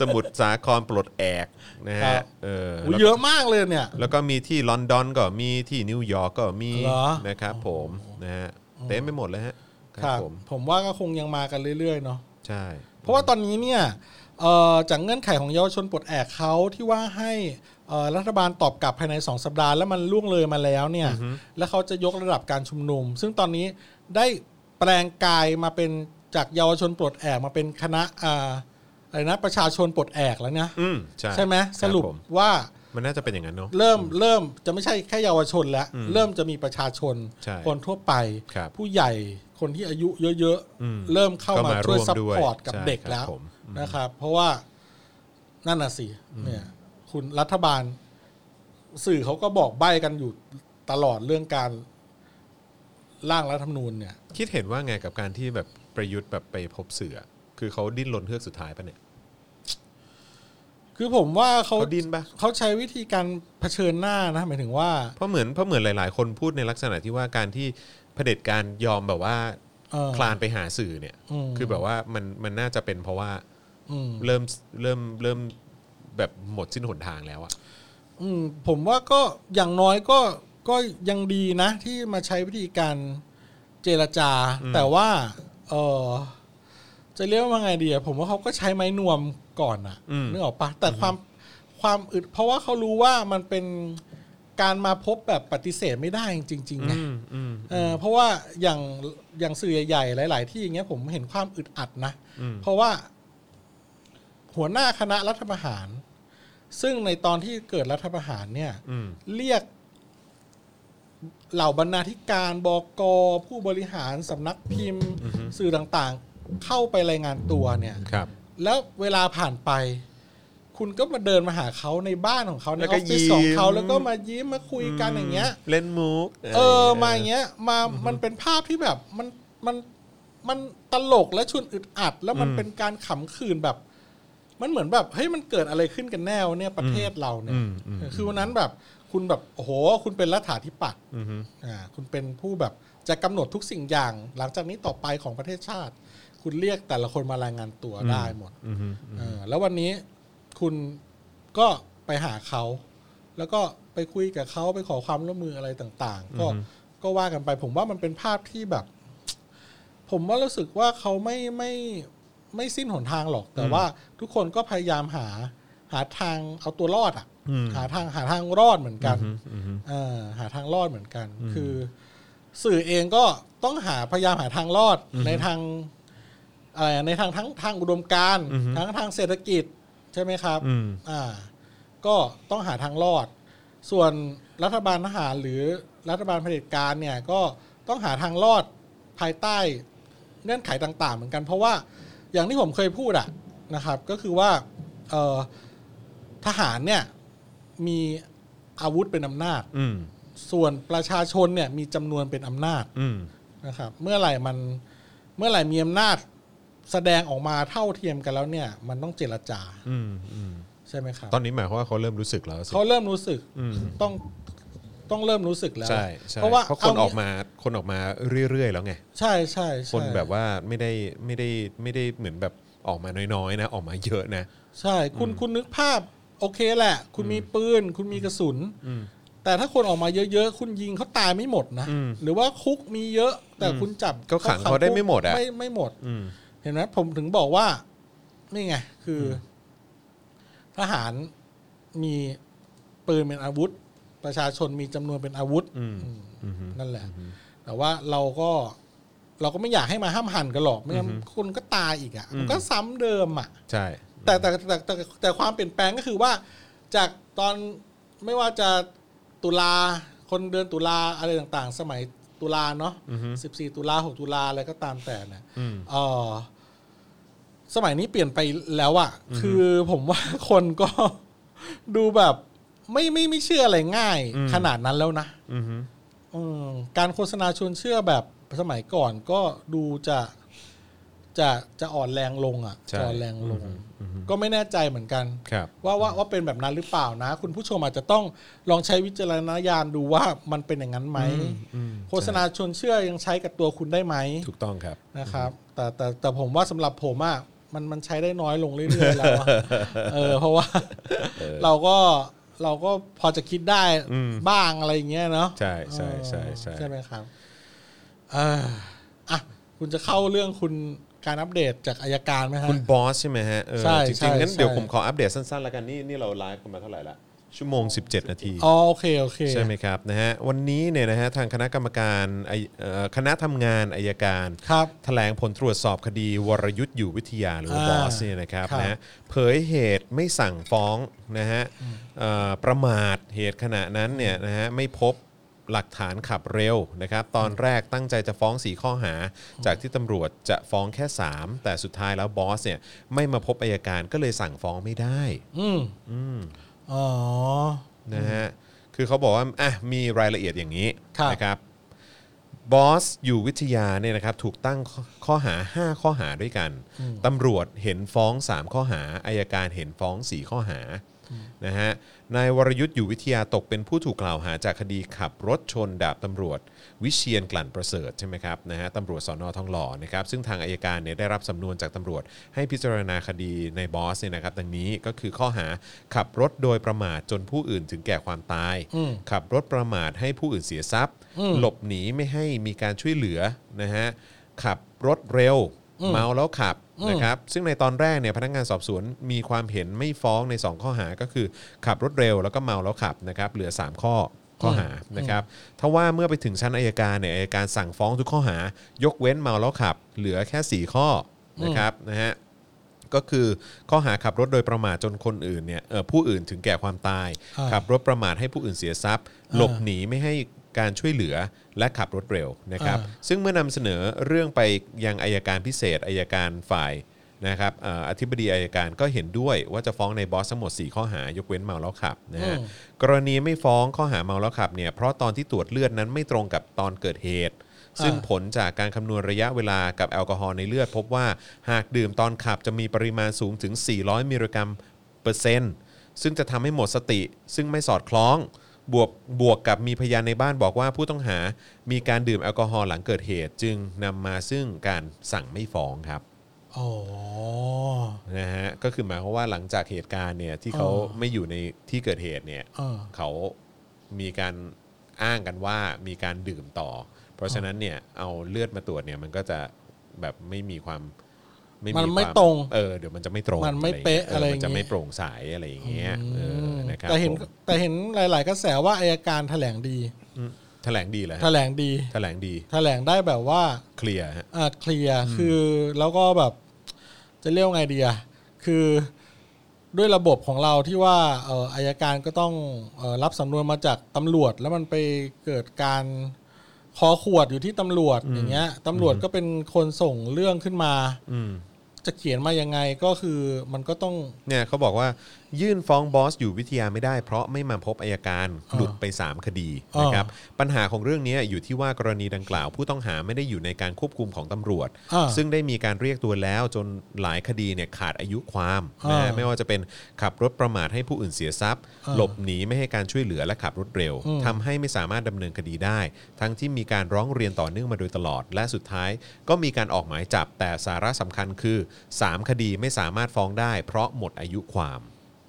[SPEAKER 1] สมุทรสาครปลดแอกนะฮะเออแล้วก็
[SPEAKER 2] เยอะมากเลยเนี่ย
[SPEAKER 1] แล้วก็มีที่ลอนดอนก็มีที่นิวยอร์กก็มี
[SPEAKER 2] เหรอ
[SPEAKER 1] นะครับผมนะฮะเต็มไปหมดเลยฮะ
[SPEAKER 2] ครับ
[SPEAKER 1] ผม
[SPEAKER 2] ผมว่าก็คงยังมากันเรื่อยๆเนาะ
[SPEAKER 1] ใช่
[SPEAKER 2] เพราะว่าตอนนี้เนี่ยเอ่อจากเงื่อนไขของเยาวชนปลดแอกเขาที่ว่าให้เอ่อรัฐบาลตอบกลับภายใน 2 สัปดาห์แล้วมันล่วงเลยมาแล้วเนี่ยแล้วเขาจะยกระดับการชุมนุม ซึ่งตอนนี้ได้แปลงกายมาเป็นจากเยาวชนปลดแอกมาเป็นคณะอ่าอะไรนะประชาชนปลดแอกแล้วนะ
[SPEAKER 1] อืมใช่
[SPEAKER 2] ใช่ไหม
[SPEAKER 1] ค
[SPEAKER 2] สรุป
[SPEAKER 1] บผม
[SPEAKER 2] ว่า
[SPEAKER 1] มันน่าจะเป็นอย่างนั้นเนาะ
[SPEAKER 2] เริ่มเริ่มจะไม่ใช่แค่เยาวชนแล้วเริ่มจะมีประชาชน
[SPEAKER 1] ใช่
[SPEAKER 2] คนทั่วไป
[SPEAKER 1] ครับ
[SPEAKER 2] ผู้ใหญ่คนที่อายุเยอะ
[SPEAKER 1] อืม
[SPEAKER 2] ๆเริ่มเข้า
[SPEAKER 1] เข้า
[SPEAKER 2] มา
[SPEAKER 1] มา
[SPEAKER 2] ช่วย
[SPEAKER 1] ร่วม
[SPEAKER 2] ซัพ
[SPEAKER 1] ด้วย
[SPEAKER 2] พอร์ตกับ
[SPEAKER 1] ใช่
[SPEAKER 2] เด็ก
[SPEAKER 1] ครับ
[SPEAKER 2] แล้ว
[SPEAKER 1] ผม
[SPEAKER 2] นะครับเพราะว่านั่นน่ะสิเนี่ยคุณรัฐบาล สื่อเขาก็บอกใบ้กันอยู่ตลอดเรื่องการร่างรัฐธรรมนูญเนี่ย
[SPEAKER 1] คิดเห็นว่าไงกับการที่แบบประยุทธ์แบบไปพบเสือ คือเขาดิ้นรนเฮือกสุดท้ายปะเนี่ย
[SPEAKER 2] คือผมว่าเขา
[SPEAKER 1] เขาดิ้นปะ
[SPEAKER 2] เขาใช้วิธีการเผชิญหน้านะ หมายถึงว่า
[SPEAKER 1] เพราะเหมือนเพราะเหมือนหลาย ๆ คนพูดในลักษณะที่ว่าการที่เผด็จการยอมแบบว่า
[SPEAKER 2] เออ
[SPEAKER 1] คลานไปหาสื่อเนี่ย
[SPEAKER 2] อืม
[SPEAKER 1] คือแบบว่ามันมันน่าจะเป็นเพราะว่า
[SPEAKER 2] อืม
[SPEAKER 1] เริ่มเริ่มเริ่มแบบหมดสิ้นหนทางแล้วอะ
[SPEAKER 2] อืมผมว่าก็อย่างน้อยก็ก็ยังดีนะ ที่มาใช้วิธีการเจรจา แต่ว่า เออจะเรียกว่าไงดีอะผมว่าเขาก็ใช้ไม้นวมก่อนอะ
[SPEAKER 1] อืม
[SPEAKER 2] นึกออกปะแต่ความความอึดเพราะว่าเขารู้ว่ามันเป็นการมาพบแบบปฏิเสธไม่ได้จริงๆไง
[SPEAKER 1] อืมอืม
[SPEAKER 2] เออเพราะว่าอย่างอย่างสื่อใหญ่ๆหลาย ๆ ที่อย่างเงี้ยผมเห็นความอึดอัดนะ
[SPEAKER 1] อืม
[SPEAKER 2] เพราะว่า หัวหน้าคณะรัฐประหาร ซึ่งในตอนที่เกิดรัฐประหารเนี่ย
[SPEAKER 1] อืม
[SPEAKER 2] เรียกเหล่าบรรณาธิการบกผู้บริหารสำนักพิมพ์
[SPEAKER 1] อือฮึ
[SPEAKER 2] สื่อต่างๆ เข้าไปรายงานตัวเนี่ย
[SPEAKER 1] ครับ
[SPEAKER 2] แล้วเวลาผ่านไป คุณก็มาเดินมาหาเขาในบ้านของเขาใน
[SPEAKER 1] แล้
[SPEAKER 2] อ
[SPEAKER 1] วก็
[SPEAKER 2] อฟฟิศ
[SPEAKER 1] ยิ้ม
[SPEAKER 2] ของเขาแล้วก็มายิ้มมาคุยกันอย่างเงี้ย
[SPEAKER 1] เล่นมุก
[SPEAKER 2] เออมาอย่างเงี้ยมามันเป็นภาพที่แบบมันมันมันตลกและชวนอึดอัด แล้วมันเป็นการขำขื่นแบบ มันเหมือนแบบเฮ้ยมันเกิดอะไรขึ้นกันแน่วะเนี่ยประเทศเราเนี่ย
[SPEAKER 1] อืมอืม
[SPEAKER 2] คือวันนั้นแบบคุณแบบโอ้โห คุณเป็นรัฐาธิปัตย์
[SPEAKER 1] อืม
[SPEAKER 2] อ่าคุณเป็นผู้แบบจะกำหนดทุกสิ่งอย่าง หลังจากนี้ต่อไปของประเทศชาติ คุณเรียกแต่ละคนมารายงานตัว
[SPEAKER 1] อืม
[SPEAKER 2] ได้หมด
[SPEAKER 1] อืมอืม
[SPEAKER 2] เออแล้ววันนี้คุณก็ไปหาเขา แล้วก็ไปคุยกับเขาไปขอความร่วมมืออะไรต่าง ๆ ก็ก็ว่ากันไปผมว่ามันเป็นภาพที่แบบ ผมว่ารู้สึกว่าเขาไม่ไม่ไม่สิ้นหนทางหรอก แต่ว่าทุกคนก็พยายามหาหาทางเอาตัวรอดอ่ะ
[SPEAKER 1] อืม
[SPEAKER 2] หาทางหาทางรอดเหมือนกัน
[SPEAKER 1] อืมอืม
[SPEAKER 2] เออหาทางรอดเหมือนกัน
[SPEAKER 1] อืม
[SPEAKER 2] คือ สื่อเองก็ต้องหาพยายามหาทางรอด
[SPEAKER 1] อือฮึ
[SPEAKER 2] ในทางอะไรอะในทางทั้งทางอุดมการณ์
[SPEAKER 1] อือฮึ
[SPEAKER 2] ทั้งทางเศรษฐกิจใช่ไหมครับ
[SPEAKER 1] อืม
[SPEAKER 2] อ่า ก็ต้องหาทางรอด ส่วนรัฐบาลทหารหรือรัฐบาลเผด็จการเนี่ยก็ต้องหาทางรอดภายใต้เงื่อนไขต่าง ๆ เหมือนกัน เพราะว่าอย่างที่ผมเคยพูดอะนะครับ ก็คือว่าเอ่อทหารเนี่ยมีอาวุธเป็นอำนาจ
[SPEAKER 1] อืม
[SPEAKER 2] ส่วนประชาชนเนี่ยมีจำนวนเป็นอำนาจ
[SPEAKER 1] อืม
[SPEAKER 2] นะครับเมื่อไหร่มันเมื่อไหร่มีอำนาจแสดงออกมาเท่าเทียมกันแล้วเนี่ย มันต้องเจรจา
[SPEAKER 1] อืมอืม
[SPEAKER 2] ใช่ไหมครับ
[SPEAKER 1] ตอนนี้หมายความว่าเขาเริ่มรู้สึกแล้วสิ
[SPEAKER 2] เขาเริ่มรู้สึก
[SPEAKER 1] อืม
[SPEAKER 2] ต้องต้องเริ่มรู้สึกแล้ว
[SPEAKER 1] ใช่ใช่
[SPEAKER 2] เพราะว่า
[SPEAKER 1] เพราะคน
[SPEAKER 2] งี้
[SPEAKER 1] ออกมาคนออกมาเรื่อยๆแล้วไง
[SPEAKER 2] ใช่ใช่ใช่
[SPEAKER 1] คนแบบว่าไม่ได้ไม่ได้ไม่ได้เหมือนแบบออกมาน้อยๆนะ ออกมาเยอะนะ
[SPEAKER 2] ใช่คุณคุณนึกภาพ โอเคแหละ คุณมีปืน คุณมีกระสุน
[SPEAKER 1] อืม
[SPEAKER 2] แต่ถ้าคนออกมาเยอะๆ คุณยิงเขาตายไม่หมดนะ
[SPEAKER 1] อืม
[SPEAKER 2] หรือว่าคุกมีเยอะ แต่คุณจับ
[SPEAKER 1] ก็ขังเขาได้ไม่หมดอะ
[SPEAKER 2] ไม่ไม่หมด
[SPEAKER 1] อืม
[SPEAKER 2] เห็นไหมผมถึงบอกว่า นี่ไง คืออทหารมีปืนเป็นอาวุธ ประชาชนมีจำนวนเป็นอาวุธ
[SPEAKER 1] อืม
[SPEAKER 2] อืม
[SPEAKER 1] อืม
[SPEAKER 2] นั่นแหละ แต่ว่าเราก็เราก็ไม่อยากให้มาห้ามหันกันหรอกไม่งั้น
[SPEAKER 1] อือฮึ
[SPEAKER 2] คนก็ตายอีกอ่ะ
[SPEAKER 1] อืม
[SPEAKER 2] มันก็ซ้ำเดิมอ่ะ
[SPEAKER 1] ใช่
[SPEAKER 2] แต่แต่แต่แต่แต่แต่ความเปลี่ยนแปลงก็คือว่า จากตอนไม่ว่าจะตุลาคนเดือนตุลาอะไรต่างๆ สมัยตุลาเนาะ
[SPEAKER 1] อือฮึ
[SPEAKER 2] สิบสี่ตุลาหกตุลาอะไรก็ตามแต่เนี่ย
[SPEAKER 1] อืม
[SPEAKER 2] เออสมัยนี้เปลี่ยนไปแล้วอะคือผมว่าคนก็ ดูแบบไม่ไม่ไม่เชื่ออะไรง่าย
[SPEAKER 1] อืม
[SPEAKER 2] ขนาดนั้นแล้วนะ
[SPEAKER 1] อืม
[SPEAKER 2] อืมการโฆษณาชวนเชื่อแบบสมัยก่อนก็ดูจะจะจะอ่อนแรงลงอะ
[SPEAKER 1] ใช่
[SPEAKER 2] จะอ่อนแรงลง
[SPEAKER 1] อืม
[SPEAKER 2] ก็ไม่แน่ใจเหมือนกัน
[SPEAKER 1] ครับ
[SPEAKER 2] ว่าว่าว่าเป็นแบบนั้นหรือเปล่านะ คุณผู้ชมอาจจะต้องลองใช้วิจารณญาณดูว่ามันเป็นอย่างนั้นไหม
[SPEAKER 1] อืมอืม
[SPEAKER 2] โฆษณาชวนเชื่อยังใช้กับตัวคุณได้ไหม
[SPEAKER 1] ถูกต้องครับ
[SPEAKER 2] นะครับแต่แต่แต่ผมว่าสำหรับผมอะมันมันใช้ได้น้อยลงเรื่อย ๆแล้วอะเออเพราะว่าเราก็เราก็พอจะคิดได้
[SPEAKER 1] อืม
[SPEAKER 2] บ้างอะไรอย่างเงี้ยเนาะ
[SPEAKER 1] ใช่ใช่ใช่ใช่
[SPEAKER 2] ใช่ไหมครับเอ่ออ่ะคุณจะเข้าเรื่องคุณการอัปเดตจากอายการไหมฮะ
[SPEAKER 1] คุณบอสใช่ไหมฮะเออ
[SPEAKER 2] ใช่
[SPEAKER 1] จ
[SPEAKER 2] ใช่
[SPEAKER 1] ริงๆงั้น
[SPEAKER 2] ใช่
[SPEAKER 1] เดี๋ยวผมขออัปเดตสั้นๆแล้วกันนี่นี่เราไลฟ์กันมาเท่าไหร่ละชั่วโมง 17 นาที
[SPEAKER 2] อ๋อโอเคโอเค
[SPEAKER 1] ใช่ไหมครับนะฮะวันนี้เนี่ยนะฮะทางคณะกรรมการไอเอ่อคณะทำงานอายการ
[SPEAKER 2] ครับ
[SPEAKER 1] แถลงผลตรวจสอบคดีวรยุทธ์อยู่วิทยาหรือว่า
[SPEAKER 2] อ่า
[SPEAKER 1] บอสเนี่ยนะครับ
[SPEAKER 2] ครับ
[SPEAKER 1] นะฮะเผยเหตุไม่สั่งฟ้องนะฮะเอ่อประมาทเหตุขณะนั้นเนี่ยนะฮะไม่พบหลักฐานขับเร็วนะครับ ตอนแรกตั้งใจจะฟ้อง 4 ข้อหา จากที่ตำรวจจะฟ้องแค่ 3 แต่สุดท้ายแล้วบอสเนี่ยไม่มาพบอายการก็เลยสั่งฟ้องไม่ได้
[SPEAKER 2] ืม
[SPEAKER 1] อืม
[SPEAKER 2] อ๋อ
[SPEAKER 1] นะฮะ คือเขาบอกว่า อ่ะ มีรายละเอียดอย่างนี้
[SPEAKER 2] ครับ
[SPEAKER 1] นะครับ บอสอยู่วิทยาเนี่ยนะครับ ถูกตั้งข้อข้อหา 5 ข้อหาด้วยกัน ตำรวจเห็นฟ้อง 3 ข้อหา อายการเห็นฟ้อง 4 ข้อหา นะฮะ นายวรยุทธ์อยู่วิทยาตกเป็นผู้ถูกกล่าวหาจากคดีขับรถชนดาบตำรวจ วิเชียนกลั่นประเสริฐใช่ไหมครับ นะฮะตำรวจสอนอทองหล่อนะครับ ซึ่งทางอายการเนี่ยได้รับสำนวนจากตำรวจ ให้พิจารณาคดีในบอสเนี่ยนะครับ ดังนี้ก็คือข้อหาขับรถโดยประมาทจนผู้อื่นถึงแก่ความตาย
[SPEAKER 2] อืม
[SPEAKER 1] ขับรถประมาทให้ผู้อื่นเสียทรัพย์
[SPEAKER 2] อืม
[SPEAKER 1] หลบหนีไม่ให้มีการช่วยเหลือนะฮะขับรถเร็ว
[SPEAKER 2] อืม
[SPEAKER 1] เมาแล้วขับ
[SPEAKER 2] อืม
[SPEAKER 1] นะครับซึ่งในตอนแรกเนี่ยพนักงานสอบสวนมีความเห็นไม่ฟ้องใน 2 ข้อหาก็คือ ขับรถเร็วแล้วก็เมาแล้วขับนะครับเหลือ 3 ข้อข้อหานะครับถ้าว่าเมื่อไปถึงชั้นอายการเนี่ยอายการสั่งฟ้องทุกข้อหา ยกเว้นเมาแล้วขับ เหลือแค่ 4 ข้อนะครับนะฮะ ก็คือข้อหาขับรถโดยประมาทจนคนอื่นเนี่ยเอ่อผู้อื่นถึงแก่ความตาย
[SPEAKER 2] อ่า
[SPEAKER 1] ขับรถประมาทให้ผู้อื่นเสียทรัพย์ หลบหนีไม่ให้การช่วยเหลือและขับรถเร็วนะครับ
[SPEAKER 2] อ่
[SPEAKER 1] ซึ่งเมื่อนำเสนอเรื่องไปยังอายการพิเศษอายการฝ่ายนะครับเอ่ออธิบดีอายการก็เห็นด้วยว่าจะฟ้องในบอสทั้งหมด 4 ข้อหายกเว้นเมาแล้วขับนะฮะ
[SPEAKER 2] อืม
[SPEAKER 1] กรณีไม่ฟ้องข้อหาเมาแล้วขับเนี่ยเพราะตอนที่ตรวจเลือดนั้นไม่ตรงกับตอนเกิดเหตุ ซึ่งผลจากการคำนวณระยะเวลากับแอลกอฮอล์ในเลือด พบว่าหากดื่มตอนขับจะมีปริมาณสูงถึง 400 มิลลิกรัมเปอร์เซ็นต์ ซึ่งจะทำให้หมดสติ ซึ่งไม่สอดคล้อง บวกบวกกับมีพยานในบ้านบอกว่าผู้ต้องหา มีการดื่มแอลกอฮอล์หลังเกิดเหตุ จึงนำมาซึ่งการสั่งไม่ฟ้องครับ
[SPEAKER 2] อ๋อ
[SPEAKER 1] นะฮะก็คือหมายความว่าหลังจากเหตุการณ์เนี่ยที่เขา
[SPEAKER 2] อ๋อ
[SPEAKER 1] ไม่อยู่ในที่เกิดเหตุเนี่ย
[SPEAKER 2] เออ
[SPEAKER 1] เขามีการอ้างกันว่ามีการดื่มต่อ เพราะฉะนั้นเนี่ยเอาเลือดมาตรวจเนี่ยมันก็จะแบบไม่มีความ
[SPEAKER 2] มัน
[SPEAKER 1] ควา
[SPEAKER 2] ไม่ตรง
[SPEAKER 1] เออเดี๋ยวมันจะไม่ตรง
[SPEAKER 2] มันไม่เป๊ะ
[SPEAKER 1] อ
[SPEAKER 2] อะไรอ
[SPEAKER 1] มั
[SPEAKER 2] ย่างเงี้ย
[SPEAKER 1] นจะไม่โปร่งใสอะไรอย่างเงี้ยเออนะครับ
[SPEAKER 2] แต่เห็น
[SPEAKER 1] ผม
[SPEAKER 2] แต่เห็นหลาย ๆ กระแสว่าอายการแถลงดี
[SPEAKER 1] อืมแถลงดีเหรอ
[SPEAKER 2] แถ
[SPEAKER 1] ฮะ
[SPEAKER 2] ลงดี
[SPEAKER 1] แถลงดี
[SPEAKER 2] แถลงได้แบบว่า
[SPEAKER 1] เคลียร์ฮะ
[SPEAKER 2] อาจเคลียร์คือแล้วก็แบบจะเรียกว่าไงดีอะคือด้วยระบบของเราที่ว่าเอ่ออายการก็ต้องเออรับสำนวนมาจากตำรวจ แล้วมันไปเกิดการคอขวดอยู่ที่ตำรวจอย่างเงี้ยตำรวจก็เป็นคนส่งเรื่องขึ้นมา
[SPEAKER 1] อืม
[SPEAKER 2] จะเขียนมายังไงก็คือมันก็ต้อง
[SPEAKER 1] เนี่ยเขาบอกว่ายื่นฟ้องบอสอยู่วิทยาไม่ได้เพราะไม่มาพบอายการ
[SPEAKER 2] อ่า
[SPEAKER 1] หลุดไป 3 คดี
[SPEAKER 2] อ่าน
[SPEAKER 1] นะครับปัญหาของเรื่องนี้อยู่ที่ว่ากรณีดังกล่าว ผู้ต้องหาไม่ได้อยู่ในการควบคุมของตำรวจ
[SPEAKER 2] อ่า
[SPEAKER 1] ซึ่งได้มีการเรียกตัวแล้วจนหลายคดีเนี่ยขาดอายุความนะฮะ
[SPEAKER 2] อ่า
[SPEAKER 1] ไม่ว่าจะเป็นขับรถประมาทให้ผู้อื่นเสียทรัพย์
[SPEAKER 2] อ่า
[SPEAKER 1] หลบหนีไม่ให้การช่วยเหลือและขับรถเร็ว
[SPEAKER 2] อืม
[SPEAKER 1] ทำให้ไม่สามารถดำเนินคดีได้ ทั้งที่มีการร้องเรียนต่อเนื่องมาโดยตลอด และสุดท้ายก็มีการออกหมายจับแต่สาระสำคัญคือสามคดีไม่สามารถฟ้องได้ เพราะหมดอายุความ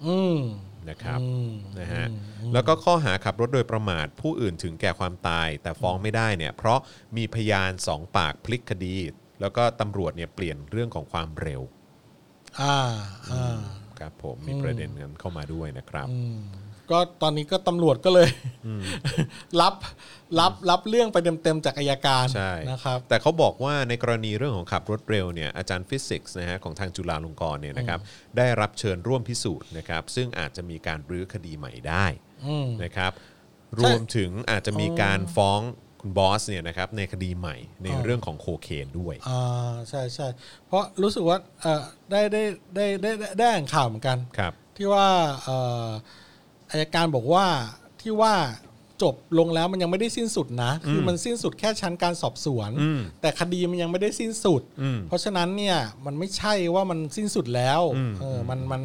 [SPEAKER 2] อืม
[SPEAKER 1] นะครับ
[SPEAKER 2] อืม
[SPEAKER 1] นะฮะแล้วก็ข้อหาขับรถโดยประมาทผู้อื่นถึงแก่ความตาย แต่ฟ้องไม่ได้เนี่ยเพราะมีพยานสองปากพลิกคดี แล้วก็ตำรวจเนี่ยเปลี่ยนเรื่องของความเร็ว
[SPEAKER 2] อ่าอ่า
[SPEAKER 1] ครับผมมีประเด็นนั้นเข้ามาด้วยนะครับ
[SPEAKER 2] อืมก็ตอนนี้ก็ตำรวจก็เลย รับรับรับเรื่องไปเต็มๆจากอายการ
[SPEAKER 1] ใช่
[SPEAKER 2] นะครับ
[SPEAKER 1] แต่เขาบอกว่าในกรณีเรื่องของขับรถเร็วเนี่ยอาจารย์ฟิสิกส์นะฮะของทางจุฬาลงกรณ์เนี่ยนะครับได้รับเชิญร่วมพิสูจน์นะครับซึ่งอาจจะมีการรื้อคดีใหม่ได้
[SPEAKER 2] อืม
[SPEAKER 1] นะครับ
[SPEAKER 2] ใช่
[SPEAKER 1] รวมถึงอาจจะมีการฟ้องคุณบอสเนี่ยนะครับในคดีใหม่ใน
[SPEAKER 2] อ๋อ
[SPEAKER 1] เรื่องของโคเคนด้วย
[SPEAKER 2] อ่าใช่ใช่เพราะรู้สึกว่าเออได้ได้ได้ได้ได้ได้อ่านข่าวเหมือนกัน
[SPEAKER 1] ครับ
[SPEAKER 2] ที่ว่าเอ่ออายการบอกว่าที่ว่าจบลงแล้วมันยังไม่ได้สิ้นสุดนะ คือมันสิ้นสุดแค่ชั้นการสอบสวน
[SPEAKER 1] อืม
[SPEAKER 2] แต่คดีมันยังไม่ได้สิ้นสุด
[SPEAKER 1] อืม
[SPEAKER 2] เพราะฉะนั้นเนี่ยมันไม่ใช่ว่ามันสิ้นสุดแล้ว
[SPEAKER 1] อืม
[SPEAKER 2] เออมันมัน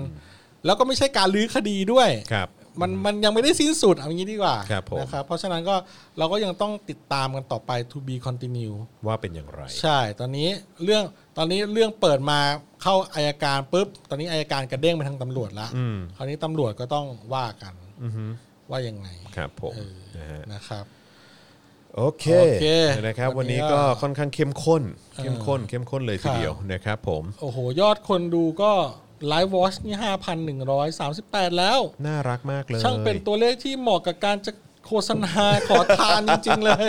[SPEAKER 2] แล้วก็ไม่ใช่การลื้อคดีด้วย
[SPEAKER 1] ครับ
[SPEAKER 2] มันมันยังไม่ได้สิ้นสุดเอางี้ดีกว่า
[SPEAKER 1] ครับผม
[SPEAKER 2] นะครับเพราะฉะนั้นก็เราก็ยังต้องติดตามกันต่อไป to be continue
[SPEAKER 1] ว่าเป็นอย่างไร
[SPEAKER 2] ใช่ตอนนี้เรื่องตอนนี้เรื่องเปิดมาเข้าอายการปุ๊บ ตอนนี้อายการกระเด้งไปทางตำรวจละ
[SPEAKER 1] อืม
[SPEAKER 2] คราวนี้ตำรวจก็ต้องว่ากัน
[SPEAKER 1] อือฮึ
[SPEAKER 2] ว่ายังไง
[SPEAKER 1] ครับผม
[SPEAKER 2] เออ
[SPEAKER 1] นะฮะ
[SPEAKER 2] นะครับ
[SPEAKER 1] โอเค
[SPEAKER 2] โอเค
[SPEAKER 1] นะครับ
[SPEAKER 2] วั
[SPEAKER 1] วัน น
[SPEAKER 2] นี้
[SPEAKER 1] นี้
[SPEAKER 2] ก็
[SPEAKER 1] ก็ค่อนข้างเข้มข้น
[SPEAKER 2] เออ
[SPEAKER 1] เข้มข้น เข้มข้นเลยที
[SPEAKER 2] ค่ะ
[SPEAKER 1] เดียวนะครับผม
[SPEAKER 2] โอ้โห ยอดคนดูก็ไลฟ์วอชนี่5,138 แล้ว
[SPEAKER 1] น่ารักมากเลย
[SPEAKER 2] ช่างเป็นตัวเลขที่เหมาะกับการจะโฆษณา ขอทานจริง ๆเลย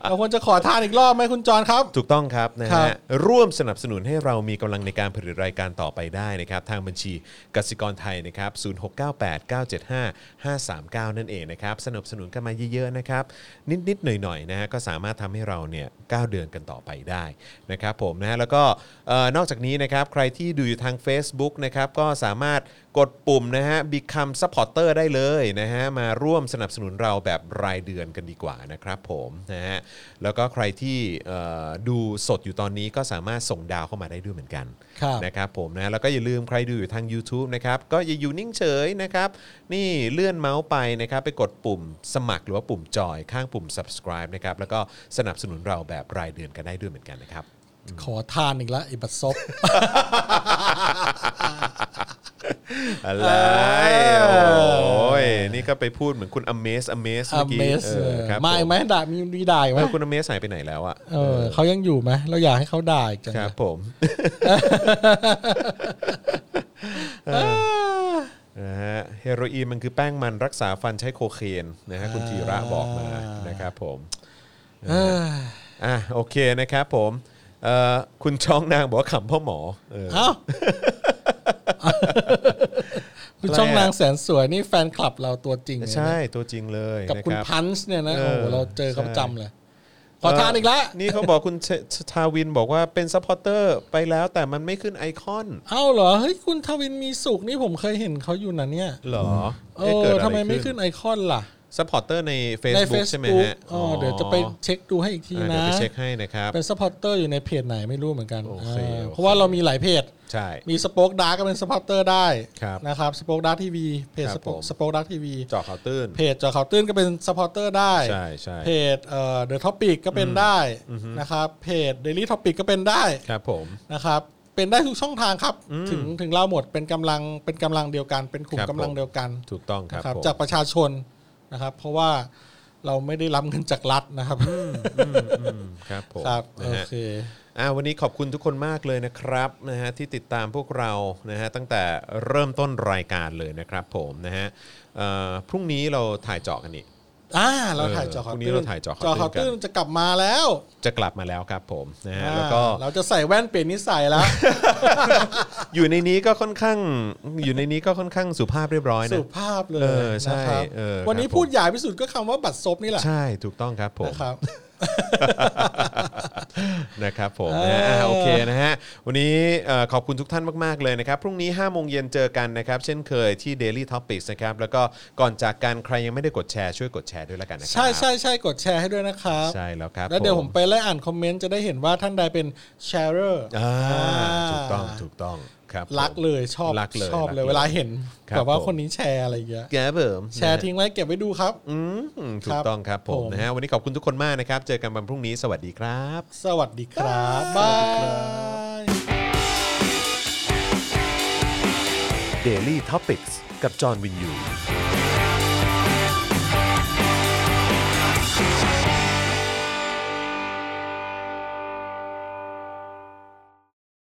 [SPEAKER 2] เราควรจะขอทานอีกรอบไหมคุณจรครับ
[SPEAKER 1] ถูกต้องครับนะ
[SPEAKER 2] ครั
[SPEAKER 1] ฮะ
[SPEAKER 2] บ
[SPEAKER 1] ร่วมสนับสนุนให้เรามีกำลังในการผลิตรายการต่อไปได้นะครับ ทางบัญชีกสิกรไทยนะครับ0698975539 นั่นเองนะครับ สนับสนุนกันมาเยอะๆนะครับ นิดๆ หน่อยๆนะฮะก็สามารถทำให้เราเนี่ยก้าวเดินกันต่อไปได้นะครับผมนะฮะแล้วก็เอ่อนอกจากนี้นะครับ ใครที่ดูอยู่ทาง Facebook นะครับก็สามารถกดปุ่มนะฮะ Become Supporter ได้เลยนะฮะมาร่วมสนับสนุนเราแบบรายเดือนกันดีกว่านะครับผมนะฮะแล้วก็ใครที่เอ่อดูสดอยู่ตอนนี้ก็สามารถส่งดาวเข้ามาได้ด้วยเหมือนกัน
[SPEAKER 2] ครับ
[SPEAKER 1] นะครับผมนะแล้วก็อย่าลืมใครดูอยู่ทาง YouTube นะครับก็อย่าอยู่นิ่งเฉยนะครับ นี่เลื่อนเมาส์ไปนะครับ ไปกดปุ่มสมัครหรือว่าปุ่มจอยข้างปุ่ม subscribe นะครับแล้วก็สนับสนุนเราแบบรายเดือนกันได้ด้วยเหมือนกันนะครับ
[SPEAKER 2] ขอทานอีกแล้วไอ้บัตรซบ
[SPEAKER 1] อะไร โอ้ยนี่ก็ไปพูดเหมือนคุณ amaze amaze เมื่อกี้
[SPEAKER 2] Amaze
[SPEAKER 1] เออครับ
[SPEAKER 2] มา
[SPEAKER 1] ผ
[SPEAKER 2] อีกไหมด่ามีมีด่าอีกไหม
[SPEAKER 1] เออคุณ amaze หายไปไหนแล้วอะ
[SPEAKER 2] เออเขายังอยู่ไหมเราอยากให้เขาด่าอีกจัง
[SPEAKER 1] ครับ
[SPEAKER 2] เลย
[SPEAKER 1] ผม
[SPEAKER 2] อ่า
[SPEAKER 1] นะฮะเฮโรอีนมันคือแป้งมันรักษาฟันใช้โคเคนนะฮะคุณธีระบอกมานะครับผม
[SPEAKER 2] เออ
[SPEAKER 1] อ่ะโอเคนะครับผมเอ่อคุณช้องนางบอกว่าขำพ่อหมอเออ
[SPEAKER 2] เอ้า คุณ ช่องนางแสนสวยนี่แฟนคลับเราตัวจริงเลยนะ
[SPEAKER 1] ใช่ตัวจริงเลย
[SPEAKER 2] กับ
[SPEAKER 1] นะ
[SPEAKER 2] คุณ
[SPEAKER 1] รับ
[SPEAKER 2] พันช์เนี่ยนะ
[SPEAKER 1] เออ
[SPEAKER 2] โอ้โหเราเจอเขาประจำ
[SPEAKER 1] ใช่
[SPEAKER 2] เลย ขอทานอีกแล้ว
[SPEAKER 1] นี่เขาบอกคุณเชชทาวินบอกว่าเป็นซัพพอร์เตอร์ไปแล้วแต่มันไม่ขึ้นไอคอน
[SPEAKER 2] เอ้าเหรอเฮ้ยคุณทวินมีสุขนี่ผมเคยเห็นเขาอยู่นะเนี่ย
[SPEAKER 1] เหรอ
[SPEAKER 2] เอ
[SPEAKER 1] เะเกิด
[SPEAKER 2] อ
[SPEAKER 1] อะร
[SPEAKER 2] ทำไมไม่ขึ้นไอคอนล่ะ
[SPEAKER 1] ซัพพอร์เตอร์ใน
[SPEAKER 2] ใน
[SPEAKER 1] Facebook ใช่ไหม
[SPEAKER 2] Facebook
[SPEAKER 1] ฮะ
[SPEAKER 2] อ๋อเดี๋ยวจะไปเช็คดูให้อีกที
[SPEAKER 1] อ่าเดี๋ยว
[SPEAKER 2] นะ
[SPEAKER 1] ไปเช็คให้นะครับ
[SPEAKER 2] เป็นซัพพอร์เตอร์อยู่ในเพจไหนไม่รู้เหมือนกัน
[SPEAKER 1] โอเค
[SPEAKER 2] เออ
[SPEAKER 1] โอเค
[SPEAKER 2] เพราะว่าเรามีหลายเพจ
[SPEAKER 1] ใช่
[SPEAKER 2] มีสป็อคดาร์กก็เป็นสปอร์เตอร์ได้
[SPEAKER 1] ครับ
[SPEAKER 2] นะครับสป็อคดาร์กทีวีเพจ
[SPEAKER 1] ครั
[SPEAKER 2] ส
[SPEAKER 1] บ
[SPEAKER 2] ป็อ
[SPEAKER 1] ผ
[SPEAKER 2] ค
[SPEAKER 1] ม
[SPEAKER 2] สป็อคดาร์กทีวี
[SPEAKER 1] เจาะข่าวตื้น
[SPEAKER 2] เพจเจอข่าวตื้นก็เป็นสปอร์เตอร์ได้
[SPEAKER 1] ใช่ใช่
[SPEAKER 2] เพจเอ่อเดอะท็อปิกก็เป็นได้นะครับเพจเดลี่ท็อปิกก็เป็นได้
[SPEAKER 1] ครับผม
[SPEAKER 2] นะครับเป็นได้ทุกช่องทางครับถึงถึงเราหมดเป็นกำลังเป็นกำลังเดียวกัน เป็นกลุ่มกำลังเดียวกัน
[SPEAKER 1] ถูกต้องครับ
[SPEAKER 2] นะครับ
[SPEAKER 1] ผม
[SPEAKER 2] จากประชาชนนะครับ เพราะว่าเราไม่ได้รับเงินจากรัฐนะครับ
[SPEAKER 1] ครับผม
[SPEAKER 2] ครับ
[SPEAKER 1] นะ
[SPEAKER 2] โอ
[SPEAKER 1] ฮะ
[SPEAKER 2] เค
[SPEAKER 1] อ่าวันนี้ขอบคุณทุกคนมากเลยนะครับนะฮะที่ติดตามพวกเรานะฮะตั้งแต่เริ่มต้นรายการเลยนะครับผมนะฮะเอ่อพรุ่งนี้เราถ่ายเจาะกันอีก
[SPEAKER 2] อ่าเราถ่ายเจอข่า
[SPEAKER 1] พ
[SPEAKER 2] ว
[SPEAKER 1] รุ่งนี้
[SPEAKER 2] ตื้น
[SPEAKER 1] เราถ่ายเจาะข่าวตื้น
[SPEAKER 2] เจอข่าวตื้น
[SPEAKER 1] กัน
[SPEAKER 2] จะกลับมาแล้ว
[SPEAKER 1] จะกลับมาแล้วครับผมนะฮะ
[SPEAKER 2] อ่า
[SPEAKER 1] แล้วก็
[SPEAKER 2] เราจะใส่แว่นเปลี่ยนนิสัยแล้ว
[SPEAKER 1] อยู่ในนี้ก็ค่อนข้างอยู่ในนี้ก็ค่อนข้างสุภาพเรียบร้อยนะ
[SPEAKER 2] สุภาพเลย
[SPEAKER 1] เออใช่
[SPEAKER 2] นะครับ
[SPEAKER 1] เออ
[SPEAKER 2] วันนี้
[SPEAKER 1] ครับผม
[SPEAKER 2] พูดหยาบที่สุดก็คำว่าบัตรซบนี่แหละ
[SPEAKER 1] ใช่ถูกต้องครับผม
[SPEAKER 2] นะครับ
[SPEAKER 1] นะครับผม
[SPEAKER 2] เออ
[SPEAKER 1] นะอ่ะโอเคนะฮะ วันนี้เอ่อขอบคุณทุกท่านมาก ๆ เลยนะครับ พรุ่งนี้5้าโมงเย็นเจอกันนะครับ เช่นเคยที่ Daily Topics นะครับ แล้วก็ก่อนจากการใครยังไม่ได้กดแชร์ช่วยกดแชร์ด้วยละกันนะครั
[SPEAKER 2] ใช่ใช่ใช่กดแชร์ให้ด้วยนะครับ
[SPEAKER 1] ใช่แล้วครับ
[SPEAKER 2] แล้วเดี๋ยวผมไปไล่อ่านคอมเมนต์จะได้เห็นว่าท่านใดเป็นแชร์เรอร์
[SPEAKER 1] อ่าถูกต้องถูกต้องครับผม
[SPEAKER 2] รักเลยชอบ
[SPEAKER 1] รักเลย
[SPEAKER 2] ชอบ
[SPEAKER 1] รัก
[SPEAKER 2] เล
[SPEAKER 1] เลย ย
[SPEAKER 2] เวลาเห็น
[SPEAKER 1] ครับ
[SPEAKER 2] แบบว่า
[SPEAKER 1] ผม
[SPEAKER 2] คนนี้แชร์อะไรอย่างเงี้ย
[SPEAKER 1] แกเบิร์ม
[SPEAKER 2] แชร์ทิ้งไว้เก็บไว้ดูครับ
[SPEAKER 1] อืมถู
[SPEAKER 2] ครั
[SPEAKER 1] ก
[SPEAKER 2] บ
[SPEAKER 1] ต้องครับผ
[SPEAKER 2] ผม ม
[SPEAKER 1] นะฮะ วันนี้ขอบคุณทุกคนมากนะครับ เจอกันวันพรุ่งนี้สวัสดีครับ
[SPEAKER 2] สวัสดีครับบาย
[SPEAKER 1] Daily Topics กับจอห์นวินยู